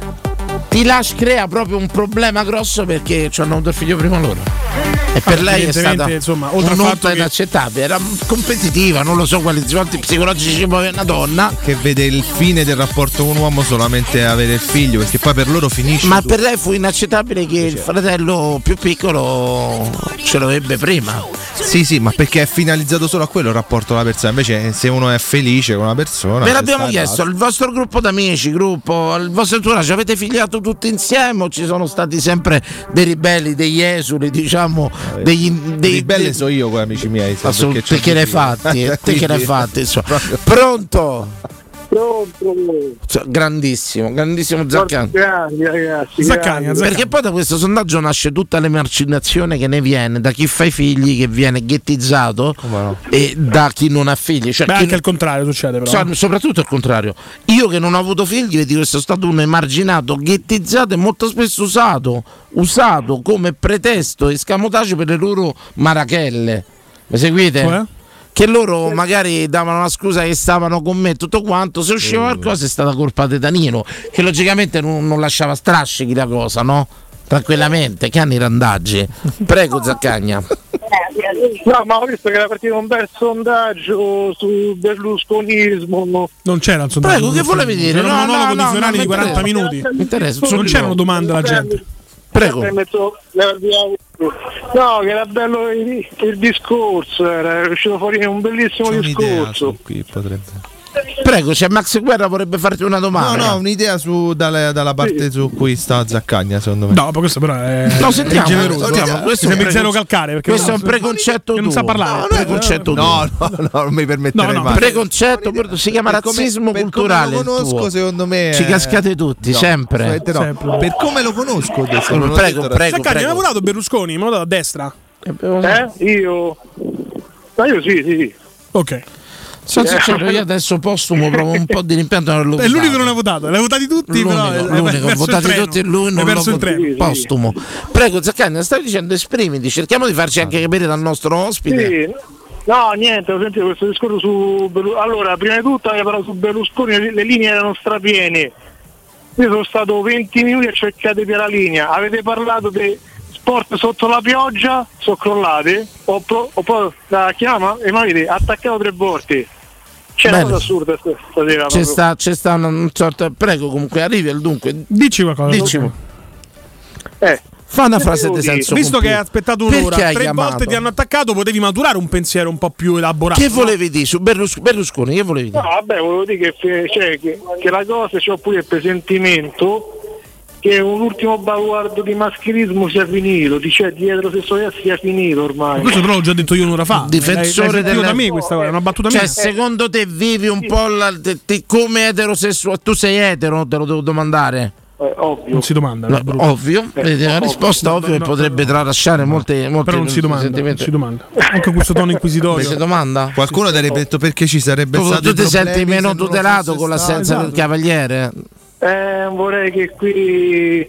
[SPEAKER 3] Ti lascia crea proprio un problema grosso perché ci hanno avuto il figlio prima loro. E per
[SPEAKER 16] Ah,
[SPEAKER 3] lei è
[SPEAKER 16] evidentemente,
[SPEAKER 3] stata
[SPEAKER 16] insomma, oltre al fatto
[SPEAKER 3] un'onta
[SPEAKER 16] che-
[SPEAKER 3] inaccettabile, era competitiva, non lo so quali svolti psicologici ci può avere una donna,
[SPEAKER 15] Che vede il fine del rapporto con un uomo solamente avere il figlio, perché poi per loro finisce.
[SPEAKER 3] ma
[SPEAKER 15] tutto.
[SPEAKER 3] per lei fu inaccettabile che il fratello più piccolo ce l'avrebbe prima.
[SPEAKER 15] Sì, sì, ma perché è finalizzato solo a quello il rapporto con la persona. Invece, eh, se uno è felice con una persona.
[SPEAKER 3] Ve
[SPEAKER 15] ci
[SPEAKER 3] l'abbiamo
[SPEAKER 15] sta
[SPEAKER 3] chiesto,
[SPEAKER 15] dato.
[SPEAKER 3] il vostro gruppo d'amici, gruppo, il vostro entourage, avete figliato tutti insieme o ci sono stati sempre dei ribelli, degli esuli, diciamo,
[SPEAKER 15] Eh,
[SPEAKER 3] degli... dei-
[SPEAKER 15] ribelle
[SPEAKER 3] dei-
[SPEAKER 15] so io con amici miei.
[SPEAKER 3] Assolut-
[SPEAKER 15] perché c'ho
[SPEAKER 3] te che
[SPEAKER 15] due
[SPEAKER 3] ne
[SPEAKER 15] figli.
[SPEAKER 3] fatti, eh, te che ne
[SPEAKER 15] Quindi-
[SPEAKER 3] fatti, insomma. Pronto?
[SPEAKER 24] Pronto.
[SPEAKER 3] Cioè, grandissimo, grandissimo Zaccagni.
[SPEAKER 24] Grazie, ragazzi. grazie.
[SPEAKER 3] Perché poi da questo sondaggio nasce tutta l'emarginazione che ne viene da chi fa i figli, che viene ghettizzato e da chi non ha figli. Cioè,
[SPEAKER 16] Beh,
[SPEAKER 3] chi-
[SPEAKER 16] anche il contrario succede, però.
[SPEAKER 3] so- soprattutto il contrario. Io che non ho avuto figli, vedi che sono stato uno emarginato, ghettizzato e molto spesso usato, usato come pretesto e scamotaggio per le loro marachelle. Mi seguite? Che loro magari davano la scusa che stavano con me e tutto quanto, se usciva qualcosa è stata colpa di Danilo, che logicamente non, non lasciava strascichi la cosa, no? Tranquillamente, che hanno i randaggi. Prego Zaccagna.
[SPEAKER 24] No, ma ho visto che era partito un bel sondaggio su berlusconismo.
[SPEAKER 16] Non c'era un sondaggio.
[SPEAKER 24] Prego, che volevi dire?
[SPEAKER 16] Era un
[SPEAKER 24] No,
[SPEAKER 16] monologo
[SPEAKER 24] no,
[SPEAKER 16] di
[SPEAKER 24] no,
[SPEAKER 16] Fiorani
[SPEAKER 24] no,
[SPEAKER 16] di 40
[SPEAKER 24] mi interessa.
[SPEAKER 16] minuti.
[SPEAKER 24] Mi interessa,
[SPEAKER 16] Non
[SPEAKER 24] solo
[SPEAKER 16] c'erano
[SPEAKER 24] io.
[SPEAKER 16] domande alla gente.
[SPEAKER 3] Prego.
[SPEAKER 24] No, che era bello il, il discorso, era uscito fuori un bellissimo discorso.
[SPEAKER 15] Qui potrebbe.
[SPEAKER 3] Prego, c'è Max Guerra vorrebbe farti una
[SPEAKER 15] No,
[SPEAKER 3] domanda.
[SPEAKER 15] no, un'idea su, dalla, dalla parte su cui sta Zaccagna, secondo me.
[SPEAKER 16] No, ma questo però è.
[SPEAKER 15] No, sentiamo,
[SPEAKER 16] è generoso.
[SPEAKER 15] sentiamo, questo è un
[SPEAKER 16] Sembra
[SPEAKER 15] preconcetto-
[SPEAKER 16] zero calcare. Perché
[SPEAKER 15] questo
[SPEAKER 16] no,
[SPEAKER 15] è un
[SPEAKER 3] preconcetto
[SPEAKER 16] che non sa
[SPEAKER 15] tuo.
[SPEAKER 16] parlare.
[SPEAKER 15] No, no,
[SPEAKER 3] Preconcetto
[SPEAKER 15] No, no, no, non mi permetterei mai.
[SPEAKER 3] preconcetto pur- si chiama
[SPEAKER 15] Per come-
[SPEAKER 3] razzismo
[SPEAKER 15] per come
[SPEAKER 3] culturale.
[SPEAKER 15] lo
[SPEAKER 3] il
[SPEAKER 15] conosco,
[SPEAKER 3] tuo.
[SPEAKER 15] secondo me,
[SPEAKER 3] Ci
[SPEAKER 15] eh,
[SPEAKER 3] cascate tutti,
[SPEAKER 15] no,
[SPEAKER 3] sempre.
[SPEAKER 15] assolutamente no. Sempre. Per come lo conosco, ho detto, non ho
[SPEAKER 3] Prego,
[SPEAKER 15] detto
[SPEAKER 3] prego,
[SPEAKER 15] razzismo.
[SPEAKER 16] Zaccagni,
[SPEAKER 3] prego.
[SPEAKER 16] aveva votato Berlusconi? Me l'ho dato a destra.
[SPEAKER 24] Eh? Io. Ma io sì, sì, sì.
[SPEAKER 16] Ok.
[SPEAKER 3] Sono sincero, io adesso postumo provo un po' di rimpianto. non l'ho
[SPEAKER 16] È l'unico
[SPEAKER 3] votato.
[SPEAKER 16] che non ha votato, l'ha votati tutti, però è-
[SPEAKER 3] L'unico,
[SPEAKER 16] è
[SPEAKER 3] l'unico,
[SPEAKER 16] verso il
[SPEAKER 3] votati
[SPEAKER 16] treno.
[SPEAKER 3] tutti e lui
[SPEAKER 16] È
[SPEAKER 3] non
[SPEAKER 16] verso
[SPEAKER 3] lo
[SPEAKER 16] il treno.
[SPEAKER 3] postumo. Prego Zaccagna, stavi dicendo esprimiti, cerchiamo di farci anche capire dal nostro ospite.
[SPEAKER 24] Sì. No, niente, ho sentito questo discorso su Berlu- Allora, prima di tutto avevi parlato su Berlusconi, le, le linee erano strapiene. Io sono stato 20 minuti a cercare via la linea. Avete parlato di sport sotto la pioggia, sono crollate. Ho, pro- ho poi la chiama eh, e mi avete attaccato tre volte. C'è una
[SPEAKER 3] Bene.
[SPEAKER 24] cosa assurda st- stasera.
[SPEAKER 3] C'è
[SPEAKER 24] proprio.
[SPEAKER 3] sta, c'è sta una, un sorta- Prego, comunque, arrivi al dunque.
[SPEAKER 16] Dici qualcosa.
[SPEAKER 3] Dici.
[SPEAKER 24] Eh.
[SPEAKER 3] Fa una
[SPEAKER 16] Che
[SPEAKER 3] frase
[SPEAKER 16] devo
[SPEAKER 3] di
[SPEAKER 16] dire?
[SPEAKER 3] senso
[SPEAKER 16] Visto che hai
[SPEAKER 3] compiuto.
[SPEAKER 16] aspettato un'ora,
[SPEAKER 3] Perché hai
[SPEAKER 16] tre
[SPEAKER 3] chiamato?
[SPEAKER 16] volte ti hanno attaccato, potevi maturare un pensiero un po' più elaborato.
[SPEAKER 3] Che volevi dire su Berlusconi? Berlusconi, che volevi
[SPEAKER 24] No,
[SPEAKER 3] dire?
[SPEAKER 24] vabbè, volevo dire che, fe- cioè, che- che la cosa c'ho pure il presentimento che un ultimo baluardo di maschilismo sia finito, di- cioè di eterosessualità sia finito ormai.
[SPEAKER 16] Eh, Questo però l'ho già detto io un'ora fa.
[SPEAKER 3] Difensore
[SPEAKER 16] L'hai- l'hai sentito
[SPEAKER 3] della-
[SPEAKER 16] da me questa cosa, è una battuta
[SPEAKER 3] Cioè,
[SPEAKER 16] mia.
[SPEAKER 3] secondo te vivi un po' la- te- te- come eterosessuale? Tu sei etero, te lo devo domandare.
[SPEAKER 24] ovvio.
[SPEAKER 16] Non si domanda.
[SPEAKER 3] No,
[SPEAKER 16] è brutto.
[SPEAKER 3] ovvio,
[SPEAKER 16] Eh,
[SPEAKER 3] Vedi, la
[SPEAKER 16] ovvio.
[SPEAKER 3] risposta ovvio
[SPEAKER 16] No,
[SPEAKER 3] che
[SPEAKER 16] no,
[SPEAKER 3] potrebbe tralasciare molte, molte
[SPEAKER 16] Però non si domanda, non
[SPEAKER 3] sentimenti.
[SPEAKER 16] si domanda. Anche questo tono inquisitorio.
[SPEAKER 3] Si domanda?
[SPEAKER 15] Qualcuno ti avrebbe detto perché ci sarebbe
[SPEAKER 3] Tu,
[SPEAKER 15] stato
[SPEAKER 3] tu ti senti meno tutelato
[SPEAKER 15] tutelato
[SPEAKER 3] con l'assenza
[SPEAKER 15] esatto.
[SPEAKER 3] del
[SPEAKER 16] Esatto.
[SPEAKER 3] cavaliere?
[SPEAKER 24] Eh, vorrei che qui...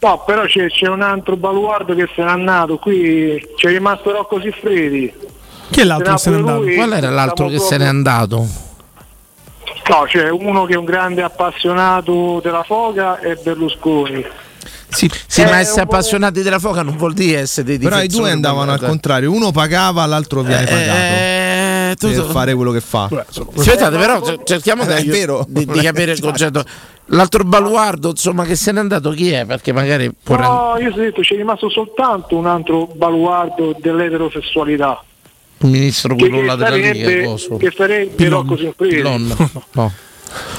[SPEAKER 24] No, però c'è, c'è un altro baluardo che se n'è andato, qui c'è rimasto Rocco Siffredi.
[SPEAKER 16] Chi è l'altro che se n'è
[SPEAKER 24] Napoli,
[SPEAKER 16] andato?
[SPEAKER 24] lui,
[SPEAKER 3] Qual era l'altro
[SPEAKER 24] siamo
[SPEAKER 3] che se
[SPEAKER 24] proprio-
[SPEAKER 3] n'è andato?
[SPEAKER 24] No, c'è uno che è un grande appassionato della foga è Berlusconi.
[SPEAKER 3] Sì,
[SPEAKER 24] Eh,
[SPEAKER 3] ma
[SPEAKER 24] un
[SPEAKER 3] essere
[SPEAKER 24] po'-
[SPEAKER 3] appassionati della foca non vuol dire essere dei
[SPEAKER 15] Però i
[SPEAKER 3] difensori eh.
[SPEAKER 15] due andavano al
[SPEAKER 3] della-
[SPEAKER 15] contrario, uno pagava, l'altro viene
[SPEAKER 3] Eh,
[SPEAKER 15] pagato.
[SPEAKER 3] tu-
[SPEAKER 15] Per fare quello che fa.
[SPEAKER 3] Aspettate, esatto, però cer- cerchiamo
[SPEAKER 15] Eh, è
[SPEAKER 3] di,
[SPEAKER 15] vero. Certo.
[SPEAKER 3] di- di capire il concetto. L'altro baluardo, insomma, che se n'è andato chi è? Perché magari può rendere-
[SPEAKER 24] No, io ti ho detto c'è rimasto soltanto un altro baluardo dell'eterosessualità.
[SPEAKER 3] il ministro
[SPEAKER 24] Che,
[SPEAKER 3] quello là della Lega. coso.
[SPEAKER 24] sarebbe, che sarebbe Rocco Siffredi.
[SPEAKER 3] Pillon. No.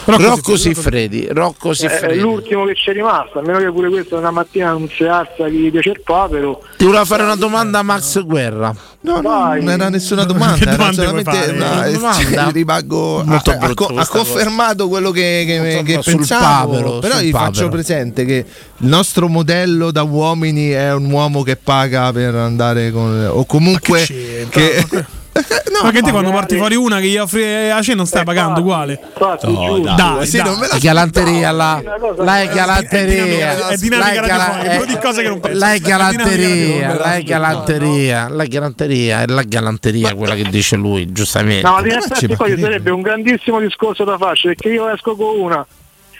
[SPEAKER 3] Rocco Siffredi, Rocco
[SPEAKER 24] È
[SPEAKER 3] Siffredi.
[SPEAKER 24] Eh, l'ultimo che c'è rimasto, a meno che pure questo una mattina non si alza di piace il papero.
[SPEAKER 3] Ti voleva fare una domanda a Max Guerra.
[SPEAKER 15] No, no, non era nessuna domanda, era solamente una-
[SPEAKER 3] Una
[SPEAKER 15] cioè,
[SPEAKER 3] domanda?
[SPEAKER 15] rimango-
[SPEAKER 3] Molto
[SPEAKER 15] ha- ha,
[SPEAKER 3] brutto
[SPEAKER 15] co- ha
[SPEAKER 3] questa cosa.
[SPEAKER 15] confermato quello che, che-
[SPEAKER 3] Molto
[SPEAKER 15] che
[SPEAKER 3] brutto. Sul
[SPEAKER 15] pensavo,
[SPEAKER 3] papero,
[SPEAKER 15] però
[SPEAKER 3] sul
[SPEAKER 15] vi
[SPEAKER 3] papero.
[SPEAKER 15] faccio presente che il nostro modello da uomini è un uomo che paga per andare con o comunque che
[SPEAKER 16] Ma che te quando porti fuori una che gli offre la cena non stai pagando uguale?
[SPEAKER 15] No, dai,
[SPEAKER 16] dai,
[SPEAKER 15] sì, non me la-
[SPEAKER 3] La galanteria, la, la è galanteria,
[SPEAKER 16] È dinamica
[SPEAKER 3] la
[SPEAKER 16] radiofonica,
[SPEAKER 3] è-
[SPEAKER 16] quello di cose che non penso.
[SPEAKER 3] la eh, è
[SPEAKER 16] È dinamica
[SPEAKER 3] galanteria,
[SPEAKER 16] radiofonica.
[SPEAKER 3] la è galanteria, la galanteria, è la galanteria quella che dice lui, giustamente.
[SPEAKER 24] No, ma in effetti poi sarebbe un grandissimo discorso da farci, perché io esco con una,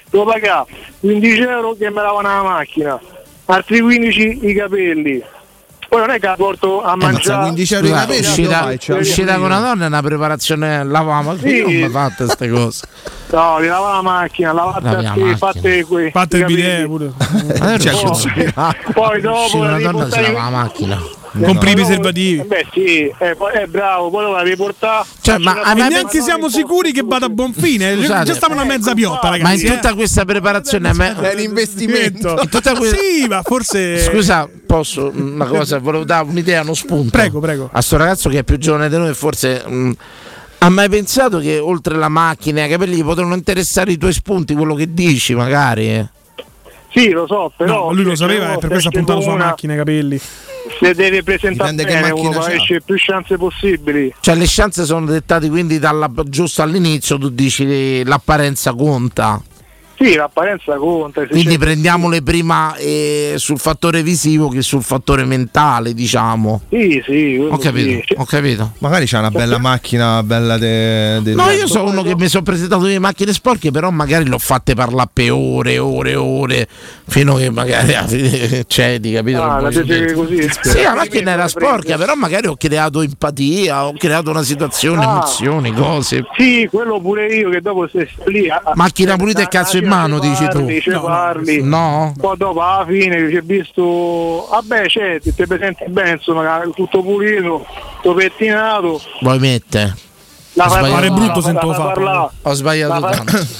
[SPEAKER 24] devo pagare 15 euro che me lavano la macchina, altri 15 i capelli. Poi non è che la porto
[SPEAKER 3] Eh,
[SPEAKER 24] a mangiare.
[SPEAKER 3] Scusa, uscita, uscita con una donna è una preparazione lavama,
[SPEAKER 24] Sì.
[SPEAKER 3] io non mi fate queste cose.
[SPEAKER 24] No, li lavava la macchina,
[SPEAKER 3] Lavi
[SPEAKER 24] lavate
[SPEAKER 3] la
[SPEAKER 24] a te,
[SPEAKER 3] macchina.
[SPEAKER 24] fate qui.
[SPEAKER 16] Fate il bidet
[SPEAKER 24] pure.
[SPEAKER 3] Cioè,
[SPEAKER 24] no. Poi dopo
[SPEAKER 3] uscita
[SPEAKER 24] la
[SPEAKER 3] una donna si
[SPEAKER 24] riportare-
[SPEAKER 3] lava la macchina.
[SPEAKER 16] Compri i preservativi.
[SPEAKER 24] Beh sì, eh, poi- eh, bravo, poi lo devi portare.
[SPEAKER 3] Cioè,
[SPEAKER 16] e neanche siamo sicuri che vada a buon fine. eh.
[SPEAKER 3] Scusate.
[SPEAKER 16] Già stava una mezza piotta, ragazzi.
[SPEAKER 3] Ecco, Ma in
[SPEAKER 16] eh. Cioè,
[SPEAKER 3] tutta questa preparazione
[SPEAKER 16] È un investimento.
[SPEAKER 3] In tutta que-
[SPEAKER 16] Sì, ma forse.
[SPEAKER 3] Scusa, posso una cosa? Volevo dare un'idea, uno spunto. Prego, prego. A sto ragazzo che è più giovane di noi, forse. mh, Ha mai pensato che oltre la macchina e i capelli gli potranno interessare i tuoi spunti, quello che dici magari?
[SPEAKER 24] Sì, lo so, però. cioè,
[SPEAKER 16] No, lui lo sapeva,
[SPEAKER 24] e
[SPEAKER 16] e per questo ha puntato sulla macchina, i capelli.
[SPEAKER 24] Se deve presentare
[SPEAKER 3] Dipende che
[SPEAKER 24] bene, uno
[SPEAKER 3] macchina c'ha.
[SPEAKER 24] avesse più chance possibili.
[SPEAKER 3] Cioè le chance sono dettate quindi dalla, giusto all'inizio, tu dici eh, l'apparenza conta.
[SPEAKER 24] Sì, l'apparenza conta. se
[SPEAKER 3] Quindi
[SPEAKER 24] c'è-
[SPEAKER 3] prendiamole prima eh, sul fattore visivo che sul fattore mentale, diciamo.
[SPEAKER 24] Sì, sì,
[SPEAKER 3] Ho capito, ho capito.
[SPEAKER 15] Magari c'ha una bella macchina, bella de, de-
[SPEAKER 3] No, io sono uno che mi sono presentato le macchine sporche, però magari l'ho fatte parlare per ore, ore, ore, fino che magari alla fine cedi, capito?
[SPEAKER 24] Ah,
[SPEAKER 3] Non
[SPEAKER 24] la
[SPEAKER 3] voglio
[SPEAKER 24] piace
[SPEAKER 3] dire.
[SPEAKER 24] così.
[SPEAKER 3] Sì, la macchina era sporca, però magari ho creato empatia, ho creato una situazione,
[SPEAKER 24] Ah.
[SPEAKER 3] emozioni, cose.
[SPEAKER 24] Sì, quello pure io che dopo se sto lì a- a-
[SPEAKER 3] Macchina pulita e cazzo in mano, dici tu.
[SPEAKER 24] parli, ci
[SPEAKER 3] No, no,
[SPEAKER 24] parli.
[SPEAKER 3] No.
[SPEAKER 24] Poi dopo alla fine ci ho visto. Vabbè, c'è, ti, ti presenti bene, insomma, tutto pulito, tutto pettinato.
[SPEAKER 3] Vuoi mettere?
[SPEAKER 24] La
[SPEAKER 3] Ho
[SPEAKER 24] fai
[SPEAKER 3] sbagliato.
[SPEAKER 24] parlare,
[SPEAKER 3] Pare brutto
[SPEAKER 24] la
[SPEAKER 3] se non te lo
[SPEAKER 24] fai
[SPEAKER 3] fa,
[SPEAKER 24] parlare,
[SPEAKER 3] Ho sbagliato
[SPEAKER 24] la fai-
[SPEAKER 3] tanto.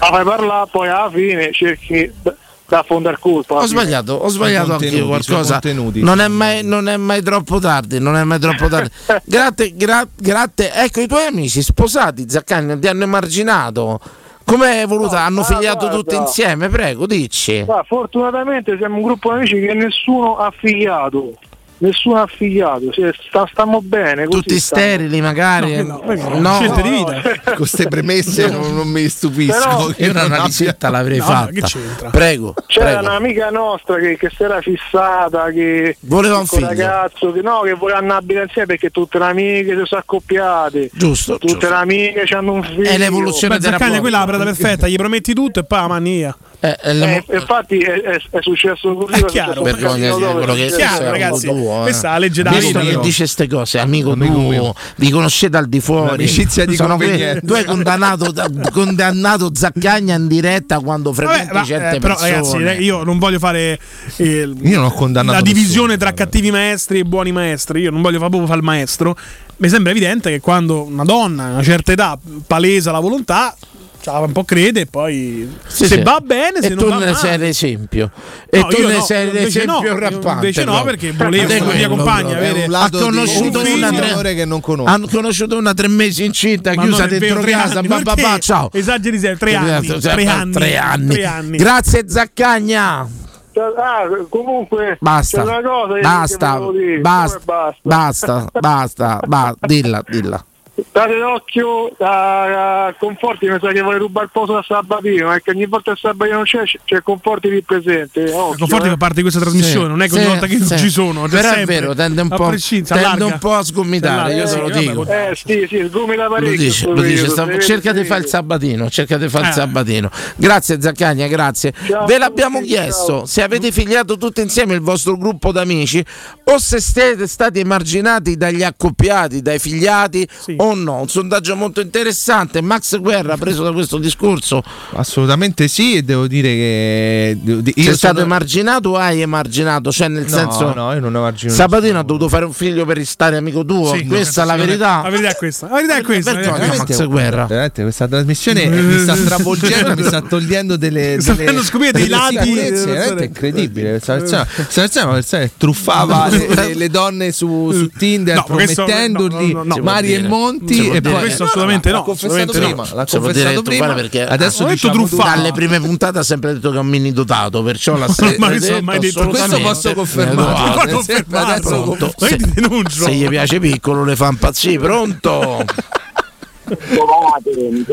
[SPEAKER 24] La fai parlare, poi alla fine cerchi d- da affondare colpa.
[SPEAKER 3] Ho sbagliato, ho sbagliato anche io qualcosa. Non
[SPEAKER 24] Non
[SPEAKER 3] è, mai, non è mai troppo tardi, non è mai troppo tardi. grazie, gra- grazie. Ecco, i tuoi amici sposati, Zaccagni, ti hanno emarginato. Com'è evoluta? hanno figliato
[SPEAKER 24] guarda.
[SPEAKER 3] tutti insieme, prego, dici.
[SPEAKER 24] fortunatamente siamo un gruppo di amici che nessuno ha figliato. Nessuno ha figliato, cioè, sta- stiamo bene. Così
[SPEAKER 3] Tutti
[SPEAKER 24] stiamo.
[SPEAKER 3] sterili magari. eh,
[SPEAKER 24] No,
[SPEAKER 3] No,
[SPEAKER 24] no, scelte di vita.
[SPEAKER 15] Con queste premesse non, non mi stupisco.
[SPEAKER 24] Però-
[SPEAKER 15] che
[SPEAKER 3] Io una
[SPEAKER 15] non abbia-
[SPEAKER 3] risetta l'avrei
[SPEAKER 15] No,
[SPEAKER 3] fatta.
[SPEAKER 15] che c'entra?
[SPEAKER 3] Prego.
[SPEAKER 24] C'era
[SPEAKER 3] prego.
[SPEAKER 24] un'amica nostra che, che si era fissata, che
[SPEAKER 3] Voleva un
[SPEAKER 24] col
[SPEAKER 3] figlio.
[SPEAKER 24] ragazzo, che no, che voleva andare a abitare insieme perché tutte le amiche si sono accoppiate.
[SPEAKER 3] Giusto.
[SPEAKER 24] Tutte
[SPEAKER 16] giusto.
[SPEAKER 24] le amiche hanno un figlio.
[SPEAKER 16] Beh, Zaccagni è quella la preda perfetta, gli prometti tutto e poi la mania.
[SPEAKER 24] Eh, infatti è, è- è successo così.
[SPEAKER 16] È
[SPEAKER 24] è
[SPEAKER 16] chiaro,
[SPEAKER 24] successo
[SPEAKER 16] vergogna
[SPEAKER 24] così,
[SPEAKER 16] di
[SPEAKER 24] dopo
[SPEAKER 16] quello
[SPEAKER 24] è
[SPEAKER 16] che-
[SPEAKER 24] successo.
[SPEAKER 16] Chiaro, ragazzi,
[SPEAKER 3] tuo, eh.
[SPEAKER 16] questa è la legge della
[SPEAKER 3] Visto
[SPEAKER 16] vita,
[SPEAKER 3] che
[SPEAKER 16] però.
[SPEAKER 3] dice queste cose, amico, tuo, vi conoscete al di fuori.
[SPEAKER 15] Un'amicizia di
[SPEAKER 3] Sono que-
[SPEAKER 15] convenienza.
[SPEAKER 3] Tu hai condannato, da- condannato Zaccagna in diretta quando frequenti
[SPEAKER 16] Ma, eh,
[SPEAKER 3] certe
[SPEAKER 16] però
[SPEAKER 3] persone.
[SPEAKER 16] ragazzi, eh, io non voglio fare eh,
[SPEAKER 15] Io non ho condannato
[SPEAKER 16] la divisione tra cattivi maestri e buoni maestri. Io non voglio fare proprio fare il maestro. Mi sembra evidente che quando una donna a una certa età palesa la volontà, cioè, un po' crede e poi
[SPEAKER 3] Sì,
[SPEAKER 16] se
[SPEAKER 3] sì.
[SPEAKER 16] va bene, se
[SPEAKER 3] e
[SPEAKER 16] non
[SPEAKER 3] tu
[SPEAKER 16] va
[SPEAKER 3] ne
[SPEAKER 16] male.
[SPEAKER 3] sei l'esempio e
[SPEAKER 16] No,
[SPEAKER 3] tu
[SPEAKER 16] io
[SPEAKER 3] ne
[SPEAKER 16] no,
[SPEAKER 3] sei
[SPEAKER 16] io invece
[SPEAKER 3] l'esempio
[SPEAKER 16] no,
[SPEAKER 3] rampante
[SPEAKER 16] invece no,
[SPEAKER 3] proprio.
[SPEAKER 16] perché volevo
[SPEAKER 3] Ed è
[SPEAKER 16] con la mia
[SPEAKER 3] quello,
[SPEAKER 16] compagna
[SPEAKER 3] proprio.
[SPEAKER 16] avere-
[SPEAKER 3] È un
[SPEAKER 16] Ha
[SPEAKER 3] lato di-
[SPEAKER 16] conosciuto
[SPEAKER 3] un
[SPEAKER 16] una
[SPEAKER 3] figlio
[SPEAKER 16] tre-
[SPEAKER 15] che non conosco.
[SPEAKER 3] hanno conosciuto una tre mesi incinta
[SPEAKER 16] Ma
[SPEAKER 3] chiusa
[SPEAKER 16] non è
[SPEAKER 3] dentro
[SPEAKER 16] vero, tre
[SPEAKER 3] casa
[SPEAKER 16] anni,
[SPEAKER 3] ma
[SPEAKER 16] perché?
[SPEAKER 3] papà ciao
[SPEAKER 16] Esageri sempre, tre anni,
[SPEAKER 3] Cioè,
[SPEAKER 16] tre anni,
[SPEAKER 3] tre anni.
[SPEAKER 16] tre anni.
[SPEAKER 3] grazie Zaccagna
[SPEAKER 24] Ah, comunque
[SPEAKER 3] Basta.
[SPEAKER 24] c'è una cosa che
[SPEAKER 3] Basta.
[SPEAKER 24] che volevo dire.
[SPEAKER 3] Basta.
[SPEAKER 24] Come basta.
[SPEAKER 3] basta basta ba- dilla dilla
[SPEAKER 24] State d'occhio a, a Conforti, mi sa che vuole rubare il posto a Sabatino, perché ogni volta che Sabatino c'è, c'è Conforti lì presente. Occhio,
[SPEAKER 16] Conforti
[SPEAKER 24] eh.
[SPEAKER 16] fa parte di questa trasmissione, non è che ogni
[SPEAKER 3] Sì,
[SPEAKER 16] volta che
[SPEAKER 3] sì.
[SPEAKER 16] ci sono. c'è
[SPEAKER 3] Però è
[SPEAKER 16] sempre.
[SPEAKER 3] vero, tende un
[SPEAKER 16] A
[SPEAKER 3] po'-
[SPEAKER 16] prescindere,
[SPEAKER 3] tende
[SPEAKER 16] allarga.
[SPEAKER 3] un po' a sgomitare,
[SPEAKER 16] Allarga,
[SPEAKER 3] io te
[SPEAKER 16] sì,
[SPEAKER 3] lo
[SPEAKER 16] vabbè,
[SPEAKER 3] dico.
[SPEAKER 16] con-
[SPEAKER 24] Eh sì, sì, sgomita
[SPEAKER 3] lo
[SPEAKER 24] parecchio.
[SPEAKER 3] dice,
[SPEAKER 24] sto
[SPEAKER 3] lo dice,
[SPEAKER 24] periodo, eh.
[SPEAKER 3] sta-
[SPEAKER 24] se vede-
[SPEAKER 3] cercate di fare il sabatino cercate di fare il sabatino grazie Zaccagna grazie
[SPEAKER 24] Ciao
[SPEAKER 3] ve
[SPEAKER 24] a
[SPEAKER 3] l'abbiamo
[SPEAKER 24] tutti,
[SPEAKER 3] chiesto
[SPEAKER 24] ciao.
[SPEAKER 3] se avete figliato tutti insieme il vostro gruppo d'amici o se siete stati emarginati dagli accoppiati dai figliati o no un sondaggio molto interessante Max Guerra preso da questo discorso
[SPEAKER 15] Assolutamente sì, e devo dire che. devo di-
[SPEAKER 3] sei
[SPEAKER 15] Io
[SPEAKER 3] stato
[SPEAKER 15] sono-
[SPEAKER 3] emarginato o hai emarginato cioè nel
[SPEAKER 15] No,
[SPEAKER 3] senso
[SPEAKER 15] no, io non ho margine.
[SPEAKER 3] Sabatino ha dovuto fare un figlio per restare amico tuo
[SPEAKER 15] Sì,
[SPEAKER 3] questa è la verità
[SPEAKER 16] La verità è questa. La verità è questa. la verità è
[SPEAKER 3] vergogna,
[SPEAKER 16] questa.
[SPEAKER 3] Max Guerra
[SPEAKER 15] veramente questa trasmissione mi sta stravolgendo, mi sta togliendo delle.
[SPEAKER 16] Sta
[SPEAKER 15] delle-
[SPEAKER 16] facendo scoprire dei
[SPEAKER 15] delle
[SPEAKER 16] lati.
[SPEAKER 15] sicurezze, veramente è incredibile. Questa persona, questa persona è una persona che truffava le, le- le donne su, su Tinder,
[SPEAKER 16] No, ma questo-
[SPEAKER 15] promettendoli
[SPEAKER 16] no, no, no, no.
[SPEAKER 15] Mari e
[SPEAKER 16] Si può dire.
[SPEAKER 15] Monti.
[SPEAKER 16] Si può
[SPEAKER 15] e
[SPEAKER 16] dire.
[SPEAKER 15] poi,
[SPEAKER 16] Questo
[SPEAKER 15] eh,
[SPEAKER 16] assolutamente
[SPEAKER 15] l'ha
[SPEAKER 16] no,
[SPEAKER 15] confessato
[SPEAKER 16] assolutamente
[SPEAKER 15] prima,
[SPEAKER 16] no.
[SPEAKER 15] l'ha
[SPEAKER 3] Se vuol
[SPEAKER 15] confessato
[SPEAKER 3] dire
[SPEAKER 15] prima.
[SPEAKER 3] truffare perché
[SPEAKER 15] adesso
[SPEAKER 3] ho detto
[SPEAKER 15] diciamo tutto.
[SPEAKER 3] dalle prime puntate ha sempre detto che è un mini dotato, perciò l'ha
[SPEAKER 15] Ma
[SPEAKER 3] sempre
[SPEAKER 15] non
[SPEAKER 3] detto,
[SPEAKER 15] l'ho mai detto.
[SPEAKER 3] assolutamente.
[SPEAKER 15] Questo posso
[SPEAKER 3] Eh,
[SPEAKER 15] confermarlo.
[SPEAKER 3] no,
[SPEAKER 15] Puoi
[SPEAKER 3] adesso-
[SPEAKER 15] confermarlo.
[SPEAKER 3] adesso
[SPEAKER 15] Pronto.
[SPEAKER 3] conf- se, se gli piace piccolo le fa impazzire, pronto?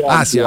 [SPEAKER 24] Ah, sì,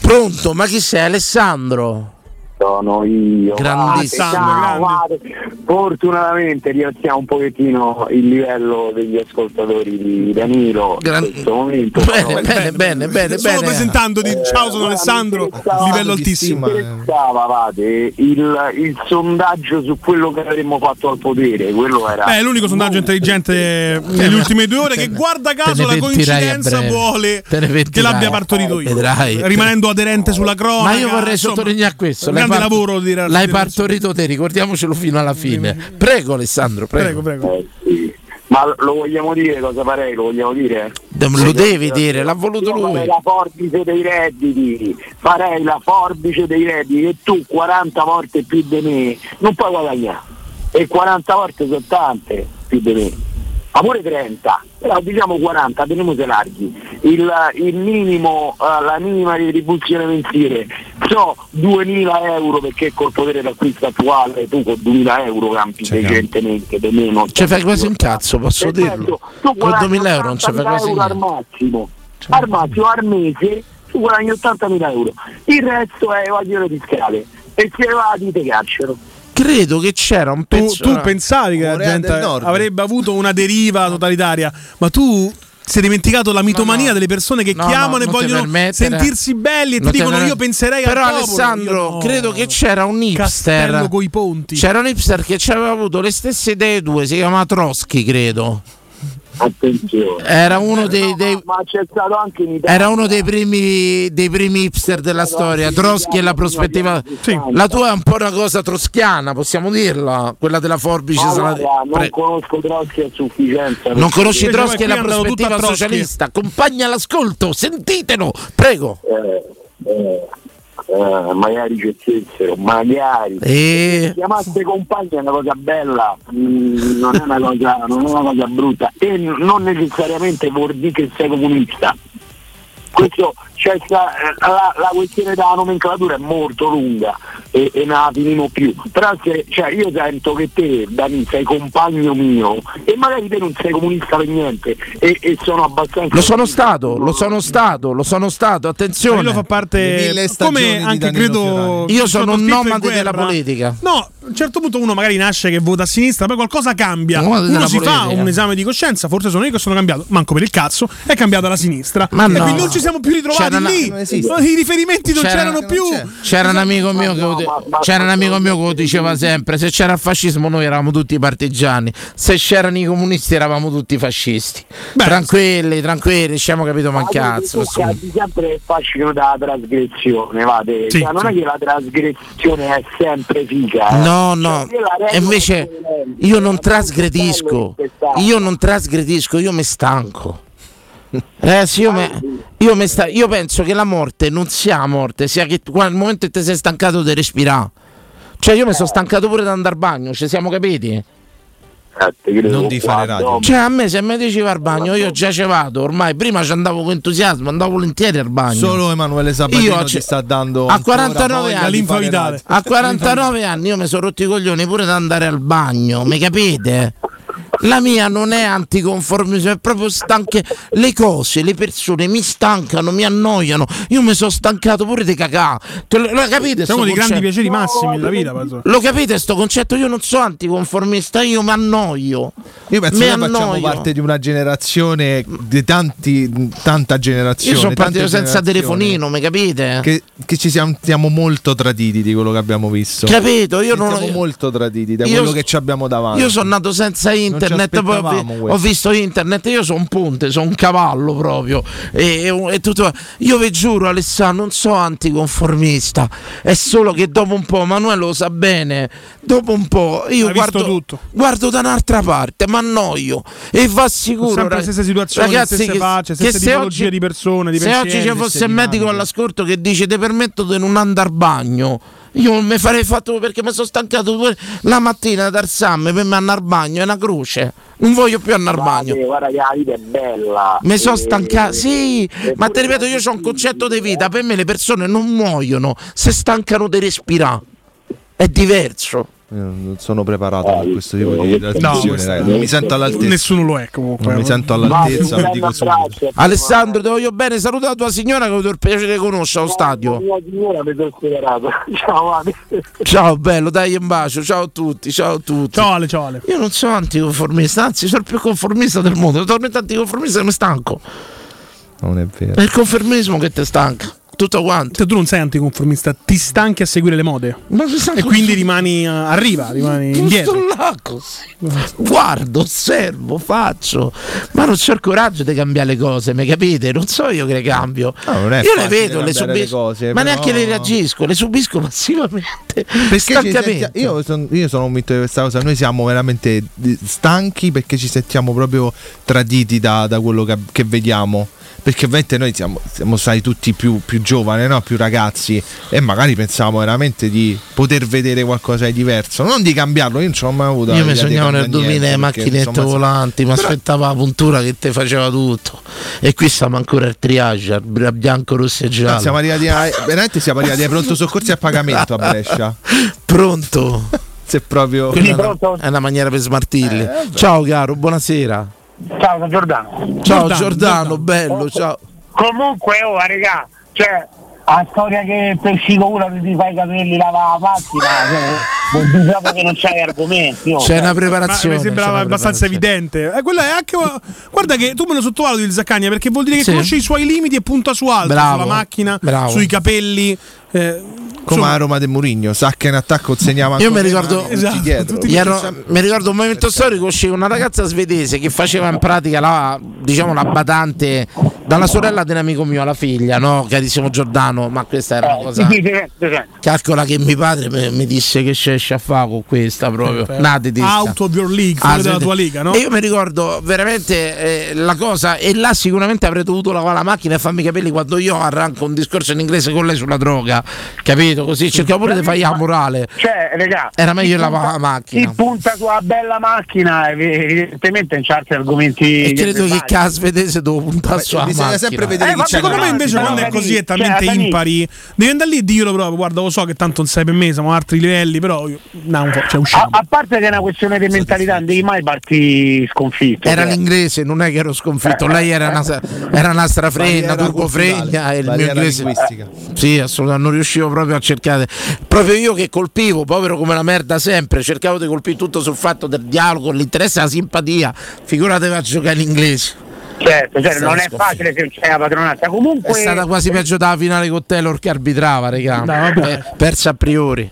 [SPEAKER 3] Pronto, ma chi sei Alessandro?
[SPEAKER 24] Sono io. Ah,
[SPEAKER 3] Grandissimo.
[SPEAKER 24] Guardate, guardate. Fortunatamente rialziamo un pochettino il livello degli ascoltatori di Danilo in questo momento.
[SPEAKER 3] Bene, bene, bene, bene,
[SPEAKER 16] Solo
[SPEAKER 3] bene.
[SPEAKER 16] presentando di ciao sono Alessandro, livello altissimo. eh.
[SPEAKER 24] Mi interessava Vate, il, il sondaggio su quello che avremmo fatto al potere, quello era
[SPEAKER 16] Beh, è Eh, l'unico sondaggio
[SPEAKER 3] Eh,
[SPEAKER 16] intelligente nelle ultime due ore che guarda caso la coincidenza vuole che l'abbia
[SPEAKER 3] Eh,
[SPEAKER 16] partorito io.
[SPEAKER 3] Vedrai.
[SPEAKER 16] Rimanendo aderente sulla cronaca.
[SPEAKER 3] Ma io vorrei
[SPEAKER 16] insomma,
[SPEAKER 3] sottolineare questo.
[SPEAKER 16] un
[SPEAKER 3] l'hai
[SPEAKER 16] grande
[SPEAKER 3] part-
[SPEAKER 16] lavoro di
[SPEAKER 3] L'hai partorito te, ricordiamocelo fino alla fine. Prego Alessandro, prego.
[SPEAKER 24] Eh, sì. Ma lo- lo vogliamo dire cosa farei? Lo vogliamo dire?
[SPEAKER 3] Lo devi dire, l'ha voluto
[SPEAKER 24] Io
[SPEAKER 3] lui.
[SPEAKER 24] farei la forbice dei redditi, farei la forbice dei redditi che tu 40 volte più di me non puoi guadagnare e 40 volte sono tante più di me.
[SPEAKER 25] amore 30, però diciamo 40, teniamoci larghi. Il, il minimo, eh, la minima retribuzione mensile, so 2000 euro perché col potere d'acquisto attuale tu con 2000 euro campi
[SPEAKER 3] Cioè,
[SPEAKER 25] decentemente, di meno.
[SPEAKER 3] Ci fai quasi un cazzo, posso dirlo.
[SPEAKER 25] Tu
[SPEAKER 3] Con
[SPEAKER 25] guadagni
[SPEAKER 3] 2000 euro non ci
[SPEAKER 25] 80.000
[SPEAKER 3] fai quasi
[SPEAKER 25] euro al
[SPEAKER 3] niente.
[SPEAKER 25] massimo.
[SPEAKER 3] Cioè.
[SPEAKER 25] Al massimo, al mese, tu guadagni 80.000 euro. Il resto è evasione fiscale. E se evadi te carcero.
[SPEAKER 3] Credo che c'era un
[SPEAKER 16] Tu,
[SPEAKER 3] pezzo.
[SPEAKER 16] tu pensavi che la
[SPEAKER 3] Corea
[SPEAKER 16] gente
[SPEAKER 3] del Nord.
[SPEAKER 16] avrebbe avuto una deriva totalitaria, ma tu si è dimenticato la mitomania delle persone che
[SPEAKER 3] No,
[SPEAKER 16] chiamano
[SPEAKER 3] no,
[SPEAKER 16] e
[SPEAKER 3] non ti
[SPEAKER 16] vogliono
[SPEAKER 3] permettere.
[SPEAKER 16] sentirsi belli e
[SPEAKER 3] Non
[SPEAKER 16] ti dicono
[SPEAKER 3] permet-
[SPEAKER 16] io penserei
[SPEAKER 3] Però
[SPEAKER 16] al popolo,
[SPEAKER 3] Alessandro,
[SPEAKER 16] io no.
[SPEAKER 3] credo che c'era un hipster.
[SPEAKER 16] Castello coi ponti.
[SPEAKER 3] C'era un hipster che ci aveva avuto le stesse idee due, si chiama Trotsky, credo.
[SPEAKER 25] Attenzione. Eh,
[SPEAKER 3] Era uno dei, dei-
[SPEAKER 25] Ma c'è stato anche in Italia.
[SPEAKER 3] era uno dei primi, dei primi hipster della storia. Trotsky e la prospettiva. La tua è un po' una cosa troschiana, possiamo dirla? Quella della forbice
[SPEAKER 25] Ma
[SPEAKER 3] salata-
[SPEAKER 25] guarda, non
[SPEAKER 3] Pre-
[SPEAKER 25] conosco Trotsky a sufficienza.
[SPEAKER 3] Non
[SPEAKER 25] perché-
[SPEAKER 3] conosci Trotsky e la prospettiva socialista. Compagna l'ascolto, sentitelo, prego.
[SPEAKER 25] Eh, eh, eh, magari ci stessero, magari.
[SPEAKER 3] E-
[SPEAKER 25] Chiamasse compagni è una cosa bella, mm, non, è una cosa, non è una cosa brutta e n- non necessariamente vuol dire che sei comunista. Questo, cioè, sta- la, la questione della nomenclatura è molto lunga e, e non la finiremo più. Però se- cioè, io sento che te, Dani, sei compagno mio e magari te non sei comunista per niente e, e sono abbastanza...
[SPEAKER 3] Lo sono stato, lo sono stato, lo sono stato, attenzione.
[SPEAKER 16] Quello fa parte come anche credo
[SPEAKER 3] Io sono un
[SPEAKER 16] sottoscritto in
[SPEAKER 3] nomade della
[SPEAKER 16] guerra.
[SPEAKER 3] politica.
[SPEAKER 16] No, a un certo punto uno magari nasce che vota a sinistra, poi qualcosa cambia.
[SPEAKER 3] Nomade
[SPEAKER 16] uno
[SPEAKER 3] della
[SPEAKER 16] si fa
[SPEAKER 3] politica.
[SPEAKER 16] un esame di coscienza, forse sono io che sono cambiato, manco per il cazzo, è cambiata la sinistra.
[SPEAKER 3] Ma
[SPEAKER 16] e
[SPEAKER 3] no.
[SPEAKER 16] quindi non ci siamo più ritrovati
[SPEAKER 3] C'era una-
[SPEAKER 16] lì.
[SPEAKER 3] non esiste.
[SPEAKER 16] I riferimenti non
[SPEAKER 3] C'era-
[SPEAKER 16] c'erano più.
[SPEAKER 3] C'era un amico mio che, lo de- c'era un amico mio che lo diceva sempre: se c'era il fascismo, noi eravamo tutti partigiani, se c'erano i comunisti, eravamo tutti fascisti. tranquilli, tranquilli, stiamo capito ma cazzo. questo-
[SPEAKER 25] Cazzi, sempre il fascino della trasgressione, vate.
[SPEAKER 3] Sì,
[SPEAKER 25] Cioè, non è
[SPEAKER 3] sì.
[SPEAKER 25] che la trasgressione è sempre figa. eh.
[SPEAKER 3] No, no,
[SPEAKER 25] Cioè, io la regola
[SPEAKER 3] e invece io non trasgredisco, io non trasgredisco, io mi stanco. Ragazzi, io, me- io me sta- io penso che la morte non sia morte, sia che tu- al momento che ti sei stancato di respirare. Cioè, io mi
[SPEAKER 25] Eh.
[SPEAKER 3] sono stancato pure di andare al bagno, ci siamo capiti?
[SPEAKER 25] Non di fare radio.
[SPEAKER 3] Cioè, a me se mi dici va al bagno, io già ci vado ormai. Prima ci andavo con entusiasmo, andavo volentieri al bagno.
[SPEAKER 15] Solo Emanuele Sabatino
[SPEAKER 3] Io
[SPEAKER 15] ci
[SPEAKER 3] ce-
[SPEAKER 15] sta dando
[SPEAKER 3] a
[SPEAKER 15] ancora
[SPEAKER 3] 49
[SPEAKER 15] voglia
[SPEAKER 3] anni
[SPEAKER 15] di fare radio.
[SPEAKER 3] a 49 anni io mi sono rotto i coglioni pure da andare al bagno mi capite? la mia non è anticonformismo è proprio stanche le cose le persone mi stancano mi annoiano io mi sono stancato pure di cacà Te lo, lo capite
[SPEAKER 16] È uno
[SPEAKER 3] sto
[SPEAKER 16] dei grandi
[SPEAKER 3] concetto?
[SPEAKER 16] piaceri massimi della vita. penso.
[SPEAKER 3] lo capite sto concetto? Io non sono anticonformista, io mi annoio.
[SPEAKER 15] Io penso
[SPEAKER 3] Mi
[SPEAKER 15] che noi facciamo
[SPEAKER 3] annoio.
[SPEAKER 15] parte di una generazione, di tanti, tanta generazione.
[SPEAKER 3] Io sono
[SPEAKER 15] tante
[SPEAKER 3] partito senza
[SPEAKER 15] generazioni
[SPEAKER 3] telefonino, mi capite?
[SPEAKER 15] Che, che ci siamo, siamo molto traditi di quello che abbiamo visto.
[SPEAKER 3] Capito, io
[SPEAKER 15] Ci
[SPEAKER 3] non-
[SPEAKER 15] siamo molto traditi da
[SPEAKER 3] io-
[SPEAKER 15] quello che ci abbiamo davanti.
[SPEAKER 3] Io sono nato senza internet,
[SPEAKER 15] Non ci
[SPEAKER 3] poi ho,
[SPEAKER 15] aspettavamo
[SPEAKER 3] vi-
[SPEAKER 15] questo.
[SPEAKER 3] ho visto internet, io sono un ponte, sono un cavallo proprio. E, e- e tutto. Io vi giuro, Alessandro, non sono anticonformista, è solo che dopo un po', Manuele lo sa bene, dopo un po' io
[SPEAKER 16] Ha visto
[SPEAKER 3] guardo,
[SPEAKER 16] tutto.
[SPEAKER 3] guardo da un'altra parte, mi annoio e va sicuro.
[SPEAKER 16] Sempre le
[SPEAKER 3] rag-
[SPEAKER 16] stesse situazioni,
[SPEAKER 3] ragazzi,
[SPEAKER 16] stesse
[SPEAKER 3] che-
[SPEAKER 16] facce,
[SPEAKER 3] che
[SPEAKER 16] stesse
[SPEAKER 3] se
[SPEAKER 16] tipologie
[SPEAKER 3] oggi-
[SPEAKER 16] di persone, di
[SPEAKER 3] se
[SPEAKER 16] pensieri,
[SPEAKER 3] oggi ci fosse
[SPEAKER 16] stesse
[SPEAKER 3] il medico
[SPEAKER 16] dinamiche.
[SPEAKER 3] all'ascolto che dice ti permetto di non andare al bagno io non mi farei fatto perché mi sono stancato due- la mattina ad arsamme per me andare al bagno è una croce non voglio più andare al bagno
[SPEAKER 25] Guarda, guarda che la vita è bella.
[SPEAKER 3] mi sono
[SPEAKER 25] E-
[SPEAKER 3] stancato, sì, ma ti ripeto, io ho un concetto di vita, per me le persone non muoiono, se stancano di respirare, è diverso.
[SPEAKER 15] Io Eh, non sono preparato per questo tipo di
[SPEAKER 16] No,
[SPEAKER 15] trasmissione,
[SPEAKER 16] questa-
[SPEAKER 15] ragazzi. non mi sento all'altezza.
[SPEAKER 16] Nessuno lo è comunque.
[SPEAKER 3] eh.
[SPEAKER 15] Non mi sento all'altezza, ve lo dico subito.
[SPEAKER 3] Alessandro, ti voglio bene, saluta la tua signora che ho avuto il piacere di conoscere allo stadio.
[SPEAKER 25] Mia signora mi sono sfiderato. Ciao, vale.
[SPEAKER 3] Ciao bello, dai un bacio, ciao a tutti, ciao a tutti. Ciao
[SPEAKER 16] Ale, ciao Ale.
[SPEAKER 3] Io non sono anticonformista, anzi sono il più conformista del mondo, sono talmente anticonformista che mi stanco.
[SPEAKER 15] Non è vero.
[SPEAKER 3] È il conformismo che ti stanca. Tutto quanto.
[SPEAKER 16] tu non sei anticonformista, ti stanchi a seguire le mode. e quindi rimani a- arriva, rimani
[SPEAKER 3] Sto
[SPEAKER 16] indietro.
[SPEAKER 3] là così. Guardo, osservo, faccio, ma non c'ho il coraggio di cambiare le cose, mi capite? Non so io che le cambio.
[SPEAKER 15] No, non è
[SPEAKER 3] io le
[SPEAKER 15] facile
[SPEAKER 3] vedo, le
[SPEAKER 15] cambiare le
[SPEAKER 3] subisco,
[SPEAKER 15] cose,
[SPEAKER 3] ma
[SPEAKER 15] però-
[SPEAKER 3] neanche le reagisco, le subisco passivamente. Esattamente.
[SPEAKER 15] Perché ci
[SPEAKER 3] Stancamente.
[SPEAKER 15] senti- io, son- io sono convinto di questa cosa. Noi siamo veramente eh, stanchi perché ci sentiamo proprio traditi da, da quello che, che vediamo. Perché ovviamente noi siamo, siamo stati tutti più, più giovani, no? più ragazzi, e magari pensavamo veramente di poter vedere qualcosa di diverso. Non di cambiarlo, io non ce l'ho mai avuto.
[SPEAKER 3] Io mi sognavo nel 2000 le macchinette volanti, mi aspettavo la puntura che te faceva tutto. E qui siamo ancora al triage, al bra- bianco, rosso e giallo.
[SPEAKER 15] Siamo arrivati a, veramente siamo arrivati ai pronto soccorsi a pagamento a Brescia.
[SPEAKER 3] Pronto.
[SPEAKER 15] Se proprio.
[SPEAKER 3] Quella è una- È una maniera per smartirli. ciao caro, buonasera.
[SPEAKER 26] Ciao, sono Giordano.
[SPEAKER 3] Ciao Giordano, bello, ciao.
[SPEAKER 26] Comunque, oh, raga, cioè, la storia che per scivolare ti fai i capelli, lava la macchina, cioè, vuol dire proprio che non c'hai argomenti. oh.
[SPEAKER 16] Ma Mi sembrava abbastanza evidente. Eh, quello è anche. Guarda che tu me lo sottovaluti il Zaccagna perché vuol dire che
[SPEAKER 3] Sì.
[SPEAKER 16] conosce i suoi limiti e punta su altro,
[SPEAKER 15] Bravo,
[SPEAKER 16] sulla macchina,
[SPEAKER 15] bravo.
[SPEAKER 16] sui capelli. eh,
[SPEAKER 15] Come
[SPEAKER 16] insomma,
[SPEAKER 15] a Roma de Murigno, sa che in attacco segnava.
[SPEAKER 3] Io mi
[SPEAKER 15] ancora
[SPEAKER 3] ricordo,
[SPEAKER 15] tutti dietro.
[SPEAKER 3] Gli ero- mi ricordo un momento storico usciva una ragazza svedese che faceva in pratica la, diciamo, la badante dalla sorella di un amico mio, la figlia, no? Carissimo Giordano, ma questa era una cosa.
[SPEAKER 26] Sì, sì, sì, sì, sì.
[SPEAKER 3] Calcola che mio padre mi- mi disse che c'esce a fare con questa proprio.
[SPEAKER 16] Eh,
[SPEAKER 3] Nate di Ah,
[SPEAKER 16] out of your league, fuori dalla tua liga, no?
[SPEAKER 3] E io mi ricordo veramente eh, la cosa, e là sicuramente avrei dovuto lavare la macchina e farmi i capelli quando io arranco un discorso in inglese con lei sulla droga, capito? Così cercavo pure di fargli la morale.
[SPEAKER 26] Cioè, raga,
[SPEAKER 3] Era meglio
[SPEAKER 26] chi
[SPEAKER 3] lavare la
[SPEAKER 26] punta-
[SPEAKER 3] macchina.
[SPEAKER 26] Chi punta su una bella macchina, ev- evidentemente in certi argomenti.
[SPEAKER 3] E credo che
[SPEAKER 26] verbali.
[SPEAKER 3] cazzo svedese devo puntare su
[SPEAKER 26] bisogna sempre vedere Eh, chi ma c'è
[SPEAKER 16] Secondo me
[SPEAKER 26] davanti,
[SPEAKER 16] invece
[SPEAKER 26] però,
[SPEAKER 16] quando è
[SPEAKER 26] Dani,
[SPEAKER 16] così è
[SPEAKER 26] cioè,
[SPEAKER 16] talmente
[SPEAKER 26] Dani-
[SPEAKER 16] impari devi andare lì e dirlo proprio guarda lo so che tanto non sei per me siamo a altri livelli però io, no, un po', cioè, usciamo.
[SPEAKER 26] A, a parte che è una questione di mentalità, non devi mai partire sconfitto.
[SPEAKER 3] Era
[SPEAKER 26] cioè.
[SPEAKER 3] l'inglese, non è che ero sconfitto. Lei era una, sa- era una strafregna,
[SPEAKER 26] Barriera
[SPEAKER 3] turbofregna
[SPEAKER 26] culturale,
[SPEAKER 3] e il mio
[SPEAKER 26] barriera
[SPEAKER 3] inglese.
[SPEAKER 26] linguistica.
[SPEAKER 3] Sì, assolutamente, non riuscivo proprio a cercare. Proprio io che colpivo, povero come la merda sempre, cercavo di colpire tutto sul fatto del dialogo, l'interesse e la simpatia. Figuratevi a giocare in inglese.
[SPEAKER 26] Certo, cioè,
[SPEAKER 3] Stavo
[SPEAKER 26] non è
[SPEAKER 3] sconfitto.
[SPEAKER 26] facile se c'è la padronanza. Comunque,
[SPEAKER 3] È stata quasi peggio della finale con Taylor che arbitrava, regà.
[SPEAKER 26] No, vabbè.
[SPEAKER 3] Eh, persa a priori.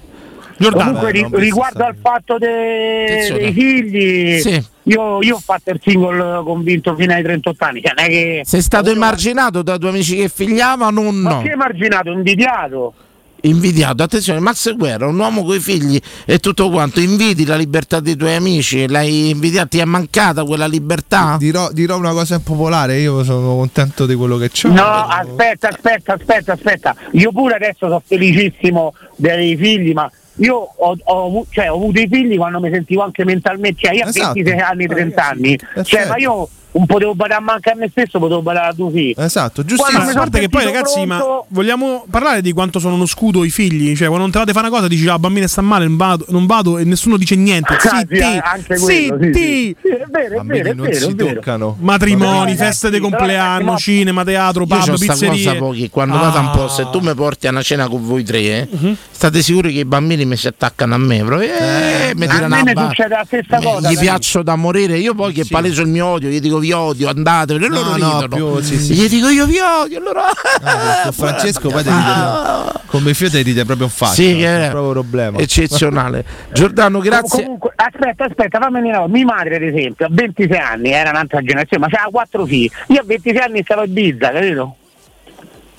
[SPEAKER 3] eh,
[SPEAKER 26] Comunque, ri- riguardo al fatto de-
[SPEAKER 3] Attenzione.
[SPEAKER 26] dei figli,
[SPEAKER 3] Sì.
[SPEAKER 26] io, io ho fatto il single convinto fino ai 38 anni. Cioè, non è che
[SPEAKER 3] Sei stato emarginato da tuoi amici che figliavano o no?
[SPEAKER 26] ma chi è marginato, invidiato.
[SPEAKER 3] Invidiato, attenzione, Max Guerra, un uomo coi figli e tutto quanto, invidi la libertà dei tuoi amici, l'hai invidiata, ti è mancata quella libertà?
[SPEAKER 15] Dirò, dirò una cosa impopolare, io sono contento di quello che c'ho.
[SPEAKER 26] No, aspetta, aspetta, aspetta, aspetta. Io pure adesso sono felicissimo dei figli, ma io ho, ho avu- cioè, ho avuto i figli quando mi sentivo anche mentalmente, cioè io a
[SPEAKER 15] Esatto.
[SPEAKER 26] 26 anni, 30 anni, cioè,
[SPEAKER 15] certo.
[SPEAKER 26] ma io non potevo badare manco a me stesso, potevo badare a due figli.
[SPEAKER 15] Esatto,
[SPEAKER 26] Quando mi
[SPEAKER 16] Ma
[SPEAKER 26] sono
[SPEAKER 16] guarda che poi
[SPEAKER 26] sentito
[SPEAKER 16] ragazzi, ma
[SPEAKER 26] pronto-
[SPEAKER 16] vogliamo parlare di quanto sono uno scudo i figli? Cioè, quando non te fate fare una cosa, dici la bambina sta male, non vado, non vado", e nessuno dice niente.
[SPEAKER 26] Ah,
[SPEAKER 16] Zitti,
[SPEAKER 26] sì, anche
[SPEAKER 16] zitti.
[SPEAKER 26] quello, sì, sì. Sì, è vero, è vero, è
[SPEAKER 15] non
[SPEAKER 26] vero,
[SPEAKER 15] si
[SPEAKER 26] è vero.
[SPEAKER 15] toccano.
[SPEAKER 16] Matrimoni,
[SPEAKER 26] Vabbè.
[SPEAKER 16] feste di
[SPEAKER 26] Però, ragazzi,
[SPEAKER 16] compleanno,
[SPEAKER 26] ma-
[SPEAKER 16] cinema, teatro,
[SPEAKER 3] Io
[SPEAKER 16] pub,
[SPEAKER 3] c'ho sta cosa
[SPEAKER 16] pizzerie.
[SPEAKER 3] pochi, quando vado un po', se tu mi porti a una cena con voi tre, eh, state sicuri che i bambini mi si attaccano a me, proprio, eh, mi
[SPEAKER 26] a
[SPEAKER 3] tirano
[SPEAKER 26] me
[SPEAKER 3] a
[SPEAKER 26] ne
[SPEAKER 3] ba-
[SPEAKER 26] succede la stessa
[SPEAKER 15] Oh,
[SPEAKER 26] cosa.
[SPEAKER 3] Gli
[SPEAKER 26] dai.
[SPEAKER 3] piaccio da morire, io poi che paleso il mio odio, gli dico vi odio, andate, e loro
[SPEAKER 15] no,
[SPEAKER 3] ridono.
[SPEAKER 15] più- sì, sì.
[SPEAKER 3] Gli dico io vi odio, allora Ah,
[SPEAKER 15] Con Francesco poi ti ride, con mio figlio ti ride proprio in faccia.
[SPEAKER 3] Sì,
[SPEAKER 15] è
[SPEAKER 3] che
[SPEAKER 15] un proprio problema.
[SPEAKER 3] eccezionale. Giordano, grazie.
[SPEAKER 26] Comunque, aspetta, aspetta, fammi dire una cosa. Mia madre, ad esempio, a 26 anni era un'altra generazione, ma c'aveva quattro figli. Io a 26 anni stavo a Ibiza, capito?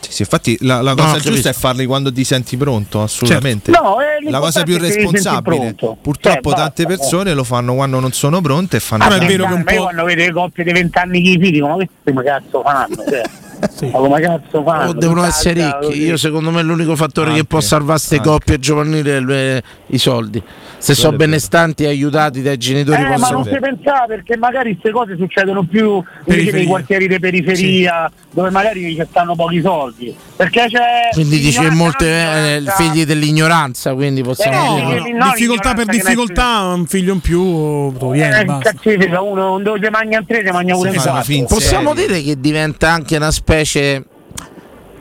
[SPEAKER 15] Sì, sì, infatti la, la
[SPEAKER 3] No,
[SPEAKER 15] cosa
[SPEAKER 3] ho
[SPEAKER 15] giusta
[SPEAKER 3] capito.
[SPEAKER 15] è farli quando ti senti pronto, assolutamente.
[SPEAKER 26] Certo. No, eh,
[SPEAKER 15] la
[SPEAKER 26] l'importante
[SPEAKER 15] cosa più
[SPEAKER 26] è che ti senti
[SPEAKER 15] responsabile.
[SPEAKER 26] pronto.
[SPEAKER 15] Purtroppo
[SPEAKER 26] Eh, basta,
[SPEAKER 15] tante persone lo fanno quando non sono pronte e fanno...
[SPEAKER 26] Ah,
[SPEAKER 15] tanto.
[SPEAKER 26] ma io quando vedo le coppie di 20 anni che i figli, dico, ma questi come cazzo fanno? Cioè, ma come cazzo fanno? Eh,
[SPEAKER 3] O oh, devono
[SPEAKER 26] Tutta-
[SPEAKER 3] essere ricchi. Io secondo me l'unico fattore
[SPEAKER 15] Ah,
[SPEAKER 3] che può salvare queste coppie giovanili è le- i soldi. Se sono benestanti e aiutati dai genitori
[SPEAKER 26] Eh, ma
[SPEAKER 3] possono.
[SPEAKER 26] non si pensava perché magari queste cose succedono più invece nei
[SPEAKER 3] Periferia.
[SPEAKER 26] quartieri di periferia dove magari ci stanno pochi soldi. Perché c'è.
[SPEAKER 3] Quindi dice che molte eh, il
[SPEAKER 26] ignoranza.
[SPEAKER 3] figli dell'ignoranza, quindi possiamo
[SPEAKER 26] Eh,
[SPEAKER 3] dire.
[SPEAKER 26] no, no,
[SPEAKER 16] difficoltà per
[SPEAKER 26] ignoranza che
[SPEAKER 16] difficoltà, un figlio in più, tu vieni,
[SPEAKER 26] Eh,
[SPEAKER 16] basta.
[SPEAKER 26] cazzifica, uno non dove si mangia tre, si mangia pure quattro.
[SPEAKER 3] Possiamo dire che diventa anche una specie.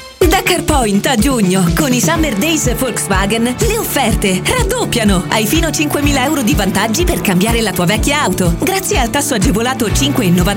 [SPEAKER 20] Da CarPoint a giugno, con i Summer Days Volkswagen, le offerte raddoppiano. Hai fino a 5.000 euro di vantaggi per cambiare la tua vecchia auto. Grazie al tasso agevolato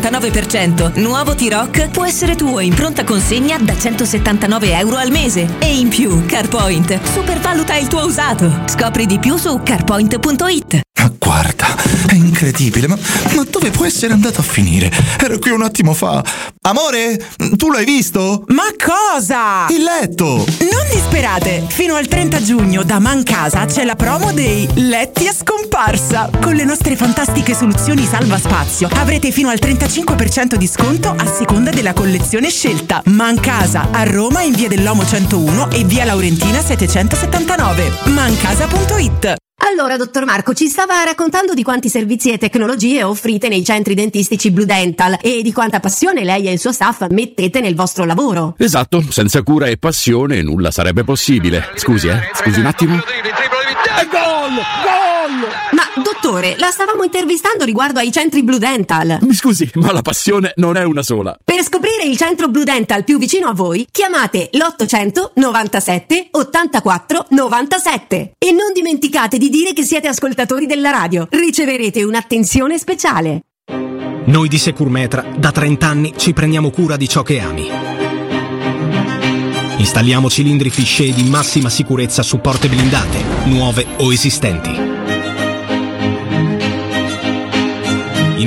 [SPEAKER 20] 5,99%, nuovo T-Rock può essere tuo in pronta consegna da 179 euro al mese. E in più, CarPoint supervaluta il tuo usato. Scopri di più su carpoint.it.
[SPEAKER 5] Ah, Guarda, è incredibile, ma, ma dove può essere andato a finire? Ero qui un attimo fa. Amore, tu l'hai visto?
[SPEAKER 27] Ma cosa?
[SPEAKER 5] Il letto!
[SPEAKER 27] Non disperate! Fino al 30 giugno da Mancasa c'è la promo dei letti a scomparsa. Con le nostre fantastiche soluzioni salva spazio avrete fino al 35% di sconto a seconda della collezione scelta. Mancasa a Roma in via dell'Omo 101 e via Laurentina 779. Mancasa.it
[SPEAKER 28] Allora, dottor Marco, ci stava raccontando di quanti servizi e tecnologie offrite nei centri dentistici Blue Dental e di quanta passione lei e il suo staff mettete nel vostro lavoro.
[SPEAKER 17] Esatto, senza cura e passione nulla sarebbe possibile. Scusi, eh? Scusi un attimo.
[SPEAKER 28] Gol! Gol! Ma, dottore, la stavamo intervistando riguardo ai centri Blue Dental.
[SPEAKER 17] Mi scusi, ma la passione non è una sola.
[SPEAKER 28] Per scoprire il centro Blue Dental più vicino a voi, chiamate l'800 97 84 97 e non dimenticate di dire che siete ascoltatori della radio. Riceverete un'attenzione speciale.
[SPEAKER 29] Noi di Securmetra da 30 anni ci prendiamo cura di ciò che ami. Installiamo cilindri fisce di massima sicurezza su porte blindate, nuove o esistenti. I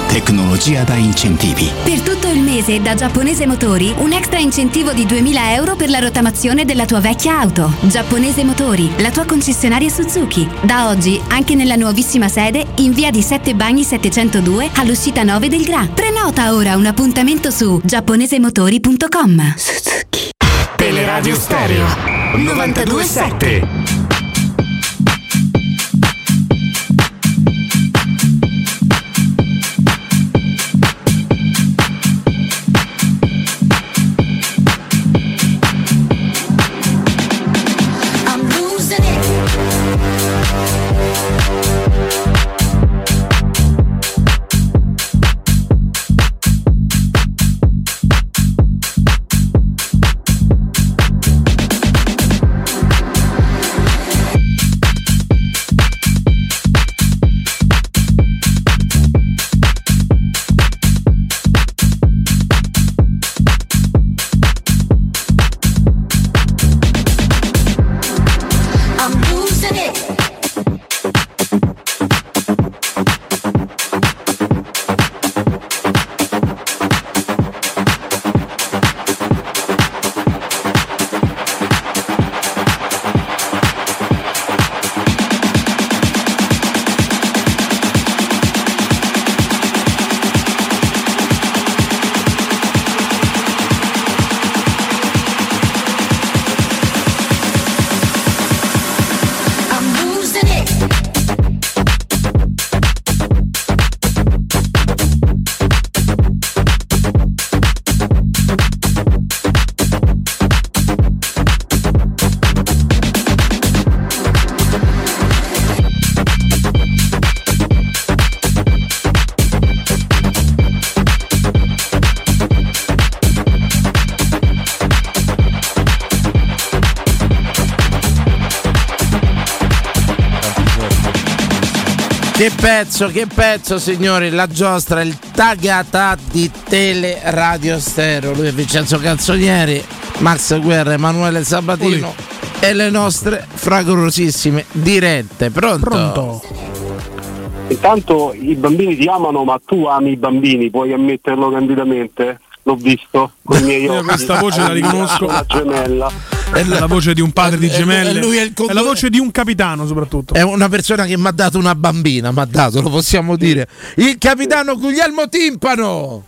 [SPEAKER 4] Tecnologia da incentivi.
[SPEAKER 7] Per tutto il mese da Giapponese Motori un extra incentivo di 2000 euro per la rotamazione della tua vecchia auto. Giapponese Motori, la tua concessionaria Suzuki. Da oggi anche nella nuovissima sede in via di 7 Bagni 702 all'uscita 9 del Gra. Prenota ora un appuntamento su giapponesemotori.com.
[SPEAKER 2] Teleradio Stereo 927 I'm losing it I'm losing it I'm losing it.
[SPEAKER 3] Che pezzo, che pezzo signori, la giostra, il tagata di Teleradio Stereo, lui è Vincenzo Canzonieri, Max Guerra, Emanuele Sabatino e le nostre fragorosissime dirette. Pronto? Pronto.
[SPEAKER 23] Intanto i bambini ti amano, ma tu ami i bambini, puoi ammetterlo candidamente? L'ho visto con i miei
[SPEAKER 16] Io
[SPEAKER 23] occhi. Eh,
[SPEAKER 16] questa voce la riconosco.
[SPEAKER 23] La gemella.
[SPEAKER 16] È la voce di un padre di
[SPEAKER 23] è- è-
[SPEAKER 16] gemelle.
[SPEAKER 23] è lui
[SPEAKER 3] Eh, è il
[SPEAKER 16] È la voce di un capitano, soprattutto.
[SPEAKER 3] È una persona che mi ha dato una bambina, mi ha dato, lo possiamo dire. Il capitano Guglielmo Timpano!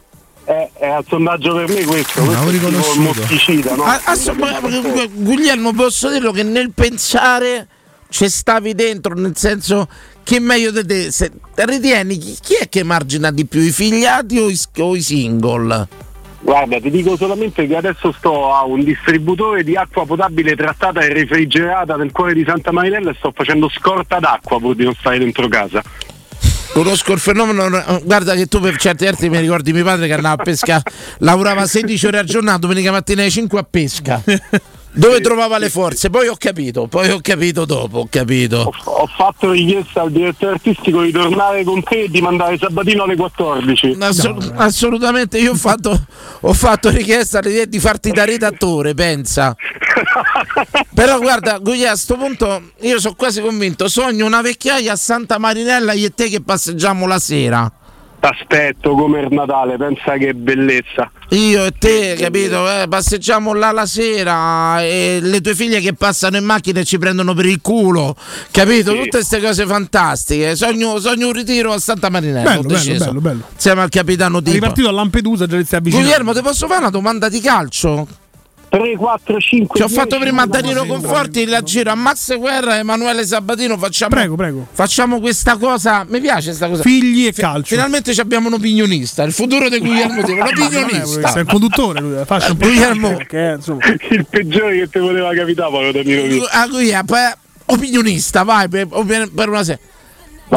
[SPEAKER 23] È, è al sondaggio per me questo. questo è tipo il mosticida, no? Eh,
[SPEAKER 3] Ah, asso- ma- ma- ma- Guglielmo, posso dirlo che nel pensare ci stavi dentro, nel senso che meglio di te, se- ritieni chi, chi è che margina di più, i figliati o i, s- o i single?
[SPEAKER 23] Guarda, ti dico solamente che adesso sto a un distributore di acqua potabile trattata e refrigerata del cuore di Santa Marinella e sto facendo scorta d'acqua pur di non stare dentro casa.
[SPEAKER 3] Conosco il fenomeno, eh, guarda che tu per certi arti mi ricordi mio padre che andava a pesca, lavorava 16 ore al giorno, domenica mattina alle 5 a pesca. Dove trovava le forze? Poi ho capito, poi ho capito dopo, ho capito.
[SPEAKER 23] Ho fatto richiesta al direttore artistico di tornare con te e di mandare Sabatino alle 14.
[SPEAKER 3] Assol- assolutamente, io ho fatto, ho fatto richiesta di, di farti da redattore, pensa. Però guarda, Guglielmo, a questo punto io sono quasi convinto, sogno una vecchiaia a Santa Marinella io e te che passeggiamo la sera.
[SPEAKER 23] T'aspetto come il Natale, pensa che bellezza.
[SPEAKER 3] Io e te, capito? eh, passeggiamo là la sera e le tue figlie che passano in macchina e ci prendono per il culo, capito?
[SPEAKER 23] Sì.
[SPEAKER 3] Tutte queste cose fantastiche. Sogno, sogno un ritiro a Santa Marinella.
[SPEAKER 16] Bello,
[SPEAKER 3] ho
[SPEAKER 16] bello,
[SPEAKER 3] deciso.
[SPEAKER 16] bello, bello.
[SPEAKER 3] Insieme al capitano
[SPEAKER 16] È
[SPEAKER 3] di
[SPEAKER 16] ripartito a Lampedusa, già si avvicina.
[SPEAKER 3] Guglielmo, ti posso fare una domanda di calcio?
[SPEAKER 23] 3, 4, 5.
[SPEAKER 3] Ci ho fatto prima a Danilo Conforti, la giro a Max Guerra e Emanuele Sabatino. Facciamo, prego, prego. Facciamo questa cosa. Mi piace questa cosa.
[SPEAKER 16] Figli e
[SPEAKER 3] Fi-
[SPEAKER 16] calcio. Eh,
[SPEAKER 3] Finalmente ci abbiamo un opinionista. Il futuro di Guglielmo Tevere, un opinionista.
[SPEAKER 16] Sei un conduttore, lui, faccia un po'
[SPEAKER 3] Guglielmo.
[SPEAKER 16] perché, insomma.
[SPEAKER 23] Il peggiore che ti poteva capitare, Paolo Danilo. Vito.
[SPEAKER 3] Ah, qui è, poi, opinionista, vai per, per- per una serie.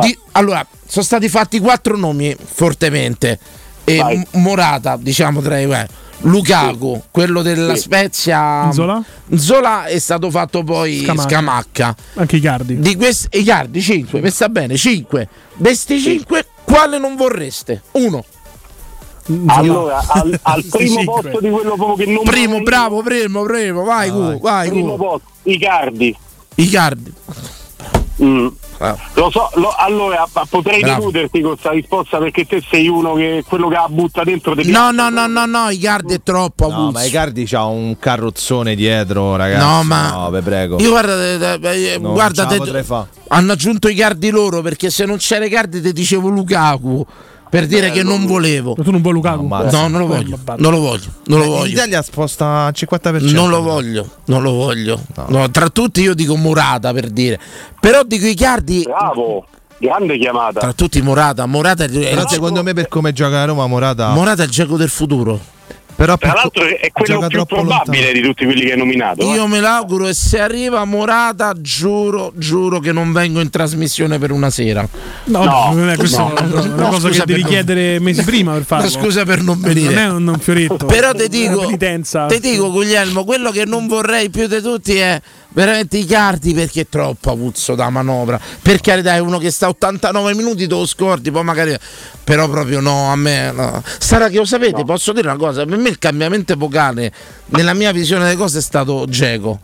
[SPEAKER 3] Di- allora, sono stati fatti quattro nomi fortemente. E M- Morata, diciamo tra i eh, Lukaku, quello della
[SPEAKER 16] Sì.
[SPEAKER 3] Spezia.
[SPEAKER 16] Zola?
[SPEAKER 3] Zola è stato fatto poi
[SPEAKER 16] Scamacca.
[SPEAKER 3] Scamacca.
[SPEAKER 16] Anche i cardi.
[SPEAKER 3] Di questi, i cardi 5, messa bene, 5. Questi 5, quale non vorreste? Uno.
[SPEAKER 23] Allora, al, al primo posto di quello proprio che non
[SPEAKER 3] Primo, bravo, primo, primo, vai, Gu, vai,
[SPEAKER 23] Primo
[SPEAKER 3] Gu.
[SPEAKER 23] posto, Icardi.
[SPEAKER 3] Icardi.
[SPEAKER 23] Mm. Lo so, lo- allora pa- potrei
[SPEAKER 3] Bravo.
[SPEAKER 23] deluderti con questa risposta perché te sei uno che quello che la butta dentro te
[SPEAKER 3] No, no, no, no, no, Icardi è troppo
[SPEAKER 15] No, ma
[SPEAKER 3] avulso.
[SPEAKER 15] Icardi c'ha un carrozzone dietro, ragazzi.
[SPEAKER 3] No, ma-
[SPEAKER 15] No, ve prego.
[SPEAKER 3] Io guarda, eh, eh, eh,
[SPEAKER 15] No,
[SPEAKER 3] guarda,
[SPEAKER 15] non ce la
[SPEAKER 3] te-
[SPEAKER 15] potrei fa.
[SPEAKER 3] hanno aggiunto i cardi loro perché se non c'era i cardi ti dicevo Lukaku per dire che non volevo.
[SPEAKER 16] tu non vuoi Lukaku?
[SPEAKER 3] No, non lo voglio, non lo voglio, non lo voglio.
[SPEAKER 15] L'Italia Eh, sposta al 50%.
[SPEAKER 3] Non lo voglio, non lo voglio. No, tra tutti io dico Morata per dire, però dico i cardi.
[SPEAKER 23] Bravo, grande chiamata.
[SPEAKER 3] Tra tutti Morata, Morata è
[SPEAKER 15] Però secondo me per come gioca la Roma Morata
[SPEAKER 3] Morata è il gioco del futuro.
[SPEAKER 15] Però
[SPEAKER 23] Tra l'altro è quello
[SPEAKER 15] gioca
[SPEAKER 23] più
[SPEAKER 15] troppo
[SPEAKER 23] probabile di tutti quelli che hai nominato. eh.
[SPEAKER 3] Io me l'auguro e se arriva Morata, giuro, giuro che non vengo in trasmissione per una sera.
[SPEAKER 16] No, no, non è questa
[SPEAKER 3] No.
[SPEAKER 16] è una- una
[SPEAKER 3] No,
[SPEAKER 16] cosa
[SPEAKER 3] scusa
[SPEAKER 16] che devi
[SPEAKER 3] per non-
[SPEAKER 16] chiedere mesi prima per farlo. Cioè,
[SPEAKER 3] Una scusa per non venire.
[SPEAKER 16] Non è un, un fioretto.
[SPEAKER 3] Però ti
[SPEAKER 16] È una
[SPEAKER 3] dico,
[SPEAKER 16] penitenza.
[SPEAKER 3] ti dico Guglielmo, quello che non vorrei più di tutti è veramente i cardi perché è troppo avuzzo da manovra. Per carità, è uno che sta 89 minuti, te lo scordi, poi magari... Però proprio no, a me... no. Sarà che lo sapete, posso dire una cosa, per me il cambiamento epocale nella mia visione delle cose è stato Geco.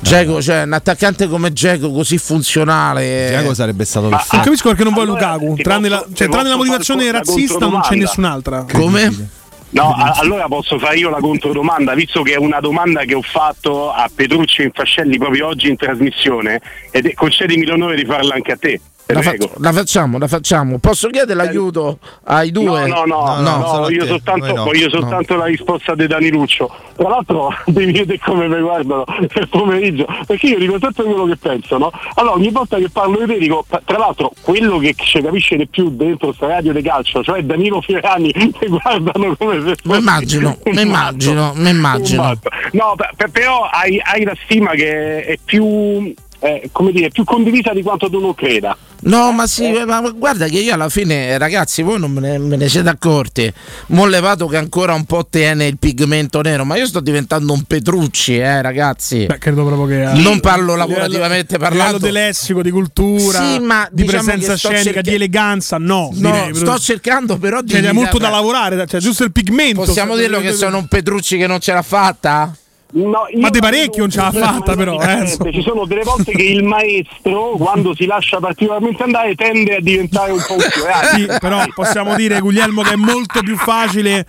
[SPEAKER 3] Geco, cioè un attaccante come Geco così funzionale.
[SPEAKER 15] Geco sarebbe stato
[SPEAKER 16] non capisco perché non vuoi Lukaku. Tranne la,
[SPEAKER 23] ti
[SPEAKER 16] cioè, tranne la
[SPEAKER 23] posso
[SPEAKER 16] motivazione
[SPEAKER 23] fare questa
[SPEAKER 16] razzista, non c'è
[SPEAKER 23] controdomanda?
[SPEAKER 16] nessun'altra.
[SPEAKER 3] Come?
[SPEAKER 23] No, a- allora posso fare io la controdomanda, visto che è una domanda che ho fatto a Petruccio Infascelli proprio oggi in trasmissione, ed è- concedimi l'onore di farla anche a te. Te
[SPEAKER 3] La, fa-
[SPEAKER 23] prego.
[SPEAKER 3] la facciamo, la facciamo. Posso chiedere l'aiuto ai due?
[SPEAKER 23] Eh, No, no, no, no, io soltanto, voglio soltanto la risposta di Dani Luccio. Tra l'altro mi vedete come mi guardano nel pomeriggio, perché io dico sempre quello che penso, no? Allora ogni volta che parlo di te dico, pa- tra l'altro quello che ci capisce di più dentro sta radio di calcio, cioè Danilo Fiorani, mi guardano come se
[SPEAKER 3] Mi immagino, mi immagino, mi immagino.
[SPEAKER 23] No, pe- pe- però hai, hai la stima che è più, eh, come dire, più condivisa di quanto tu non creda.
[SPEAKER 3] No, ma sì,
[SPEAKER 23] Eh.
[SPEAKER 3] ma guarda che io alla fine, ragazzi, voi non me ne, me ne siete accorti. M'ho levato che ancora un po' tiene il pigmento nero, ma io sto diventando un Petrucci, eh, ragazzi.
[SPEAKER 16] Beh, credo proprio che.
[SPEAKER 3] Non parlo lavorativamente
[SPEAKER 16] Parlo
[SPEAKER 3] parlando.
[SPEAKER 16] di lessico, di cultura,
[SPEAKER 3] Sì, ma
[SPEAKER 16] di
[SPEAKER 3] diciamo
[SPEAKER 16] presenza
[SPEAKER 3] che sto
[SPEAKER 16] scenica,
[SPEAKER 3] cerca-
[SPEAKER 16] di eleganza. No,
[SPEAKER 3] No,
[SPEAKER 16] direi.
[SPEAKER 3] sto cercando però di
[SPEAKER 16] Cioè, c'è molto da
[SPEAKER 3] Beh,
[SPEAKER 16] lavorare, cioè, giusto il pigmento.
[SPEAKER 3] Possiamo dirlo che sono un Petrucci che non ce l'ha fatta?
[SPEAKER 16] Ma di parecchi non ce l'ha fatta, però. eh, insomma.
[SPEAKER 23] Ci sono delle volte che il maestro, quando si lascia particolarmente andare, tende a diventare un po' un
[SPEAKER 16] Sì,
[SPEAKER 23] fiorani.
[SPEAKER 16] però possiamo dire, Guglielmo, che è molto più facile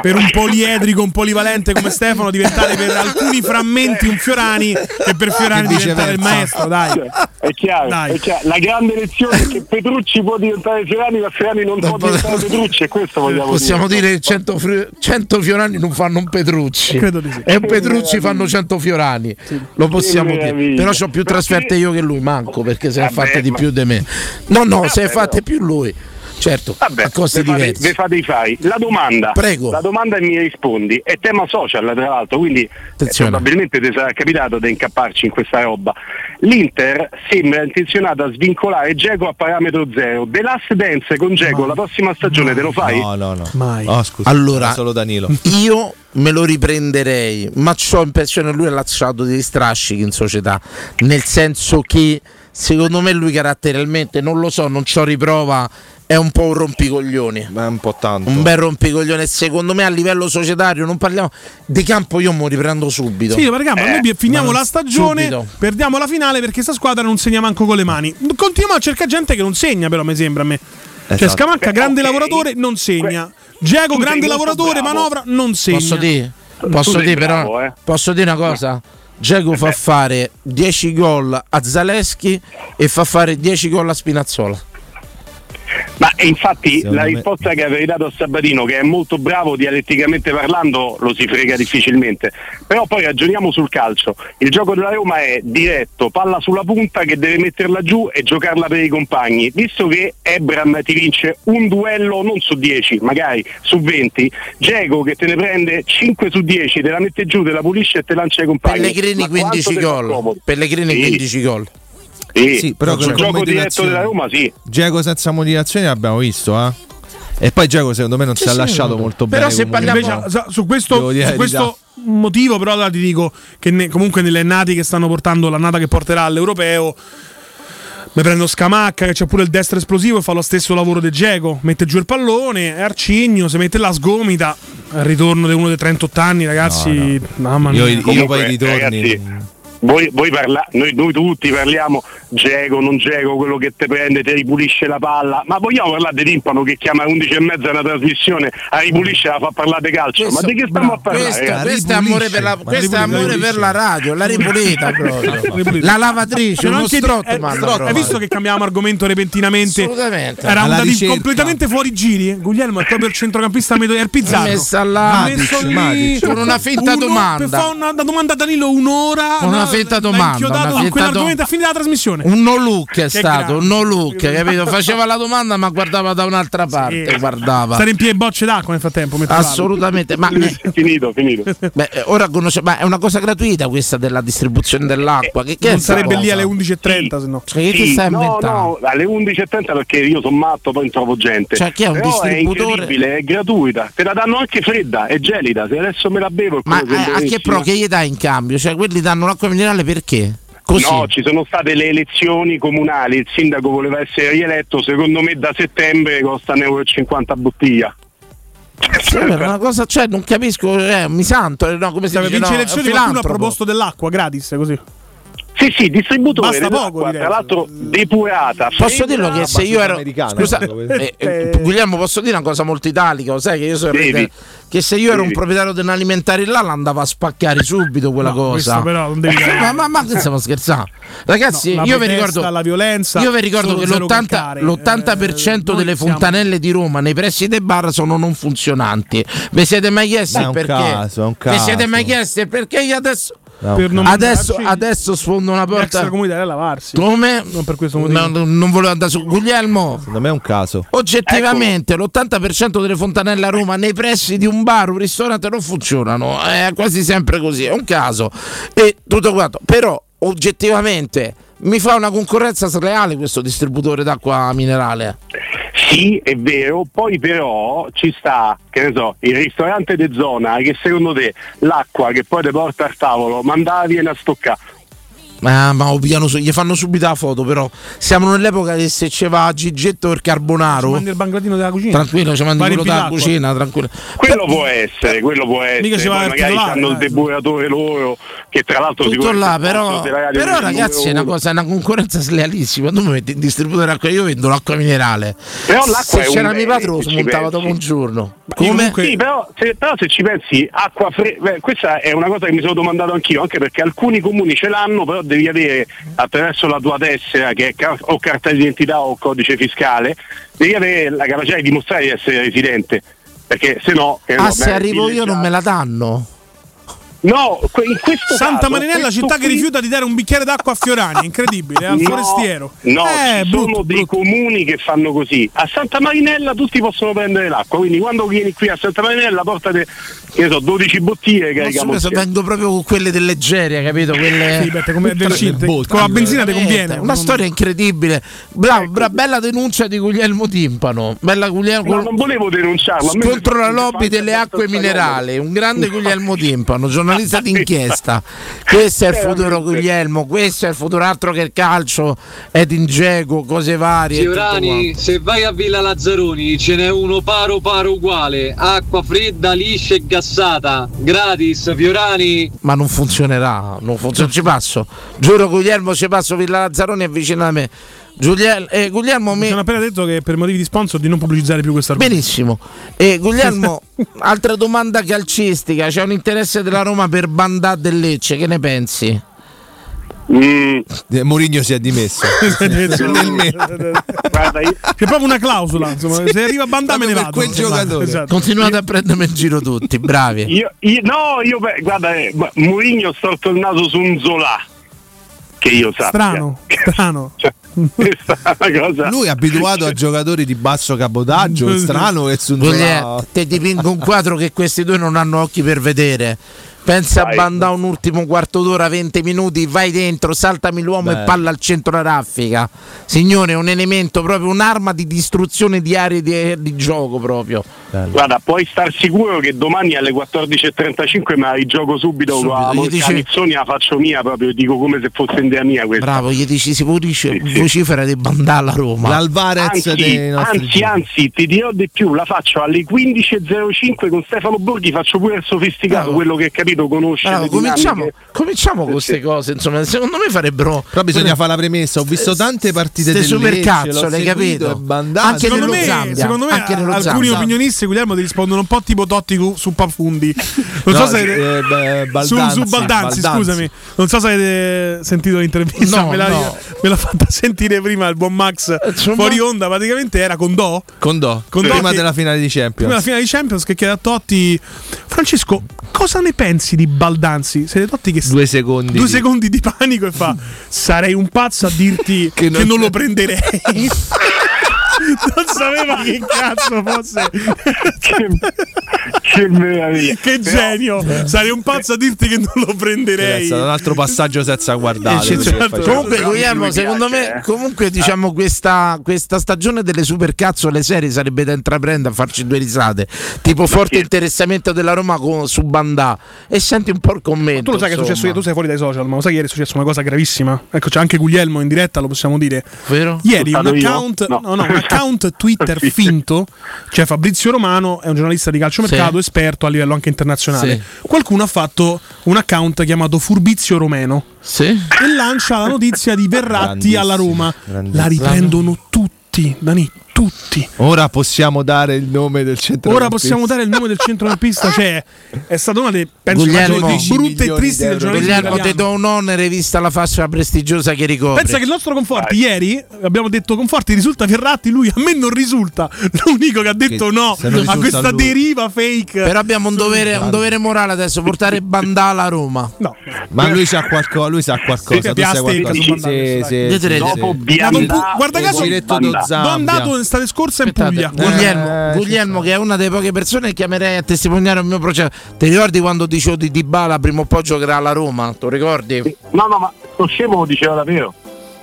[SPEAKER 16] per un poliedrico, un polivalente come Stefano diventare per alcuni frammenti un Fiorani che per Fiorani diventare il maestro, dai.
[SPEAKER 23] È chiaro,
[SPEAKER 16] Dai.
[SPEAKER 23] è chiaro. cioè, la grande lezione è che Petrucci può diventare Fiorani, ma Fiorani non può diventare Petrucci, e questo vogliamo
[SPEAKER 3] Possiamo
[SPEAKER 23] dire.
[SPEAKER 3] dire che 100, fri- 100 fiorani non fanno un Petrucci.
[SPEAKER 23] Credo di sì.
[SPEAKER 3] E un Petrucci fanno 100 fiorani. Lo possiamo
[SPEAKER 23] Che
[SPEAKER 3] dire.
[SPEAKER 23] meraviglia.
[SPEAKER 3] Però ho più trasferte io che lui, manco perché se ne ha
[SPEAKER 23] Vabbè,
[SPEAKER 3] fatte di
[SPEAKER 23] ma-
[SPEAKER 3] più di me. No, no, se ne
[SPEAKER 23] Vabbè,
[SPEAKER 3] ha fatte più lui. Certo, a costi
[SPEAKER 23] Ve fate,
[SPEAKER 3] diversi.
[SPEAKER 23] ve fate i fai. La domanda,
[SPEAKER 3] Prego.
[SPEAKER 23] la domanda e mi rispondi, è tema social tra l'altro, quindi eh,
[SPEAKER 3] Attenzione.
[SPEAKER 23] probabilmente ti sarà capitato di incapparci in questa roba. L'Inter sembra intenzionata a svincolare Geco a parametro zero. The Last Dance con Geco la prossima stagione te lo fai?
[SPEAKER 15] No, no, no.
[SPEAKER 16] Mai.
[SPEAKER 15] Oh, scusa.
[SPEAKER 3] Allora-
[SPEAKER 15] solo Danilo.
[SPEAKER 3] Io me lo riprenderei, ma ho impressione che lui ha lasciato degli strascichi in società, nel senso che secondo me lui caratterialmente, non lo so, non c'ho riprova, è un po' un rompicoglioni.
[SPEAKER 15] Ma è un po' tanto.
[SPEAKER 3] Un bel rompicoglione, secondo me a livello societario non parliamo di campo, io mi riprendo subito. Eh,
[SPEAKER 16] Sì, ma raga, ma noi finiamo
[SPEAKER 3] ma non-
[SPEAKER 16] la stagione,
[SPEAKER 3] subito.
[SPEAKER 16] perdiamo la finale perché sta squadra non segna manco con le mani. Continuiamo a cercare gente che non segna, però mi sembra a me. Cioè,
[SPEAKER 3] Esatto.
[SPEAKER 16] Scamacca,
[SPEAKER 3] Beh,
[SPEAKER 16] grande
[SPEAKER 3] ok.
[SPEAKER 16] lavoratore, non segna. Diego,
[SPEAKER 3] tu sei
[SPEAKER 16] grande
[SPEAKER 3] molto
[SPEAKER 16] lavoratore,
[SPEAKER 3] bravo.
[SPEAKER 16] manovra, non segna.
[SPEAKER 3] Posso dire?
[SPEAKER 16] Tu
[SPEAKER 3] Posso
[SPEAKER 16] sei
[SPEAKER 3] dire però?
[SPEAKER 16] bravo, eh.
[SPEAKER 3] Posso dire una cosa? Dzeko fa fare 10 gol a Zaleschi e fa fare 10 gol a Spinazzola.
[SPEAKER 23] Ma e infatti
[SPEAKER 3] Secondo
[SPEAKER 23] la
[SPEAKER 3] me-
[SPEAKER 23] risposta che avevi dato a Sabatino, che è molto bravo dialetticamente parlando, lo si frega difficilmente. Però poi ragioniamo sul calcio. Il gioco della Roma è diretto, palla sulla punta che deve metterla giù e giocarla per i compagni. Visto che Ebram ti vince un duello non su 10, magari su 20, Geco che te ne prende 5 su 10, te la mette giù, te la pulisce e te lancia ai compagni. Ma
[SPEAKER 3] Pellegrini
[SPEAKER 23] quanto te
[SPEAKER 3] 15
[SPEAKER 23] fa
[SPEAKER 3] gol.
[SPEAKER 23] comodo?
[SPEAKER 3] Pellegrini
[SPEAKER 23] Sì.
[SPEAKER 3] 15 gol.
[SPEAKER 23] Sì,
[SPEAKER 15] però
[SPEAKER 23] sul
[SPEAKER 15] con
[SPEAKER 23] gioco diretto
[SPEAKER 15] motivazioni.
[SPEAKER 23] della Roma sì.
[SPEAKER 15] Diego senza motivazioni l'abbiamo visto, eh. E poi Diego secondo me non si è lasciato molto bene.
[SPEAKER 16] Però se
[SPEAKER 15] comunque.
[SPEAKER 16] parliamo Invece, sa- su questo,
[SPEAKER 15] Devo dire
[SPEAKER 16] su
[SPEAKER 15] la
[SPEAKER 16] questo motivo, però allora ti dico che ne- comunque nelle annate che stanno portando, l'annata che porterà all'europeo. Mi prendo Scamacca che c'è pure il destro esplosivo e fa lo stesso lavoro di Geco. Mette giù il pallone, è arcigno, si mette la sgomita. Al ritorno di uno dei 38 anni, ragazzi. Mamma mia.
[SPEAKER 15] Io, io poi
[SPEAKER 16] Comunque,
[SPEAKER 15] i ritorni.
[SPEAKER 23] Voi, voi parla- noi, noi tutti parliamo Geco, non Geco, quello che te prende, te ripulisce la palla, ma vogliamo parlare di Timpano che chiama alle 11 e mezza una trasmissione, a ripulisce e la fa parlare di calcio. ma di che stiamo a parlare?
[SPEAKER 3] Questo,
[SPEAKER 23] ragazzi?
[SPEAKER 3] questo è amore, per la, questo è amore per la radio, la ripulita proprio. la lavatrice,
[SPEAKER 16] Non
[SPEAKER 3] uno
[SPEAKER 16] chiedi-
[SPEAKER 3] strotto,
[SPEAKER 16] eh,
[SPEAKER 3] mi hanno
[SPEAKER 16] strotto. Hai
[SPEAKER 3] provato.
[SPEAKER 16] visto che cambiavamo argomento repentinamente?
[SPEAKER 3] Assolutamente.
[SPEAKER 16] Era
[SPEAKER 3] Cioè, Alla
[SPEAKER 16] un di
[SPEAKER 3] ricerca.
[SPEAKER 16] completamente fuori giri. eh. Guglielmo è proprio il centrocampista medio del Pizzarro.
[SPEAKER 3] Ha messo là-
[SPEAKER 16] Ha messo
[SPEAKER 3] Matic,
[SPEAKER 16] lì
[SPEAKER 3] Matic. Con una finta
[SPEAKER 16] uno-
[SPEAKER 3] domanda.
[SPEAKER 16] per fare una, una domanda a Danilo un'ora.
[SPEAKER 3] Con una finta domanda, una finta
[SPEAKER 16] Quell'argomento
[SPEAKER 3] dom-
[SPEAKER 16] ha finito la trasmissione.
[SPEAKER 3] Un no look è
[SPEAKER 16] Che
[SPEAKER 3] stato, un
[SPEAKER 16] grande.
[SPEAKER 3] no look, capito? Faceva la domanda ma guardava da un'altra parte, guardava.
[SPEAKER 16] Stare in piedi bocce d'acqua nel frattempo. mentre parlo.
[SPEAKER 3] Assolutamente, ma eh,
[SPEAKER 23] finito, finito.
[SPEAKER 3] Beh, eh, ora conosce, ma è una cosa gratuita questa della distribuzione
[SPEAKER 23] Eh,
[SPEAKER 3] dell'acqua. Che, che
[SPEAKER 16] non
[SPEAKER 3] è sta
[SPEAKER 16] sarebbe lì
[SPEAKER 3] cosa?
[SPEAKER 16] alle 11.30, se no.
[SPEAKER 3] Cioè, che ti stai
[SPEAKER 23] no,
[SPEAKER 3] inventando?
[SPEAKER 23] no, alle 11.30 perché io sono matto, poi trovo gente.
[SPEAKER 3] Cioè, chi è un
[SPEAKER 23] Però È
[SPEAKER 3] distributore?
[SPEAKER 23] incredibile, è gratuita. Te la danno anche fredda, è gelida. Se adesso me la bevo, è
[SPEAKER 3] Ma
[SPEAKER 23] come se
[SPEAKER 3] eh, a che pro che gli dai in cambio? Cioè, quelli danno l'acqua minerale perché? Così.
[SPEAKER 23] No, ci sono state le elezioni comunali, il sindaco voleva essere rieletto, secondo me da settembre costa 1,50 euro a bottiglia.
[SPEAKER 3] Cioè, per una cosa, cioè, non capisco, eh, mi santo, eh, no, come si
[SPEAKER 16] Per
[SPEAKER 3] dice,
[SPEAKER 16] vincere
[SPEAKER 3] no,
[SPEAKER 16] Cioè, le elezioni qualcuno ha
[SPEAKER 3] filantropo.
[SPEAKER 16] proposto dell'acqua gratis, così.
[SPEAKER 23] Sì, sì, distributore
[SPEAKER 16] Basta
[SPEAKER 23] dell'acqua,
[SPEAKER 16] poco, direi.
[SPEAKER 23] tra l'altro depurata.
[SPEAKER 3] Posso
[SPEAKER 23] fredda,
[SPEAKER 3] dirlo che se io ero.
[SPEAKER 23] americana,
[SPEAKER 3] Scusa,
[SPEAKER 23] eh, questo.
[SPEAKER 3] eh, eh, Guglielmo, posso dire una cosa molto italica? Lo sai che io sono.
[SPEAKER 23] Devi.
[SPEAKER 3] rete- Che se io ero un
[SPEAKER 23] Devi.
[SPEAKER 3] proprietario di un alimentare là, l'andavo a spaccare subito quella cosa.
[SPEAKER 16] questo però non devi dire.
[SPEAKER 3] ma, ma, ma che stiamo scherzando? Ragazzi,
[SPEAKER 16] No, la
[SPEAKER 3] io vi
[SPEAKER 16] protesta,
[SPEAKER 3] ricordo.
[SPEAKER 16] la violenza,
[SPEAKER 3] io vi ricordo
[SPEAKER 16] solo
[SPEAKER 3] che
[SPEAKER 16] zero
[SPEAKER 3] l'80%,
[SPEAKER 16] calcare. Eh,
[SPEAKER 3] l'80%
[SPEAKER 16] siamo-
[SPEAKER 3] delle fontanelle di Roma nei pressi dei bar sono non funzionanti. Vi siete mai chiesti
[SPEAKER 15] Ma è un
[SPEAKER 3] perché?
[SPEAKER 15] caso, è un
[SPEAKER 3] Vi siete
[SPEAKER 15] caso.
[SPEAKER 3] mai chiesti perché io adesso.
[SPEAKER 15] No, Per non
[SPEAKER 3] adesso,
[SPEAKER 15] mandarci
[SPEAKER 3] adesso sfondo una porta.
[SPEAKER 16] comunità a lavarsi.
[SPEAKER 3] Come?
[SPEAKER 16] Non per questo
[SPEAKER 3] No,
[SPEAKER 16] motivo.
[SPEAKER 3] no, non volevo andare su Guglielmo.
[SPEAKER 15] Secondo me è un caso.
[SPEAKER 3] Oggettivamente
[SPEAKER 16] Ecco.
[SPEAKER 3] l'80% delle fontanelle a Roma nei pressi di un bar, un ristorante non funzionano, è quasi sempre così, è un caso. E tutto quanto, però oggettivamente mi fa una concorrenza sleale questo distributore d'acqua minerale.
[SPEAKER 23] Sì, è vero, poi però ci sta, che ne so, il ristorante di zona che secondo te l'acqua che poi ti porta al tavolo mandava viene a stoccare.
[SPEAKER 3] Ma, ma lo pigliano su- gli fanno subito la foto, però siamo nell'epoca che se c'è va Gigetto o il Carbonaro,
[SPEAKER 16] Mandi il bancatino della cucina.
[SPEAKER 3] tranquillo, ci mandi
[SPEAKER 16] Va
[SPEAKER 3] quello
[SPEAKER 16] riempito
[SPEAKER 3] dalla
[SPEAKER 16] d'acqua.
[SPEAKER 3] cucina, tranquillo.
[SPEAKER 23] Quello può essere, quello può essere,
[SPEAKER 16] ci va
[SPEAKER 23] poi
[SPEAKER 16] il
[SPEAKER 23] magari
[SPEAKER 16] titolare,
[SPEAKER 23] hanno il
[SPEAKER 16] dai.
[SPEAKER 23] depuratore loro che tra l'altro
[SPEAKER 3] eh. Tutto
[SPEAKER 23] sicuramente
[SPEAKER 3] là,
[SPEAKER 23] il
[SPEAKER 3] però,
[SPEAKER 23] posto della radio
[SPEAKER 3] però
[SPEAKER 23] è il
[SPEAKER 3] ragazzi è una
[SPEAKER 23] numero uno.
[SPEAKER 3] cosa, è una concorrenza slealissima. Tu mi metti in distributore d'acqua, io vendo l'acqua minerale.
[SPEAKER 23] Però l'acqua
[SPEAKER 3] Se
[SPEAKER 23] è un
[SPEAKER 3] c'era
[SPEAKER 23] bene,
[SPEAKER 3] mio padre lo
[SPEAKER 23] se ci
[SPEAKER 3] smontava
[SPEAKER 23] pensi.
[SPEAKER 3] dopo un giorno.
[SPEAKER 23] Io
[SPEAKER 3] Come?
[SPEAKER 23] comunque- Sì, però se, però se ci pensi, acqua fredda, questa è una cosa che mi sono domandato anch'io, anche perché alcuni comuni ce l'hanno, però devi avere attraverso la tua tessera, che è car- o carta d'identità o codice fiscale, devi avere la capacità di dimostrare di essere residente, perché se no... che ne
[SPEAKER 3] Ah,
[SPEAKER 23] so,
[SPEAKER 3] se
[SPEAKER 23] beh,
[SPEAKER 3] arrivo io non me la danno.
[SPEAKER 23] No, que- in questo
[SPEAKER 16] Santa
[SPEAKER 23] caso,
[SPEAKER 16] Marinella,
[SPEAKER 23] questo
[SPEAKER 16] città che
[SPEAKER 23] qui-
[SPEAKER 16] rifiuta di dare un bicchiere d'acqua a Fiorani, incredibile, eh, al
[SPEAKER 23] No,
[SPEAKER 16] forestiero.
[SPEAKER 23] No,
[SPEAKER 16] eh,
[SPEAKER 23] ci sono dei comuni che fanno così. A Santa Marinella tutti possono prendere l'acqua, quindi quando vieni qui a Santa Marinella portate che ne so, 12 bottiglie che
[SPEAKER 3] Non so,
[SPEAKER 23] carichiamo
[SPEAKER 3] adesso
[SPEAKER 23] insieme.
[SPEAKER 3] vengo proprio con quelle dell'Eggeria, capito? Quelle
[SPEAKER 16] Sì, perché come
[SPEAKER 3] Tutte
[SPEAKER 16] del
[SPEAKER 3] le
[SPEAKER 16] Cid,
[SPEAKER 3] botte,
[SPEAKER 16] con la benzina te
[SPEAKER 3] veramente,
[SPEAKER 16] conviene. Ecco.
[SPEAKER 3] Una storia incredibile. Bravo, bra- bella denuncia di Guglielmo Timpano. Bella Guglielmo.
[SPEAKER 23] No, non volevo denunciarlo. a me-
[SPEAKER 3] Contro la lobby delle acque minerali, un grande Guglielmo Timpano, giornalista d'inchiesta. Questo
[SPEAKER 23] Eh,
[SPEAKER 3] è il futuro Guglielmo, questo è il futuro altro che il calcio, ed ingego, cose varie. e tutto
[SPEAKER 30] Fiorani, se vai a Villa Lazzaroni ce n'è uno paro paro uguale, acqua fredda, liscia e gassata, gratis, Fiorani.
[SPEAKER 3] ma non funzionerà, non funziona, ci passo. Giuro Guglielmo ci passo, Villa Lazzaroni è vicino a me. Giuliel- eh, Guglielmo mi...
[SPEAKER 16] Mi hanno appena detto che per motivi di sponsor di non pubblicizzare più questa argomento.
[SPEAKER 3] Benissimo. E Guglielmo, altra domanda calcistica, c'è un interesse della Roma per Bandà del Lecce, che ne pensi?
[SPEAKER 15] Eh, Mourinho si è dimesso. Nel me-
[SPEAKER 16] C'è proprio una clausola, insomma, se arriva Bandà me ne vado. insomma. Esatto.
[SPEAKER 3] Continuate a prendermi in giro tutti, bravi.
[SPEAKER 23] Io, io- no, io beh, guarda, eh, ma- Mourinho sto tornato su un Zola. Che io sappia.
[SPEAKER 16] Strano, strano.
[SPEAKER 23] Cioè, Questa è una cosa. Cioè,
[SPEAKER 15] Lui è abituato a giocatori di basso
[SPEAKER 3] Mm.
[SPEAKER 15] cabotaggio, è strano e su
[SPEAKER 3] Guglielmo, te dipingo un quadro che questi due non hanno occhi per vedere. Pensa a Bandà un ultimo quarto d'ora, 20 minuti, vai dentro, saltami l'uomo
[SPEAKER 15] Beh.
[SPEAKER 3] e palla al centro la raffica. Signore, è un elemento proprio, un'arma di distruzione di aree di, di gioco proprio.
[SPEAKER 23] Guarda, puoi star sicuro che domani alle 14.35 me la rigioco subito,
[SPEAKER 3] Subito,
[SPEAKER 23] con la
[SPEAKER 3] gli
[SPEAKER 23] Monica
[SPEAKER 3] dici-
[SPEAKER 23] Mizzoni, la faccio mia proprio, dico come se fosse idea mia questa.
[SPEAKER 3] Bravo, gli dici si vocifera vocifera di Bandà alla Roma.
[SPEAKER 23] anzi, anzi, anzi, ti dirò di più, la faccio alle 15.05 con Stefano Borghi, faccio pure il sofisticato, quello che capito partito conosce
[SPEAKER 3] Allora,
[SPEAKER 23] le
[SPEAKER 3] cominciamo,
[SPEAKER 23] dinamiche.
[SPEAKER 3] cominciamo con queste cose, insomma, secondo me farebbero.
[SPEAKER 15] Però bisogna fare la premessa, ho visto tante partite
[SPEAKER 3] Ste
[SPEAKER 15] del
[SPEAKER 3] supercazzo,
[SPEAKER 15] Lecce, l'ho
[SPEAKER 3] l'hai
[SPEAKER 15] seguito,
[SPEAKER 3] capito?
[SPEAKER 15] è bandato.
[SPEAKER 3] Anche
[SPEAKER 16] secondo
[SPEAKER 3] nello
[SPEAKER 16] me,
[SPEAKER 3] Zambia,
[SPEAKER 16] secondo me
[SPEAKER 3] anche nello
[SPEAKER 16] alcuni
[SPEAKER 3] Zambia.
[SPEAKER 16] opinionisti Guglielmo ti rispondono un po' tipo Totti cu- su Pafundi.
[SPEAKER 15] No,
[SPEAKER 16] Non so se
[SPEAKER 15] eh, beh, Baldanzi,
[SPEAKER 16] su, su
[SPEAKER 15] Baldanzi.
[SPEAKER 16] Baldanzi, scusami. Non so se avete sentito l'intervista,
[SPEAKER 15] No,
[SPEAKER 16] me, l'ha,
[SPEAKER 15] no. Eh,
[SPEAKER 16] me l'ha fatta sentire prima il buon Max fuori onda, praticamente era con Do.
[SPEAKER 15] Condò,
[SPEAKER 16] Condò
[SPEAKER 15] prima
[SPEAKER 16] che-
[SPEAKER 15] della finale di Champions.
[SPEAKER 16] Prima della finale di Champions che chiede a Totti Francesco cosa ne pensi di Baldanzi? Siete Totti che
[SPEAKER 15] Due secondi.
[SPEAKER 16] due secondi di panico e fa sarei un pazzo a dirti che non, lo prenderei non sapeva che cazzo fosse
[SPEAKER 23] che meraviglia
[SPEAKER 16] che genio sarei un pazzo a dirti che non lo
[SPEAKER 15] È
[SPEAKER 16] prenderei
[SPEAKER 15] stato un altro passaggio senza guardare.
[SPEAKER 3] Sì,
[SPEAKER 15] quello che
[SPEAKER 3] certo.
[SPEAKER 15] faceva.
[SPEAKER 3] Comunque, Guglielmo, secondo me, comunque, diciamo, questa, questa stagione delle supercazzole serie sarebbe da intraprendere a farci due risate. Tipo forte interessamento della Roma con, su Bandà. E senti un po' il commento.
[SPEAKER 16] tu lo sai che è successo
[SPEAKER 3] insomma.
[SPEAKER 16] ieri, tu sei fuori dai social, ma lo sai che ieri è successa una cosa gravissima. Ecco, c'è anche Guglielmo in diretta, lo possiamo dire.
[SPEAKER 3] Vero?
[SPEAKER 16] Ieri un
[SPEAKER 3] Sono stato io?
[SPEAKER 16] account,
[SPEAKER 3] No.
[SPEAKER 16] no, no, un account Twitter
[SPEAKER 3] Sì.
[SPEAKER 16] finto, cioè Fabrizio Romano è un giornalista di calciomercato
[SPEAKER 3] Sì.
[SPEAKER 16] esperto a livello anche internazionale.
[SPEAKER 3] Sì.
[SPEAKER 16] Qualcuno ha fatto un account chiamato Furbizio Romeno e lancia la notizia di Verratti
[SPEAKER 15] Grandissimo,
[SPEAKER 16] alla Roma.
[SPEAKER 15] grandissimo.
[SPEAKER 16] La riprendono tutti, Dani, tutti.
[SPEAKER 15] Ora possiamo dare il nome del centro.
[SPEAKER 16] Ora possiamo dare il nome del centrocampista, cioè è stata una delle penso,
[SPEAKER 3] Guglielmo,
[SPEAKER 16] maggiori brutte e tristi del giornalismo
[SPEAKER 3] Guglielmo,
[SPEAKER 16] italiano.
[SPEAKER 3] ti do un onere vista la fascia prestigiosa che ricopre.
[SPEAKER 16] Pensa che il nostro Conforti ieri, abbiamo detto Conforti risulta Ferratti, lui a me non risulta, l'unico che ha detto
[SPEAKER 3] Che
[SPEAKER 16] no
[SPEAKER 3] se non
[SPEAKER 16] a
[SPEAKER 3] risulta
[SPEAKER 16] questa
[SPEAKER 3] lui.
[SPEAKER 16] deriva fake.
[SPEAKER 3] Però abbiamo un
[SPEAKER 16] Sono
[SPEAKER 3] dovere, un
[SPEAKER 16] grandi.
[SPEAKER 3] dovere morale adesso, portare Bandala a Roma.
[SPEAKER 16] No.
[SPEAKER 15] Ma lui sa qualcosa, lui sa qualcosa.
[SPEAKER 3] Sì,
[SPEAKER 15] tu sai
[SPEAKER 3] Piastri,
[SPEAKER 15] qualcosa.
[SPEAKER 3] Casubandani,
[SPEAKER 15] Sì,
[SPEAKER 3] dai.
[SPEAKER 15] sì,
[SPEAKER 3] Due,
[SPEAKER 15] sì,
[SPEAKER 3] tre,
[SPEAKER 15] sì,
[SPEAKER 3] dopo
[SPEAKER 15] sì.
[SPEAKER 3] Bianchi.
[SPEAKER 15] Il-
[SPEAKER 16] Guarda
[SPEAKER 15] il
[SPEAKER 16] caso,
[SPEAKER 15] diretto
[SPEAKER 16] Banda-
[SPEAKER 15] do Zambia.
[SPEAKER 16] Bandato l'estate scorsa in
[SPEAKER 3] Eh,
[SPEAKER 16] Puglia.
[SPEAKER 3] Guglielmo, Guglielmo, che è una delle poche persone che chiamerei a testimoniare il mio processo. Ti ricordi quando dicevo di Dybala prima o poi giocherà alla Roma? Ti ricordi?
[SPEAKER 26] No, no, ma lo scemo lo diceva davvero.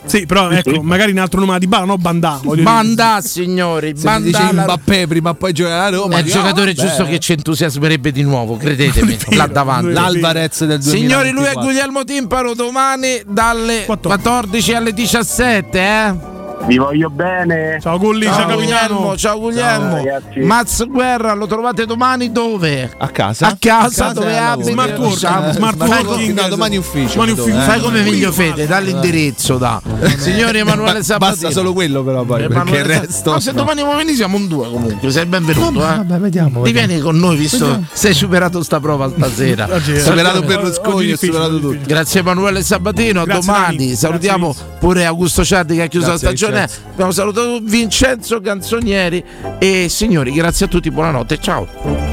[SPEAKER 16] Sì, però ecco, magari un altro nome di Bala, no Bandà. voglio dire.
[SPEAKER 3] Bandà, signori,
[SPEAKER 16] Se mi dice
[SPEAKER 3] Bandà alla-
[SPEAKER 15] Mbappé prima o poi giocherà a Roma.
[SPEAKER 3] è il
[SPEAKER 15] dico,
[SPEAKER 3] giocatore
[SPEAKER 15] ah,
[SPEAKER 3] giusto
[SPEAKER 15] beh.
[SPEAKER 3] che ci entusiasmerebbe di nuovo, credetemi, là davanti.
[SPEAKER 15] L'Alvarez del 2000.
[SPEAKER 3] Signori, lui è Guglielmo Timpano domani dalle 14 alle 17, eh?
[SPEAKER 26] Vi voglio bene.
[SPEAKER 16] Ciao Gulli,
[SPEAKER 3] ciao, Guglielmo, ciao Guglielmo. Mazz Guerra lo trovate domani dove?
[SPEAKER 15] A casa.
[SPEAKER 3] A casa, dove
[SPEAKER 15] e al
[SPEAKER 3] abiti?
[SPEAKER 15] lavoro.
[SPEAKER 3] lo diciamo. Fai come-
[SPEAKER 15] No, domani ufficio. Eh,
[SPEAKER 3] Fai come Emilio Fede, dà l'indirizzo, da. Signore Emanuele
[SPEAKER 15] Ba-
[SPEAKER 3] Sabatino. Eh,
[SPEAKER 15] Basta solo quello, però. Poi, perché
[SPEAKER 3] Emanuele
[SPEAKER 15] il
[SPEAKER 3] Sabatino.
[SPEAKER 15] resto.
[SPEAKER 3] No, se domani vuoi venire siamo un due comunque, sei benvenuto, eh.
[SPEAKER 15] vediamo.
[SPEAKER 3] Ti vieni con noi visto
[SPEAKER 15] Vediamo.
[SPEAKER 3] sei superato sta prova stasera.
[SPEAKER 15] Oggi è- Superato
[SPEAKER 3] Grazie.
[SPEAKER 15] Berlusconi,
[SPEAKER 3] Oggi è difficile,
[SPEAKER 15] superato tutti.
[SPEAKER 3] difficile. Grazie Emanuele Sabatino, a
[SPEAKER 15] Grazie,
[SPEAKER 3] domani
[SPEAKER 15] Dani.
[SPEAKER 3] salutiamo pure Augusto Ciardi che ha chiuso
[SPEAKER 15] Grazie,
[SPEAKER 3] la stagione.
[SPEAKER 15] Vincenzo.
[SPEAKER 3] Abbiamo salutato Vincenzo Canzonieri e signori, grazie a tutti, buonanotte, ciao.